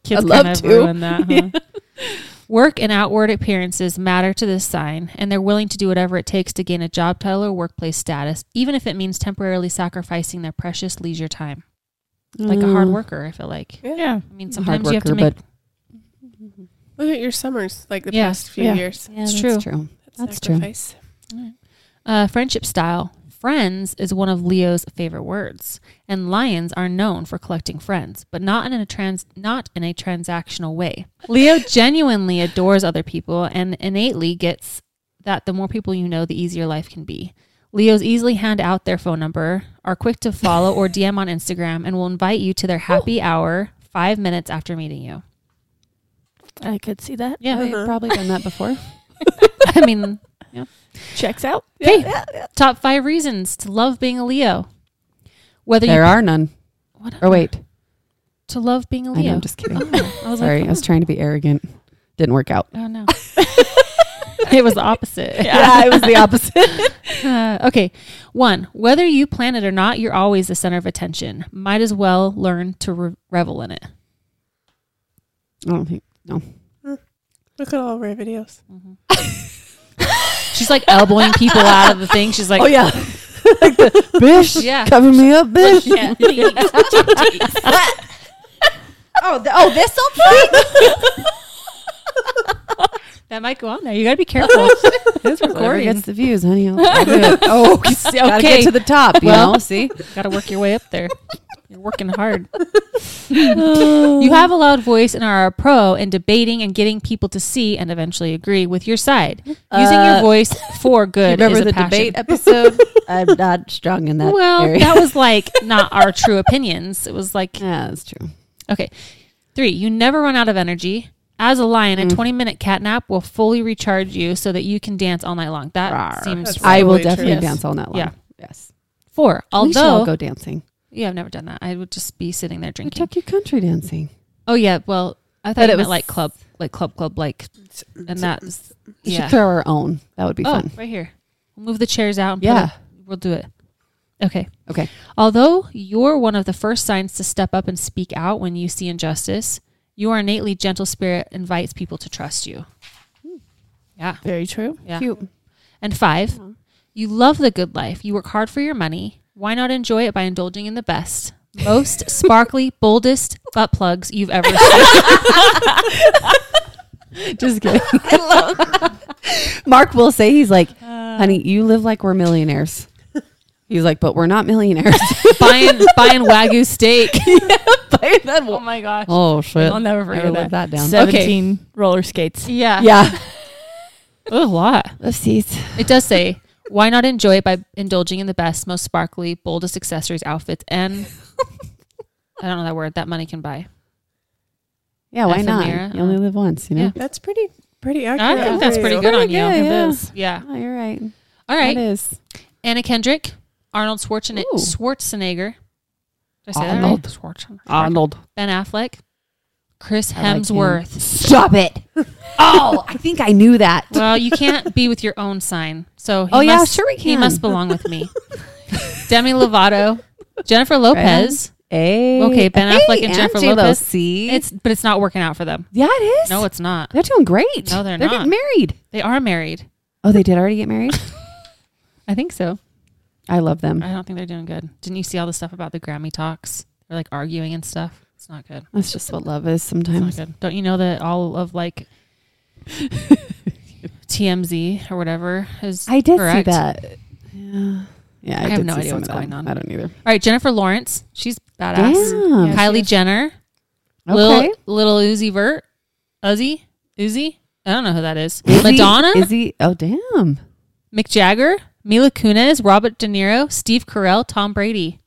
Speaker 2: Kids
Speaker 1: I'd love
Speaker 2: kind of
Speaker 1: to.
Speaker 2: ruin that, huh? Work and outward appearances matter to this sign, and they're willing to do whatever it takes to gain a job title or workplace status, even if it means temporarily sacrificing their precious leisure time. Like a hard
Speaker 1: Mm.
Speaker 2: worker, I feel like.
Speaker 4: Yeah.
Speaker 2: I mean,
Speaker 1: a hard
Speaker 2: sometimes you have to
Speaker 1: worker,
Speaker 2: make.
Speaker 5: Look at your summers, like the
Speaker 2: Yeah.
Speaker 5: past few
Speaker 4: Yeah.
Speaker 5: years.
Speaker 1: Yeah,
Speaker 2: It's
Speaker 1: that's
Speaker 2: true.
Speaker 1: true. That's true.
Speaker 5: sacrifice. true.
Speaker 2: Uh, friendship style. Friends is one of Leo's favorite words, and lions are known for collecting friends, but not in a trans not in a transactional way. Leo genuinely adores other people and innately gets that the more people you know, the easier life can be. Leos easily hand out their phone number, are quick to follow or DM on Instagram, and will invite you to their happy hour five minutes after meeting you.
Speaker 4: I could see that.
Speaker 2: Yeah,
Speaker 1: I've probably done that before.
Speaker 2: I mean,
Speaker 4: Checks out.
Speaker 2: hey, top five reasons to love being a Leo. Whether
Speaker 1: There
Speaker 2: you
Speaker 1: are none.
Speaker 2: What
Speaker 1: Or wait,
Speaker 2: to love being a
Speaker 1: I
Speaker 2: Leo.
Speaker 1: know, I'm just kidding.
Speaker 2: Oh, I was
Speaker 1: Sorry,
Speaker 2: like,
Speaker 1: I was trying to be arrogant. Didn't work out.
Speaker 2: oh no. it was the opposite.
Speaker 1: it was the opposite.
Speaker 2: Uh, okay. One, whether you plan it or not, you're always the center of attention. Might as well learn to re- revel in it.
Speaker 1: I don't think.
Speaker 5: Look at all of our videos.
Speaker 2: She's like elbowing people out of the thing. She's
Speaker 5: Oh,
Speaker 2: like,
Speaker 1: yeah, bish.
Speaker 2: Yeah.
Speaker 1: cover me up, bish. oh, th- oh, this old thing.
Speaker 2: that might go on there. You got to be careful. it's recording.
Speaker 1: gets the views, honey. I'll- I'll do it. Oh, okay. Gotta
Speaker 2: Okay.
Speaker 1: get to the top. You
Speaker 2: Well-
Speaker 1: know, see.
Speaker 2: Got to work your way up there. You're working hard.
Speaker 1: Oh.
Speaker 2: you have a loud voice and are a pro in debating and getting people to see and eventually agree with your side. Using your
Speaker 1: Uh,
Speaker 2: voice for good.
Speaker 1: remember
Speaker 2: is a
Speaker 1: the
Speaker 2: passion.
Speaker 1: debate episode? I'm not strong in that
Speaker 2: well,
Speaker 1: area.
Speaker 2: that was like not our true opinions. It was like
Speaker 1: yeah, that's true.
Speaker 2: okay. Three, you never run out of energy. As a lion,
Speaker 1: Mm.
Speaker 2: a 20 minute cat nap will fully recharge you so that you can dance all night long. That
Speaker 1: Rawr.
Speaker 2: seems
Speaker 5: That's
Speaker 2: right.
Speaker 1: I will
Speaker 5: Totally true.
Speaker 1: definitely
Speaker 5: Yes.
Speaker 1: dance all night long.
Speaker 2: Yeah.
Speaker 1: Yes.
Speaker 2: four.
Speaker 1: we should all
Speaker 2: Although,
Speaker 1: go dancing.
Speaker 2: yeah, I've never done that. I would just be sitting there
Speaker 1: I
Speaker 2: drinking.
Speaker 1: took you country dancing.
Speaker 2: Oh, yeah. Well, I thought
Speaker 1: But
Speaker 2: it
Speaker 1: it
Speaker 2: meant
Speaker 1: was-
Speaker 2: like club, like club, club, like, and that's,
Speaker 1: We
Speaker 2: yeah.
Speaker 1: should throw our own. That would be
Speaker 2: Oh,
Speaker 1: fun.
Speaker 2: right here. We'll move the chairs out and put
Speaker 1: Yeah.
Speaker 2: it- we'll do it. Okay.
Speaker 1: Okay.
Speaker 2: Although you're one of the first signs to step up and speak out when you see injustice, Your innately gentle spirit invites people to trust you. Yeah.
Speaker 4: Very true.
Speaker 2: Yeah.
Speaker 1: Hmm. Cute. Uh-huh.
Speaker 2: And five, you love the good life. You work hard for your money. Why not enjoy it by indulging in the best, most sparkly, boldest butt plugs you've ever seen?
Speaker 1: Just kidding. Mark will say he's like,
Speaker 2: Uh,
Speaker 1: honey, you live like we're millionaires. He's like, but we're not millionaires.
Speaker 2: buying buying wagyu steak.
Speaker 4: Oh my gosh.
Speaker 1: oh shit!
Speaker 4: I'll never
Speaker 1: I
Speaker 4: forget
Speaker 1: wrote
Speaker 4: that.
Speaker 1: that down.
Speaker 4: 17 roller skates.
Speaker 2: Yeah,
Speaker 1: yeah.
Speaker 2: a lot.
Speaker 1: Oopsies.
Speaker 2: It does say, why not enjoy it by indulging in the best, most sparkly, boldest accessories, outfits, and I don't know that word that money can buy.
Speaker 1: Yeah, why
Speaker 2: Ephemera.
Speaker 1: not? You only live once, you know.
Speaker 2: Yeah.
Speaker 5: That's pretty pretty accurate.
Speaker 2: I think that's
Speaker 5: for
Speaker 2: pretty
Speaker 5: you.
Speaker 2: good on you.
Speaker 1: Yeah, yeah.
Speaker 2: Yeah.
Speaker 1: Oh, you're right.
Speaker 2: All
Speaker 1: That
Speaker 2: right.
Speaker 1: is.
Speaker 2: Anna Kendrick, Arnold Schwarzenegger.
Speaker 1: Ooh.
Speaker 2: Schwarzenegger. Did I say
Speaker 1: Arnold.
Speaker 2: that right? Schwarzenegger. Ben Affleck. Chris
Speaker 1: I like him.
Speaker 2: Hemsworth.
Speaker 1: Stop it. oh, I think I knew that.
Speaker 2: well, you can't be with your own sign. So he
Speaker 1: Oh, yeah,
Speaker 2: must-
Speaker 1: sure we
Speaker 2: He
Speaker 1: can.
Speaker 2: must belong with me. Demi Lovato, Jennifer Lopez.
Speaker 1: Hey.
Speaker 2: Okay, Ben Affleck and Jennifer
Speaker 1: J-Lo,
Speaker 2: Lopez.
Speaker 1: See?
Speaker 2: It's but it's not working out for them.
Speaker 1: yeah, it is.
Speaker 2: No, it's not.
Speaker 1: they're doing great.
Speaker 2: No, they're
Speaker 1: they're
Speaker 2: not.
Speaker 1: getting married.
Speaker 2: They are married.
Speaker 1: Oh, they did already get married?
Speaker 2: I think so.
Speaker 1: I love them.
Speaker 2: I don't think they're doing good. Didn't you see all the stuff about the Grammy talks? They're like arguing and stuff. It's not good.
Speaker 1: That's just what love is
Speaker 2: It's not
Speaker 1: sometimes.
Speaker 2: good. Don't you know that all of like TMZ or whatever is
Speaker 1: I did
Speaker 2: correct?
Speaker 1: see that. Yeah. Yeah,
Speaker 2: I have
Speaker 1: did
Speaker 2: no
Speaker 1: see
Speaker 2: idea
Speaker 1: some
Speaker 2: what's
Speaker 1: of that.
Speaker 2: going on.
Speaker 1: I don't either.
Speaker 2: All right, Jennifer Lawrence. She's badass.
Speaker 1: Damn.
Speaker 4: Yeah.
Speaker 2: Kylie
Speaker 4: Yes,
Speaker 2: Jenner.
Speaker 1: Um, Okay.
Speaker 2: Little, little Uzi Vert. Uzi? Uzi? I don't know who that is.
Speaker 1: Izzy-
Speaker 2: Madonna?
Speaker 1: Izzy. Oh, damn.
Speaker 2: Mick Jagger? Mila Kunis? Robert De Niro? Steve Carell? Tom Brady?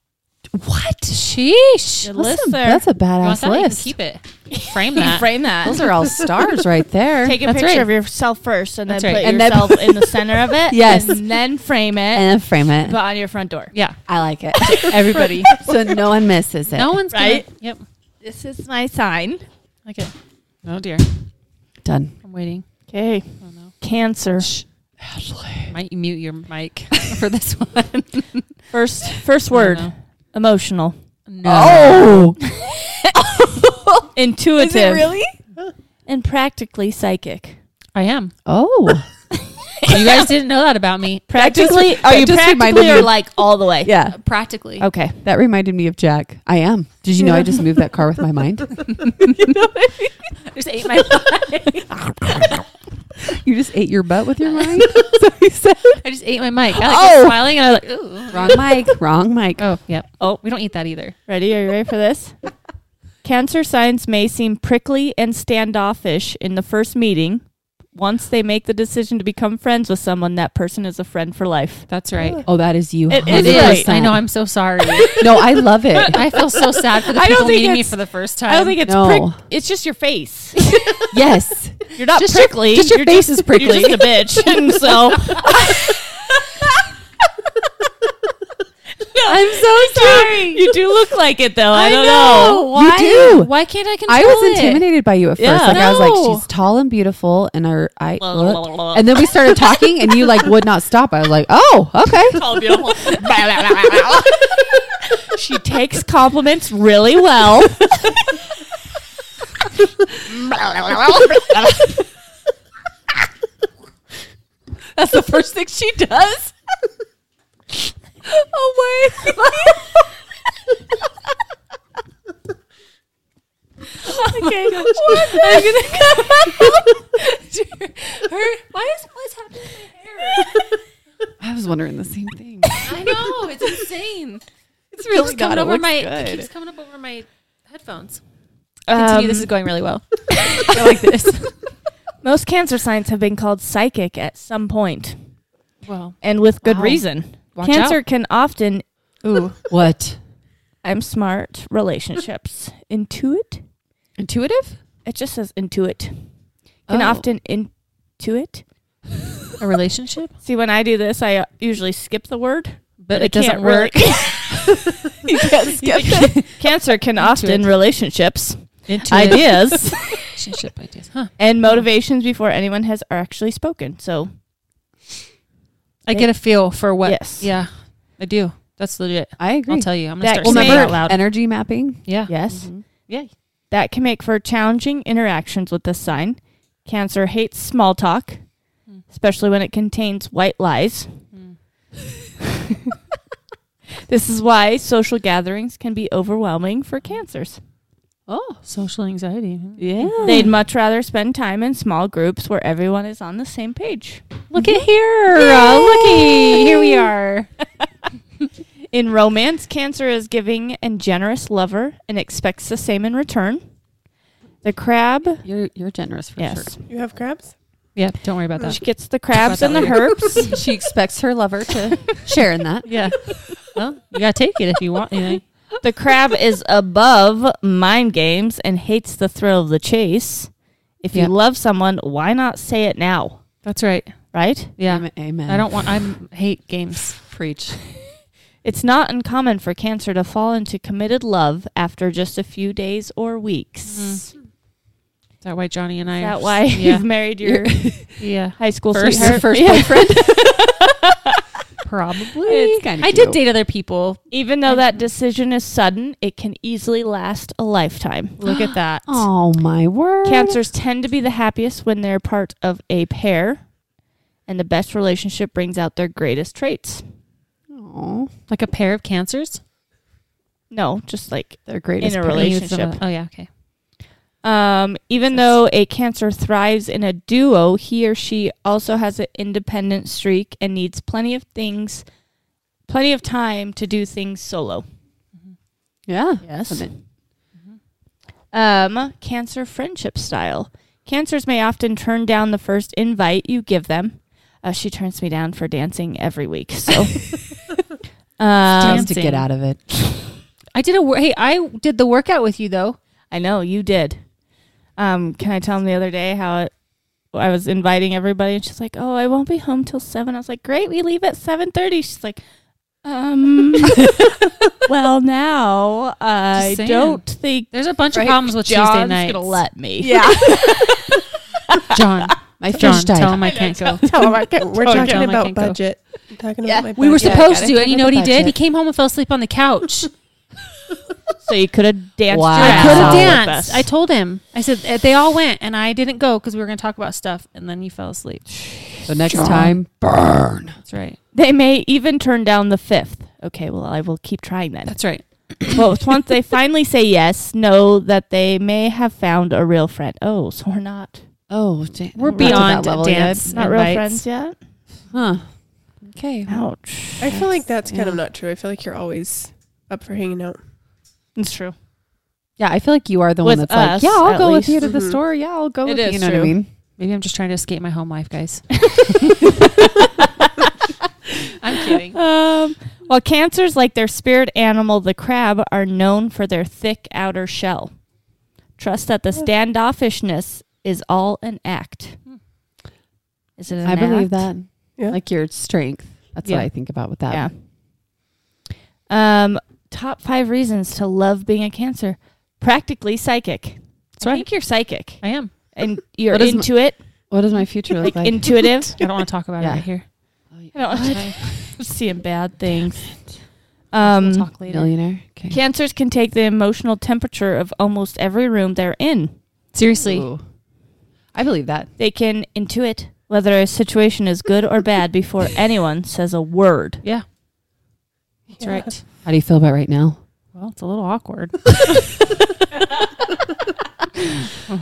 Speaker 2: What? Sheesh.
Speaker 1: That's
Speaker 4: Good list
Speaker 1: a,
Speaker 4: there.
Speaker 1: that's a
Speaker 2: You want
Speaker 1: badass
Speaker 2: that? You can
Speaker 1: list.
Speaker 2: keep it. Frame that.
Speaker 4: Frame that.
Speaker 1: Those are all stars right there.
Speaker 4: Take a
Speaker 2: That's
Speaker 4: picture
Speaker 2: right.
Speaker 4: of yourself first and
Speaker 2: That's
Speaker 4: then
Speaker 2: right.
Speaker 4: put
Speaker 1: And then-
Speaker 4: yourself in the center of it.
Speaker 1: Yes.
Speaker 4: And then frame it
Speaker 1: and then frame it.
Speaker 4: put on your front door.
Speaker 2: Yeah.
Speaker 1: I like it.
Speaker 4: Everybody.
Speaker 1: so no one misses it.
Speaker 2: No one's gonna-
Speaker 4: Right?
Speaker 2: Yep.
Speaker 4: this is my sign.
Speaker 2: Okay. Oh dear.
Speaker 1: Done.
Speaker 2: I'm waiting.
Speaker 4: Okay.
Speaker 2: Oh no.
Speaker 4: Cancer.
Speaker 2: Might you mute your mic for this one?
Speaker 4: First first word.
Speaker 2: No.
Speaker 4: Emotional.
Speaker 2: No.
Speaker 1: Oh,
Speaker 4: Intuitive. And practically psychic.
Speaker 2: I am.
Speaker 1: Oh,
Speaker 2: You guys didn't know that about me.
Speaker 4: Practically
Speaker 2: Oh,
Speaker 1: that just reminded me-
Speaker 4: like all the way?
Speaker 1: yeah.
Speaker 2: Practically.
Speaker 1: Okay, that reminded me of Jack. I am. Did you know I just moved that car with my mind?
Speaker 2: I just ate my
Speaker 1: You just ate your butt with your mind. so he said,
Speaker 2: I just ate my mic. I like
Speaker 1: Oh.
Speaker 2: was smiling and I was like, ooh.
Speaker 1: "Wrong mic, wrong mic."
Speaker 2: Oh, yep. Oh, we don't eat that either.
Speaker 4: Ready? Are you ready for this? Cancer signs may seem prickly and standoffish in the first meeting. Once they make the decision to become friends with someone, that person is a friend for life.
Speaker 2: That's right.
Speaker 1: Oh, that is you.
Speaker 4: It
Speaker 2: It
Speaker 4: is
Speaker 2: is.
Speaker 4: right.
Speaker 2: I know. I'm so sorry.
Speaker 1: No, I love it.
Speaker 2: I feel so sad for the
Speaker 4: I don't
Speaker 2: people
Speaker 4: think
Speaker 2: meeting me
Speaker 4: it's-
Speaker 2: for the first time.
Speaker 4: I don't think it's
Speaker 1: No.
Speaker 4: prick. It's just your face.
Speaker 1: Yes,
Speaker 4: You're not
Speaker 2: Just your-
Speaker 4: prickly.
Speaker 2: just your
Speaker 4: you're
Speaker 2: face is prickly.
Speaker 4: You're just a bitch. And so
Speaker 2: I'm so sorry.
Speaker 4: you do look like it, though. I,
Speaker 2: I
Speaker 4: don't
Speaker 2: know.
Speaker 4: know.
Speaker 2: Why?
Speaker 1: do.
Speaker 2: Why can't I control
Speaker 1: I was
Speaker 2: it?
Speaker 1: intimidated by you at first.
Speaker 4: Yeah.
Speaker 1: like I was
Speaker 2: No.
Speaker 1: like, she's tall and beautiful, and her I.
Speaker 2: Blah, blah, blah, blah.
Speaker 1: And then we started talking, and you like would not stop. I was like, "Oh, okay."
Speaker 4: Tall, beautiful. she takes compliments really well.
Speaker 1: That's the first thing she does. oh my!
Speaker 4: okay.
Speaker 1: I'm gonna
Speaker 2: Why is what's happening to my hair?
Speaker 1: I was wondering the same thing.
Speaker 2: I know. It's insane. It's
Speaker 1: really
Speaker 2: keeps
Speaker 1: not.
Speaker 2: coming
Speaker 1: It
Speaker 2: over
Speaker 1: looks
Speaker 2: my.
Speaker 1: good.
Speaker 2: It keeps coming up over my headphones. Continue.
Speaker 4: Um,
Speaker 2: this is going really well. I like this.
Speaker 4: Most cancer signs have been called psychic at some point,
Speaker 2: Well,
Speaker 4: and with good
Speaker 1: Wow.
Speaker 4: reason.
Speaker 2: Watch
Speaker 4: cancer can often ooh,
Speaker 1: What?
Speaker 4: I'm smart relationships. Intuit?
Speaker 1: Intuitive?
Speaker 4: It just says intuit. Can
Speaker 1: Oh.
Speaker 4: often intuit.
Speaker 2: a relationship,
Speaker 4: See, when I do this, I uh, usually skip the word.
Speaker 2: but
Speaker 4: I
Speaker 2: it doesn't
Speaker 4: can't really-
Speaker 2: work.
Speaker 1: You can't skip it.
Speaker 4: Cancer can often relationships,
Speaker 2: Into
Speaker 4: ideas,
Speaker 2: relationship ideas, huh?
Speaker 4: and motivations before anyone has actually spoken. So
Speaker 2: I get a feel for what.
Speaker 4: Yes.
Speaker 2: Yeah, I do. That's legit.
Speaker 1: I agree.
Speaker 2: I'll tell you. I'm gonna
Speaker 4: That
Speaker 2: start
Speaker 4: can
Speaker 2: saying
Speaker 4: make-
Speaker 2: it out loud.
Speaker 1: energy mapping?
Speaker 2: Yeah.
Speaker 4: yes,
Speaker 2: Yeah.
Speaker 4: That can make for challenging interactions with this sign. Cancer hates small talk,
Speaker 2: Hmm.
Speaker 4: especially when it contains white lies.
Speaker 2: Hmm.
Speaker 4: this is why social gatherings can be overwhelming for cancers.
Speaker 2: Oh, social anxiety.
Speaker 1: Yeah.
Speaker 4: They'd much rather spend time in small groups where everyone is on the same page. Mhm.
Speaker 2: Look at here. Uh, looky. Here we are.
Speaker 4: In romance, Cancer is giving and generous lover and expects the same in return. The crab,
Speaker 1: You're you're generous for
Speaker 4: yes,
Speaker 5: You have crabs?
Speaker 2: Yeah, don't worry about that.
Speaker 4: she gets the crabs
Speaker 2: About
Speaker 4: and
Speaker 2: that
Speaker 4: the herbs.
Speaker 1: sure. she expects her lover to share in that.
Speaker 2: Yeah. Well, you got to take it if you want. You know.
Speaker 4: The crab is above mind games and hates the thrill of the chase. If
Speaker 2: Yeah.
Speaker 4: you love someone, why not say it now?
Speaker 2: That's right.
Speaker 4: Right?
Speaker 2: Yeah.
Speaker 1: Amen. amen.
Speaker 2: I don't want, I hate games.
Speaker 1: preach.
Speaker 4: It's not uncommon for Cancer to fall into committed love after just a few days or weeks.
Speaker 2: Is that why Johnny and I
Speaker 4: Is
Speaker 2: are,
Speaker 4: that why
Speaker 2: Yeah.
Speaker 4: you've married your
Speaker 2: yeah.
Speaker 4: high school
Speaker 2: First-
Speaker 4: sweetheart?
Speaker 1: first
Speaker 4: Yeah.
Speaker 2: Probably.
Speaker 1: It's kind of
Speaker 2: I did date other people.
Speaker 4: Even though that decision is sudden, it can easily last a lifetime. Look at that.
Speaker 1: Oh my word.
Speaker 4: Cancers tend to be the happiest when they're part of a pair, and the best relationship brings out their greatest traits.
Speaker 1: Oh,
Speaker 2: Like a pair of cancers?
Speaker 4: No, just like
Speaker 1: they're greatest.
Speaker 4: In a
Speaker 1: pair.
Speaker 4: rela- Relationship.
Speaker 2: Oh, yeah. Okay.
Speaker 4: um even though a cancer thrives in a duo, he or she also has an independent streak and needs plenty of things plenty of time to do things solo.
Speaker 1: Yeah.
Speaker 4: Yes.
Speaker 1: Isn't it?
Speaker 4: Um, cancer friendship style. Cancers may often turn down the first invite you give them. Uh, she turns me down for dancing every week, so. um,
Speaker 1: Just to get out of it.
Speaker 2: I did a, wor- hey, I did the workout with you though.
Speaker 4: I know you did. Um, can I tell them the other day how it, I was inviting everybody, and she's like, "Oh, I won't be home till 7. I was like, "Great, we leave at 7.30. She's like, "Um, well now I
Speaker 2: saying.
Speaker 4: don't think
Speaker 2: There's a bunch
Speaker 4: Frank
Speaker 2: of problems with Tuesday
Speaker 4: John's
Speaker 2: nights.
Speaker 4: gonna let me."
Speaker 1: Yeah.
Speaker 2: John,
Speaker 1: My fish
Speaker 2: John,
Speaker 1: died.
Speaker 2: tell him I can't go.
Speaker 4: Tell him I can't-
Speaker 5: We're
Speaker 2: Oh,
Speaker 5: talking
Speaker 2: John, I
Speaker 5: about
Speaker 2: can't go.
Speaker 5: budget. I'm talking
Speaker 1: Yeah,
Speaker 5: about my budget.
Speaker 2: We were supposed
Speaker 1: gotta
Speaker 2: to, and you know what he did? He
Speaker 1: budget.
Speaker 2: came home and fell asleep on the couch.
Speaker 4: So you could have danced.
Speaker 1: Wow.
Speaker 4: Your
Speaker 2: I
Speaker 4: ass
Speaker 2: could have
Speaker 4: off with
Speaker 2: danced.
Speaker 4: us.
Speaker 2: I told him. I said "Eh, they all went, and I didn't go because we were going to talk about stuff, and then you fell asleep.
Speaker 1: The next time, burn.
Speaker 2: That's right.
Speaker 4: They may even turn down the fifth. Okay, well, I will keep trying then.
Speaker 2: That's right.
Speaker 4: but once they finally say yes, know that they may have found a real friend. Oh, so we're not
Speaker 1: Oh, da-
Speaker 2: We're
Speaker 1: not to that
Speaker 2: beyond
Speaker 1: level
Speaker 2: dance.
Speaker 4: not real
Speaker 2: Invites.
Speaker 4: friends yet.
Speaker 1: yet. Huh. Okay.
Speaker 4: Ouch.
Speaker 5: I feel like that's kind of not true. I feel like you're always up for hanging out.
Speaker 4: It's true.
Speaker 1: Yeah, I feel like you are the
Speaker 4: With
Speaker 1: one that's
Speaker 4: us,
Speaker 1: like, yeah, I'll
Speaker 4: at
Speaker 1: go
Speaker 4: least.
Speaker 1: with you to the
Speaker 5: Mhm.
Speaker 1: store. Yeah, I'll go
Speaker 4: It
Speaker 1: with you.
Speaker 4: is
Speaker 1: You know what I
Speaker 4: true.
Speaker 1: mean?
Speaker 2: Maybe I'm just trying to escape my home life, guys. I'm kidding.
Speaker 4: Um, while cancers, like their spirit animal, the crab, are known for their thick outer shell. Trust that the standoffishness is all an act. Is it? An
Speaker 1: I believe
Speaker 4: act?
Speaker 1: that.
Speaker 5: Yeah.
Speaker 1: Like your strength. That's
Speaker 2: Yeah.
Speaker 1: what I think about with that.
Speaker 4: Yeah. Um, top five reasons to love being a cancer. Practically psychic. So I
Speaker 2: right.
Speaker 4: think you're psychic
Speaker 2: I am.
Speaker 4: and you're
Speaker 1: What is my-
Speaker 4: into it,
Speaker 1: What does my future look
Speaker 4: like
Speaker 1: like? Oh,
Speaker 4: intuitive.
Speaker 2: I don't want to talk about
Speaker 1: Yeah.
Speaker 2: it right here.
Speaker 4: I don't seeing bad things. Um,
Speaker 2: We'll talk later.
Speaker 1: Millionaire. Okay.
Speaker 4: cancers can take the emotional temperature of almost every room they're in.
Speaker 2: Seriously,
Speaker 1: Ooh. I believe that.
Speaker 4: They can intuit whether a situation is good or bad before anyone says a word.
Speaker 2: yeah,
Speaker 5: That's
Speaker 2: that's right.
Speaker 1: How do you feel about right now?
Speaker 2: Well, it's a little awkward.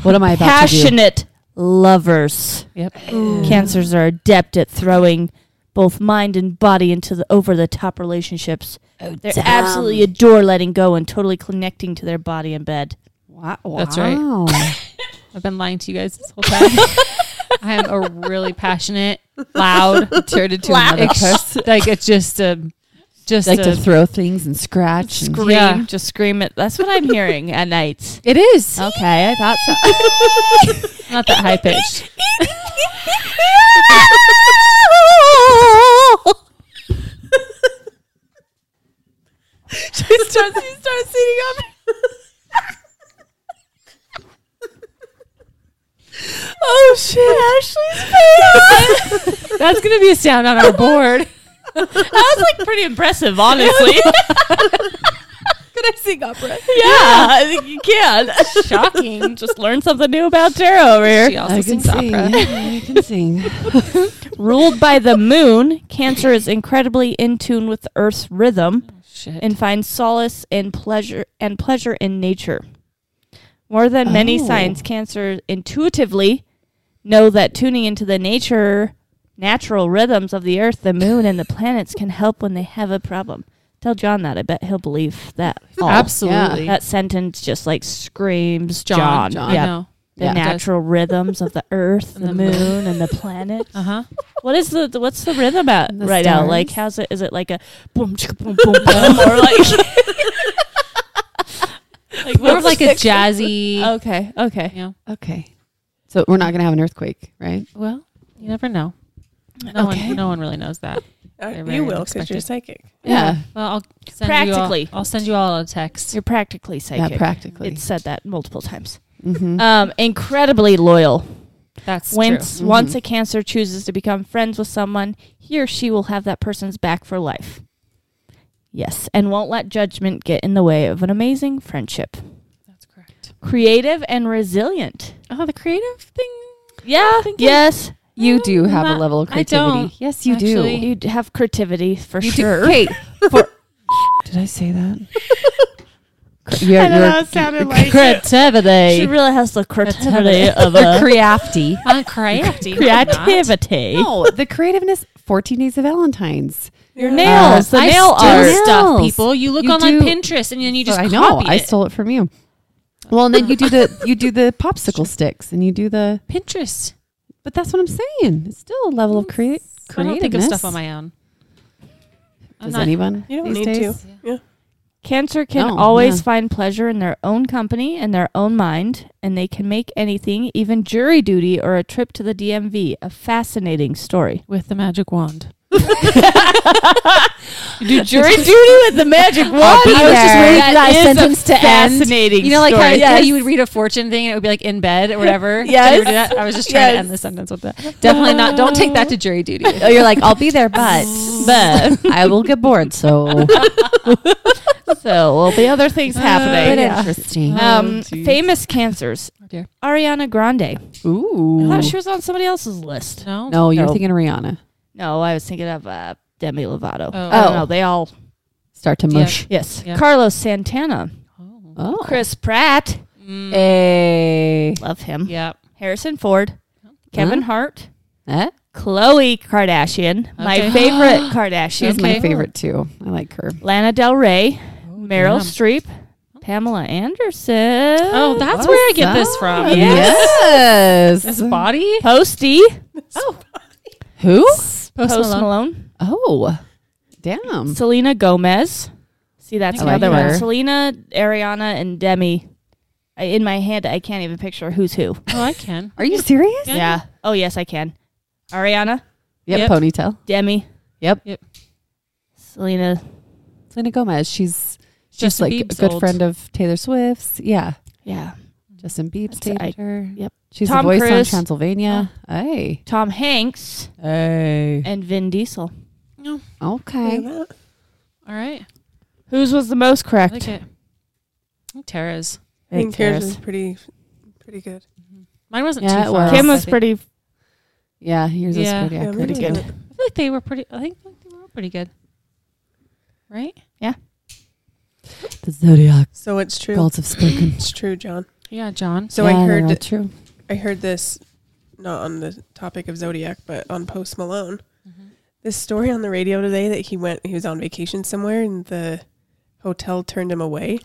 Speaker 1: What am I about to do?
Speaker 4: Passionate lovers.
Speaker 2: yep.
Speaker 4: Cancers are adept at throwing both mind and body into the over the top relationships.
Speaker 1: Oh,
Speaker 4: they absolutely adore letting go and totally connecting to their body in bed.
Speaker 1: Wow.
Speaker 2: That's right.
Speaker 1: wow.
Speaker 2: I've been lying to you guys this whole time. I am a really passionate, loud,
Speaker 1: Turned into another person.
Speaker 2: like it's just a just
Speaker 1: Like
Speaker 2: a,
Speaker 1: to throw things and scratch. And
Speaker 4: Scream,
Speaker 2: Yeah.
Speaker 4: just scream it. That's what I'm hearing at nights.
Speaker 2: it is
Speaker 4: Okay, I thought so.
Speaker 2: not that high pitched.
Speaker 5: She starts, she starts sitting up.
Speaker 2: Oh shit, Ashley's face. That's gonna be a sound on our board.
Speaker 4: That was like pretty impressive, honestly.
Speaker 1: Could I
Speaker 5: sing opera.
Speaker 4: Yeah, I think you can. Shocking. Just learn something new about Tara over here.
Speaker 2: She also sings
Speaker 1: sing.
Speaker 2: opera.
Speaker 1: Yeah, I can sing.
Speaker 4: Ruled by the moon, Cancer is incredibly in tune with Earth's rhythm
Speaker 2: Shit.
Speaker 4: and finds solace and pleasure and pleasure in nature. More than many
Speaker 1: Oh.
Speaker 4: signs, Cancer intuitively know that tuning into the nature, natural rhythms of the Earth, the moon, and the planets can help when they have a problem. Tell John that. I bet he'll believe that.
Speaker 2: Oh,
Speaker 4: all.
Speaker 2: Absolutely.
Speaker 4: That sentence just like screams
Speaker 2: John.
Speaker 4: John.
Speaker 1: John.
Speaker 4: Yeah.
Speaker 2: I know.
Speaker 4: The
Speaker 1: Yeah.
Speaker 4: natural rhythms of the earth,
Speaker 2: And
Speaker 4: the
Speaker 2: the moon.
Speaker 4: moon, and the planet.
Speaker 2: Uh huh.
Speaker 4: What is the what's the rhythm at
Speaker 1: The
Speaker 4: right now? Like
Speaker 1: stars.
Speaker 4: how's it? Is it like a boom chicka, boom boom boom or like like
Speaker 2: More of like
Speaker 4: what's-
Speaker 2: a jazzy.
Speaker 4: okay okay
Speaker 2: you know.
Speaker 1: Okay. So we're not going to have an earthquake, right?
Speaker 2: Well, you never know. No
Speaker 1: Okay.
Speaker 2: one, no one really knows that.
Speaker 5: Uh,
Speaker 2: They're very
Speaker 5: you will because you're
Speaker 2: unexpected.
Speaker 5: psychic.
Speaker 1: Yeah.
Speaker 2: Well, I'll send
Speaker 4: Practically.
Speaker 2: You all, I'll send you all a text.
Speaker 4: you're practically
Speaker 1: Yeah,
Speaker 4: psychic.
Speaker 1: practically.
Speaker 4: It said that multiple times.
Speaker 1: Mhm.
Speaker 4: Um, incredibly loyal.
Speaker 2: That's
Speaker 4: Once
Speaker 1: true.
Speaker 4: once
Speaker 1: Mhm.
Speaker 4: a cancer chooses to become friends with someone, he or she will have that person's back for life. Yes, and won't let judgment get in the way of an amazing friendship.
Speaker 2: true. That's correct.
Speaker 4: Creative and resilient.
Speaker 2: Oh, the creative thing.
Speaker 4: Yeah. Yes,
Speaker 1: you do have
Speaker 2: not-
Speaker 1: a level of
Speaker 2: I
Speaker 1: creativity.
Speaker 2: don't,
Speaker 1: yes, you
Speaker 2: actually.
Speaker 1: do.
Speaker 4: you d- have creativity for
Speaker 1: You
Speaker 4: sure.
Speaker 1: do. Kate, for, did I say that? You're,
Speaker 5: I don't know. It sounded like
Speaker 4: She
Speaker 1: creativity.
Speaker 4: really has the creativity of
Speaker 1: You're
Speaker 4: a
Speaker 1: crafty.
Speaker 2: I'm creative.
Speaker 4: creativity.
Speaker 1: No, the creativeness. 14 days of Valentine's.
Speaker 4: Your
Speaker 5: Yeah.
Speaker 4: nails, the
Speaker 2: I
Speaker 4: nail
Speaker 2: steal
Speaker 4: art.
Speaker 1: art.
Speaker 2: stuff,
Speaker 1: Nails.
Speaker 2: people. You look
Speaker 1: You
Speaker 2: on like
Speaker 1: do-
Speaker 2: Pinterest and then you just
Speaker 1: I know.
Speaker 2: copy
Speaker 1: I
Speaker 2: it.
Speaker 1: stole it from you. Well, and then you do the you do the popsicle sticks and you do the.
Speaker 2: Pinterest.
Speaker 1: But that's what I'm saying. It's still a level of crea- creativeness.
Speaker 2: I don't think of stuff on my own. I'm
Speaker 1: Does
Speaker 2: not-
Speaker 1: anyone?
Speaker 5: You don't
Speaker 1: these
Speaker 5: need
Speaker 1: days?
Speaker 5: to. Yeah.
Speaker 4: Cancer can
Speaker 1: No,
Speaker 4: always
Speaker 1: yeah.
Speaker 4: find pleasure in their own company and their own mind, and they can make anything, even jury duty or a trip to the DMV, a fascinating story.
Speaker 2: with the magic wand.
Speaker 4: Do jury duty with the magic wand? I was
Speaker 1: be there. That is a
Speaker 4: fascinating
Speaker 2: You know, like how,
Speaker 4: story.
Speaker 2: how you would read a fortune thing and it would be like in bed or whatever. Did you
Speaker 4: Yes.
Speaker 2: ever do that? I was just trying to end the sentence with that. Definitely not. Don't take that to jury duty.
Speaker 1: Oh, you're like, I'll be there, but but I will get bored. So
Speaker 4: so, well, the other thing's
Speaker 1: Uh, but Oh,
Speaker 4: happening.
Speaker 1: interesting.
Speaker 4: Um,
Speaker 2: Oh, geez.
Speaker 4: famous cancers.
Speaker 2: dear.
Speaker 4: Ariana Grande. I
Speaker 1: Ooh.
Speaker 4: thought she was on somebody else's list.
Speaker 2: No.
Speaker 1: No, you're
Speaker 4: No.
Speaker 1: thinking of Rihanna.
Speaker 4: No, I was thinking of uh, Demi Lovato.
Speaker 2: Oh.
Speaker 4: I don't know. They all.
Speaker 1: Start to
Speaker 2: Yeah.
Speaker 1: mush.
Speaker 4: Yes.
Speaker 2: Yeah.
Speaker 4: Carlos Santana.
Speaker 2: Oh.
Speaker 1: Oh, Eh?
Speaker 4: Chris Pratt.
Speaker 2: Mm.
Speaker 1: Hey.
Speaker 4: Love him.
Speaker 2: Yeah.
Speaker 4: Harrison Ford. Kevin Hart.
Speaker 1: Eh?
Speaker 4: Chloe Kardashian. My
Speaker 2: Okay.
Speaker 4: favorite Kardashian.
Speaker 1: She's my
Speaker 2: Okay.
Speaker 1: favorite too. I like her.
Speaker 4: Lana Del Rey. Meryl
Speaker 2: damn.
Speaker 4: Streep. Pamela Anderson.
Speaker 2: Oh, that's where I get this from.
Speaker 1: Yes.
Speaker 2: This body.
Speaker 4: Posty.
Speaker 1: Who?
Speaker 2: Post
Speaker 4: Post
Speaker 2: Malone.
Speaker 4: Malone.
Speaker 1: Oh, damn.
Speaker 4: Selena Gomez. See, that's
Speaker 2: I
Speaker 1: like
Speaker 4: another
Speaker 1: her.
Speaker 4: one. Selena, Ariana, and Demi. I, in my head, I can't even picture who's who.
Speaker 2: Oh, I can.
Speaker 1: Are you serious?
Speaker 2: Yeah.
Speaker 4: Oh, yes, I can. Ariana,
Speaker 1: Yep.
Speaker 2: Yep.
Speaker 1: Ponytail.
Speaker 4: Demi,
Speaker 1: Yep.
Speaker 4: Selena.
Speaker 1: Selena Gomez. She's she's
Speaker 2: Justin
Speaker 1: like
Speaker 2: Bieb's
Speaker 1: a good
Speaker 2: old.
Speaker 1: friend of Taylor Swift's. Yeah.
Speaker 4: Yeah.
Speaker 1: Justin Bieber
Speaker 4: That's-
Speaker 1: dated
Speaker 4: I-
Speaker 1: her.
Speaker 4: yep.
Speaker 1: She's
Speaker 4: Tom
Speaker 1: a voice
Speaker 4: Cruise.
Speaker 1: on Transylvania. Hey.
Speaker 4: Tom Hanks
Speaker 1: Hey.
Speaker 4: and Vin Diesel.
Speaker 5: Look
Speaker 1: Okay.
Speaker 5: at that.
Speaker 2: All right.
Speaker 4: Whose was the most
Speaker 2: I
Speaker 4: correct?
Speaker 2: like it. Tara's.
Speaker 5: I think yours was pretty, pretty good.
Speaker 2: Mine wasn't
Speaker 1: Yeah,
Speaker 2: too
Speaker 1: it
Speaker 2: far.
Speaker 1: was.
Speaker 2: off,
Speaker 4: Kim
Speaker 2: I
Speaker 4: was
Speaker 2: think.
Speaker 4: pretty.
Speaker 1: Yeah, yours
Speaker 2: Yeah.
Speaker 1: is pretty
Speaker 5: Yeah,
Speaker 1: accurate.
Speaker 5: mine was
Speaker 4: good.
Speaker 5: not.
Speaker 2: I feel like they were pretty. I think like, they were all pretty good. Right?
Speaker 1: The zodiac
Speaker 5: So it's true.
Speaker 1: gods have spoken.
Speaker 5: It's true, John.
Speaker 2: Yeah, John.
Speaker 5: So
Speaker 1: Yeah,
Speaker 5: I
Speaker 1: they're
Speaker 5: heard
Speaker 1: all true.
Speaker 5: I heard this not on the topic of Zodiac, but on Post Malone.
Speaker 2: Mm-hmm.
Speaker 5: This story on the radio today that he went, he was on vacation somewhere and the hotel turned him away.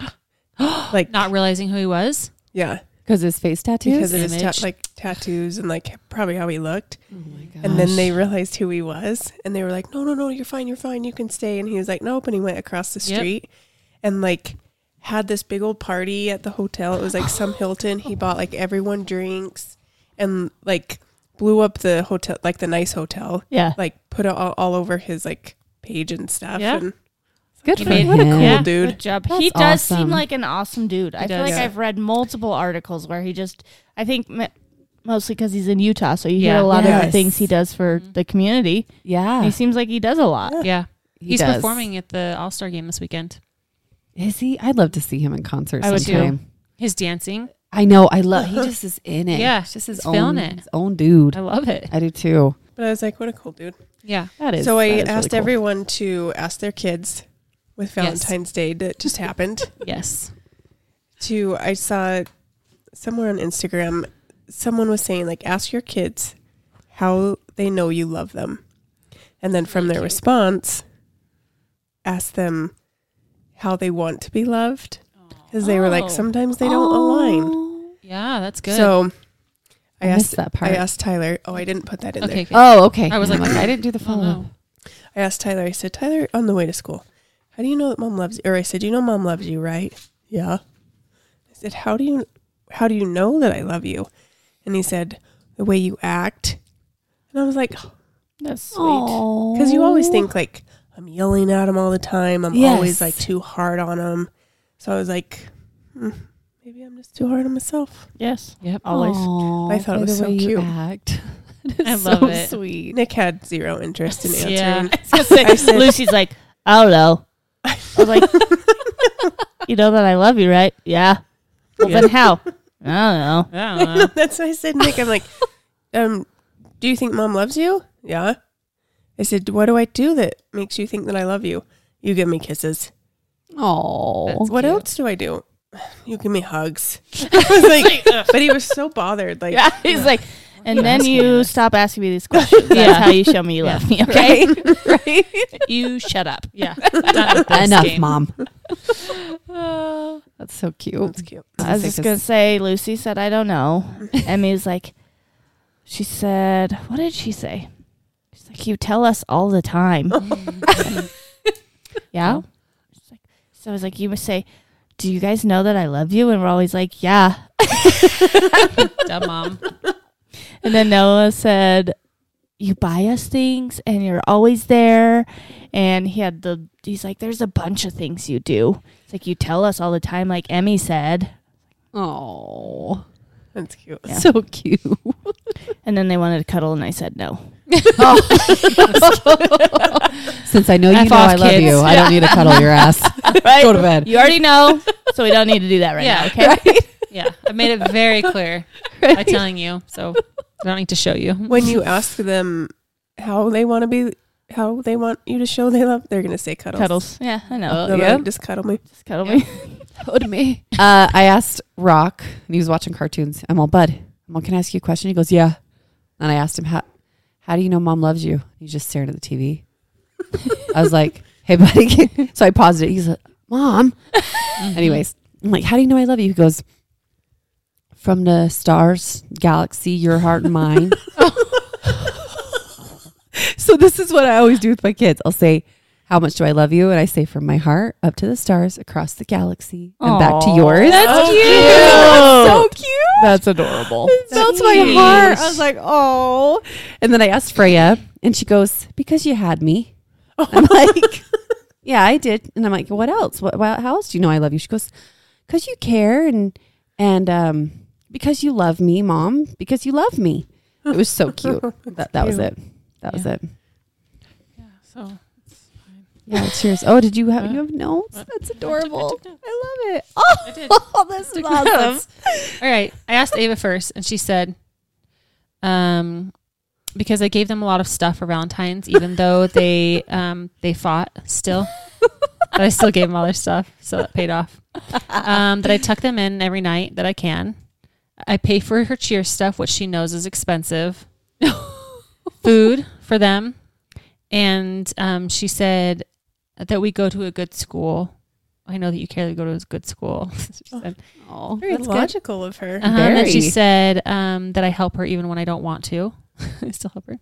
Speaker 5: like,
Speaker 2: Not realizing who he was.
Speaker 5: yeah,
Speaker 1: Because his face tattoos.
Speaker 5: because of his ta-
Speaker 2: Image.
Speaker 5: like tattoos and like probably how he looked.
Speaker 1: oh my gosh.
Speaker 5: And then they realized who he was and they were like, no, no, no, you're fine, you're fine, you can stay. And he was like, nope. And he went across the
Speaker 2: Yep.
Speaker 5: street and like had this big old party at the hotel. It was like some Hilton. He bought like everyone drinks and like blew up the hotel, like the nice hotel,
Speaker 4: Yeah.
Speaker 5: like put it all, all over his like page and stuff.
Speaker 2: Yeah.
Speaker 5: And
Speaker 1: good
Speaker 2: You
Speaker 1: for
Speaker 2: made-
Speaker 1: him.
Speaker 2: What a cool
Speaker 5: yeah.
Speaker 4: Good
Speaker 5: dude.
Speaker 4: job.
Speaker 1: That's
Speaker 4: he does seem
Speaker 1: awesome.
Speaker 4: like an awesome dude. I feel
Speaker 2: does.
Speaker 4: like
Speaker 5: Yeah.
Speaker 4: I've read multiple articles where he just, I think m- mostly because he's in Utah, so you
Speaker 2: Yeah.
Speaker 4: hear a lot of the
Speaker 1: Yes.
Speaker 4: things he does for the community.
Speaker 1: Yeah,
Speaker 4: He seems like he does a lot.
Speaker 2: Yeah.
Speaker 1: he
Speaker 2: He's
Speaker 1: does.
Speaker 2: performing at the All Star game this weekend.
Speaker 1: Is he? I'd love to see him in concert
Speaker 4: I would too.
Speaker 1: sometime.
Speaker 2: His dancing.
Speaker 1: I know. I love. He just is in it.
Speaker 2: Yeah,
Speaker 1: he's just his
Speaker 2: he's feeling
Speaker 1: own
Speaker 2: it.
Speaker 1: his own dude.
Speaker 2: I love it.
Speaker 1: I do too.
Speaker 5: But I was like, what a cool dude.
Speaker 2: Yeah.
Speaker 1: That is.
Speaker 5: so
Speaker 1: that
Speaker 5: I
Speaker 1: is really
Speaker 5: asked
Speaker 1: cool.
Speaker 5: everyone to ask their kids with Valentine's Day that just happened.
Speaker 2: Yes.
Speaker 5: To I saw somewhere on Instagram, someone was saying like, ask your kids how they know you love them, and then from their response, ask them how they want to be loved, because they were
Speaker 2: Oh.
Speaker 5: like sometimes they don't align.
Speaker 2: Yeah, that's good.
Speaker 5: So I,
Speaker 1: Oh. I missed
Speaker 5: asked
Speaker 1: that
Speaker 5: I
Speaker 1: part.
Speaker 5: asked Tyler. Oh, I didn't put that in there.
Speaker 2: okay. Oh, okay.
Speaker 1: Oh, okay.
Speaker 2: I was
Speaker 1: I'm
Speaker 2: like,
Speaker 1: I didn't do the follow up.
Speaker 5: I asked Tyler, I said, Tyler, on the way to school, how do you know that mom loves you? Or I said, you know mom loves you, right? Yeah. I said, how do you how do you know that I love you? And he said, the way you act. And I was like,
Speaker 4: That's sweet.
Speaker 5: because you always think like I'm yelling at him all the time. I'm
Speaker 1: Yes.
Speaker 5: always like too hard on him. So I was like, hmm, maybe I'm just too hard on myself.
Speaker 4: Yes.
Speaker 2: Yep.
Speaker 4: Always.
Speaker 1: Aw,
Speaker 5: I thought it
Speaker 1: by
Speaker 5: was
Speaker 1: the
Speaker 5: so
Speaker 1: way you
Speaker 5: cute.
Speaker 1: act.
Speaker 2: I
Speaker 1: It's
Speaker 2: love
Speaker 1: so
Speaker 2: it.
Speaker 1: Sweet.
Speaker 5: Nick had zero interest in answering.
Speaker 2: Yeah.
Speaker 5: I said-
Speaker 4: Lucy's like, I don't know. I was like, you know that I love you, right? Yeah. Well, then how? I don't know.
Speaker 2: I don't know.
Speaker 5: That's why I said Nick. I'm like, um, do you think mom loves you? Yeah. I said, what do I do that makes you think that I love you? You give me kisses.
Speaker 1: Oh,
Speaker 5: what else do I do? You give me hugs. I was like, but he was so bothered. Like,
Speaker 4: Yeah. He's like, and then you stop asking me these questions. That's
Speaker 2: Yeah.
Speaker 4: how you show me you love me, okay?
Speaker 2: you shut up. Yeah. Done with this
Speaker 1: enough,
Speaker 2: game.
Speaker 1: mom.
Speaker 2: Uh,
Speaker 1: That's so
Speaker 5: that's
Speaker 1: cute.
Speaker 5: cute.
Speaker 4: I
Speaker 1: think
Speaker 4: was just gonna
Speaker 1: it's-
Speaker 4: say, Lucy said, I don't know. Emmy's like, she said, what did she say? She's like, you tell us all the time. yeah. She's like, so I was like, you must say, do you guys know that I love you? And we're always like, yeah.
Speaker 2: dumb mom.
Speaker 4: And then Noah said, you buy us things and you're always there. And he had the, he's like, there's a bunch of things you do. It's like, you tell us all the time, like Emmy said.
Speaker 1: Oh,
Speaker 5: That's cute.
Speaker 4: Yeah.
Speaker 1: so cute.
Speaker 4: And then they wanted to cuddle, and I said no.
Speaker 1: Since I know you
Speaker 2: F
Speaker 1: know
Speaker 2: off,
Speaker 1: I love
Speaker 2: kids.
Speaker 1: you, I don't need to cuddle your ass. Go to bed.
Speaker 4: You already know, so we don't need to do that right
Speaker 2: Yeah.
Speaker 4: now. Okay.
Speaker 2: Yeah. I made it very clear by telling you. So I don't need to show you.
Speaker 5: When you ask them how they want to be, how they want you to show they love, they're gonna say cuddles.
Speaker 4: Cuddles. Yeah, I know.
Speaker 5: They'll be
Speaker 1: Yeah.
Speaker 5: like, just cuddle me.
Speaker 4: Just cuddle me.
Speaker 1: Hold me. Uh, I asked Rock, and he was watching cartoons. I'm all, Bud, I'm all, can I ask you a question? He goes, yeah. And I asked him, how, how do you know mom loves you? He's just staring at the TV. I was like, hey, buddy. so I paused it. He's like, mom. Anyways, I'm like, how do you know I love you? He goes, from the stars, galaxy, your heart and mine. so this is what I always do with my kids. I'll say, how much do I love you? And I say, from my heart up to the stars, across the galaxy, and back to
Speaker 4: Aw.
Speaker 1: yours.
Speaker 2: That's
Speaker 4: Oh,
Speaker 2: cute.
Speaker 1: so cute.
Speaker 4: That's adorable.
Speaker 1: It melts my
Speaker 2: Jeez.
Speaker 1: heart. I was like, oh. And then I asked Freya, and she goes, because you had me. I'm like, yeah, I did. And I'm like, what else? What, what how else do you know I love you? She goes, because you care and and um because you love me, mom. Because you love me. It was so cute. that that was it. That was
Speaker 2: Yeah.
Speaker 1: it.
Speaker 2: So
Speaker 1: Yeah, it's yours. Oh, did you have you have notes?
Speaker 2: Uh,
Speaker 1: That's adorable.
Speaker 2: I took
Speaker 1: I love it. Oh,
Speaker 2: I did.
Speaker 1: this is
Speaker 2: Took
Speaker 1: awesome.
Speaker 2: notes. All right. I asked Ava first, and she said, um, because I gave them a lot of stuff for Valentine's, even though they um, they fought still. but I still gave them all their stuff, so that paid off. Um, that I tuck them in every night that I can. I pay for her cheer stuff, which she knows is expensive. Food for them, and um, she said that we go to a good school. I know that you care to go to a good school. She said,
Speaker 1: Oh,
Speaker 5: Very
Speaker 1: that's good.
Speaker 5: logical of her.
Speaker 2: uh-huh. And then she
Speaker 1: Very.
Speaker 2: said um, that I help her even when I don't want to. I still help her.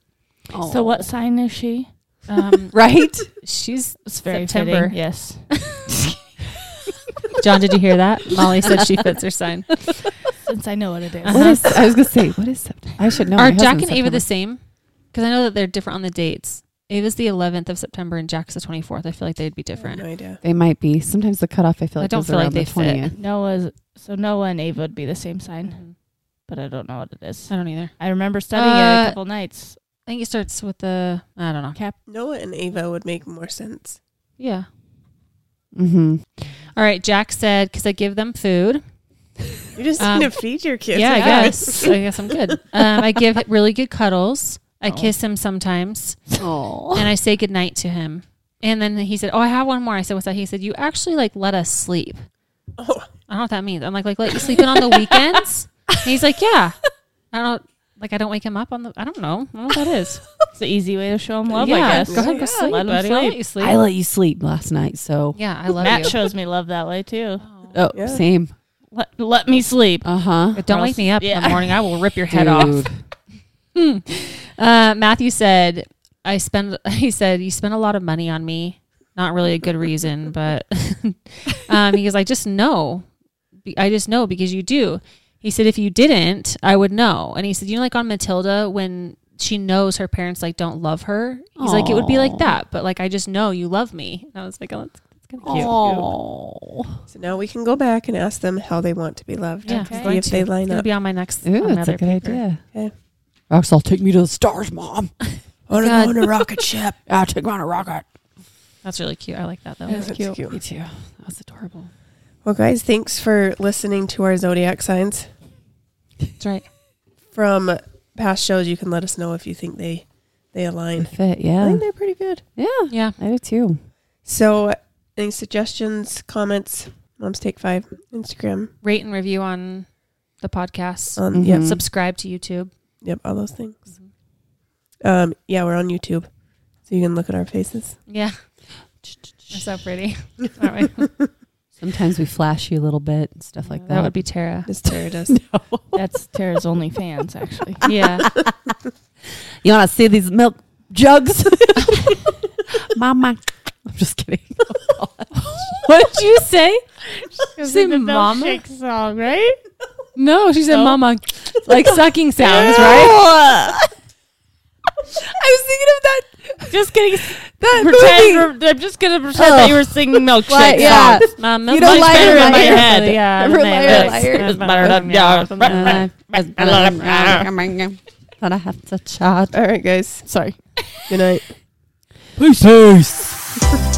Speaker 2: Oh.
Speaker 4: So what sign is she?
Speaker 2: Um,
Speaker 1: Right?
Speaker 2: she's it's
Speaker 4: September.
Speaker 2: September.
Speaker 4: Yes.
Speaker 2: John, did you hear that? Molly said she fits her sign.
Speaker 4: Since I know what it is.
Speaker 1: What is? I was gonna say, what is September? I should know. My
Speaker 2: Are Jack and
Speaker 1: husband's
Speaker 2: Ava the
Speaker 1: September.
Speaker 2: same? Because I know that they're different on the dates. Ava's the 11th of September and Jack's the 24th. I feel like they'd be
Speaker 5: I have
Speaker 2: different.
Speaker 5: no idea.
Speaker 1: They might be. Sometimes the cutoff, I feel
Speaker 2: I
Speaker 1: like,
Speaker 2: don't
Speaker 1: is
Speaker 2: feel like
Speaker 1: around
Speaker 2: they
Speaker 1: the
Speaker 2: fit.
Speaker 1: 20th.
Speaker 4: Noah's so Noah and Ava would be the same sign,
Speaker 1: Mm-hmm.
Speaker 2: Mhm.
Speaker 4: but I don't know what it is.
Speaker 2: I don't either.
Speaker 4: I remember studying it
Speaker 2: Uh,
Speaker 4: a couple nights.
Speaker 2: I think it starts with the I don't know.
Speaker 5: Noah and Ava would make more sense.
Speaker 2: Yeah.
Speaker 1: Mm-hmm.
Speaker 2: All All right, Jack said, because I give them food.
Speaker 5: You just
Speaker 2: Um,
Speaker 5: need to feed your kids.
Speaker 2: yeah, I
Speaker 5: right?
Speaker 2: guess. I guess I'm good. Um, I give really good cuddles. I kiss him sometimes,
Speaker 1: Oh,
Speaker 2: and I say goodnight to him. And then he said, "Oh, I have one more." I said, "What's that?" He said, "You actually like let us sleep."
Speaker 5: Oh,
Speaker 2: I don't know what that means. I'm like, like, let you sleep in on the weekends? And he's like, yeah. I don't like. I don't wake him up on the. I don't know. I don't know what that is.
Speaker 4: It's the easy way to show them love,
Speaker 2: yeah,
Speaker 4: I guess.
Speaker 2: Go ahead, go
Speaker 5: Yeah,
Speaker 2: sleep,
Speaker 4: let him
Speaker 2: buddy. I'll
Speaker 4: sleep.
Speaker 2: let you sleep.
Speaker 1: I let you sleep last night, so
Speaker 2: yeah, I love
Speaker 4: Matt
Speaker 2: you.
Speaker 4: shows me love that way too.
Speaker 1: oh,
Speaker 5: Yeah.
Speaker 1: same.
Speaker 4: Let, let me sleep.
Speaker 1: Uh huh.
Speaker 2: But don't
Speaker 4: Or
Speaker 2: wake
Speaker 4: else-
Speaker 2: me up in
Speaker 4: yeah.
Speaker 2: the morning. I will rip your head off. Uh, Matthew said, "I spend." He said, "You spend a lot of money on me. Not really a good reason, but um, he goes, I just know. Be- I just know because you do." He said, "If you didn't, I would know." And he said, "You know, like on Matilda when." She knows her parents like don't love her. He's like it would be like that, but like I just know you love me. And I was like, oh, that's, that's kind of cute.
Speaker 1: Oh,
Speaker 5: so now we can go back and ask them how they want to be loved.
Speaker 2: Yeah,
Speaker 5: and
Speaker 2: I'm
Speaker 5: see
Speaker 2: going
Speaker 5: if
Speaker 2: to.
Speaker 5: they
Speaker 2: It's
Speaker 5: line
Speaker 2: gonna
Speaker 5: up.
Speaker 2: be on my next.
Speaker 1: ooh,
Speaker 2: on
Speaker 1: that's a
Speaker 2: another
Speaker 1: good
Speaker 2: paper.
Speaker 1: idea.
Speaker 5: Okay.
Speaker 1: Axel, take me to the stars, mom.
Speaker 5: I want to
Speaker 2: God.
Speaker 5: go on a rocket ship.
Speaker 1: I'll take me on a rocket.
Speaker 2: That's really cute. I like that though.
Speaker 5: That's cute.
Speaker 1: Me too. That was adorable.
Speaker 5: Well, guys, thanks for listening to our zodiac signs.
Speaker 2: That's right.
Speaker 5: From past shows, you can let us know if you think they they
Speaker 1: They
Speaker 5: align.
Speaker 1: fit,
Speaker 5: I
Speaker 1: yeah,
Speaker 5: think they're pretty good.
Speaker 1: yeah.
Speaker 2: Yeah.
Speaker 1: I do too.
Speaker 5: So, any suggestions, comments? Moms Take Five Instagram.
Speaker 2: Rate and review on the podcast.
Speaker 5: Um,
Speaker 1: Mhm.
Speaker 5: Yep,
Speaker 2: Subscribe to YouTube.
Speaker 5: yep, all those things. Um, yeah, we're on YouTube, so you can look at our faces.
Speaker 2: Yeah. That's so pretty. Aren't we?
Speaker 1: Sometimes we flash you a little bit and stuff like that.
Speaker 2: That would be Tara.
Speaker 5: Just tear us.
Speaker 2: Oh,
Speaker 4: That's Tara's only fans, actually.
Speaker 2: Yeah.
Speaker 1: You want to see these milk jugs? Mama. I'm just kidding.
Speaker 2: what did you say?
Speaker 4: Say
Speaker 2: the mama?
Speaker 4: milkshake song, right?
Speaker 2: No, she said
Speaker 4: No.
Speaker 2: mama. Like sucking sounds, right?
Speaker 1: I was thinking of that.
Speaker 4: Just kidding.
Speaker 1: That
Speaker 4: Pretend, I'm just gonna pretend that you were singing milkshake
Speaker 1: Like,
Speaker 4: yeah.
Speaker 1: yeah.
Speaker 4: songs.
Speaker 2: My
Speaker 1: You
Speaker 2: milk
Speaker 1: don't
Speaker 2: is
Speaker 1: like
Speaker 2: better
Speaker 1: her
Speaker 2: in my
Speaker 1: liar.
Speaker 2: head. Yeah.
Speaker 1: Never
Speaker 2: my
Speaker 1: liar,
Speaker 2: head.
Speaker 1: liar.
Speaker 2: It's better than yours.
Speaker 1: Uh, But I have to chat.
Speaker 5: All right, guys.
Speaker 4: Sorry.
Speaker 5: Good night.
Speaker 1: Peace.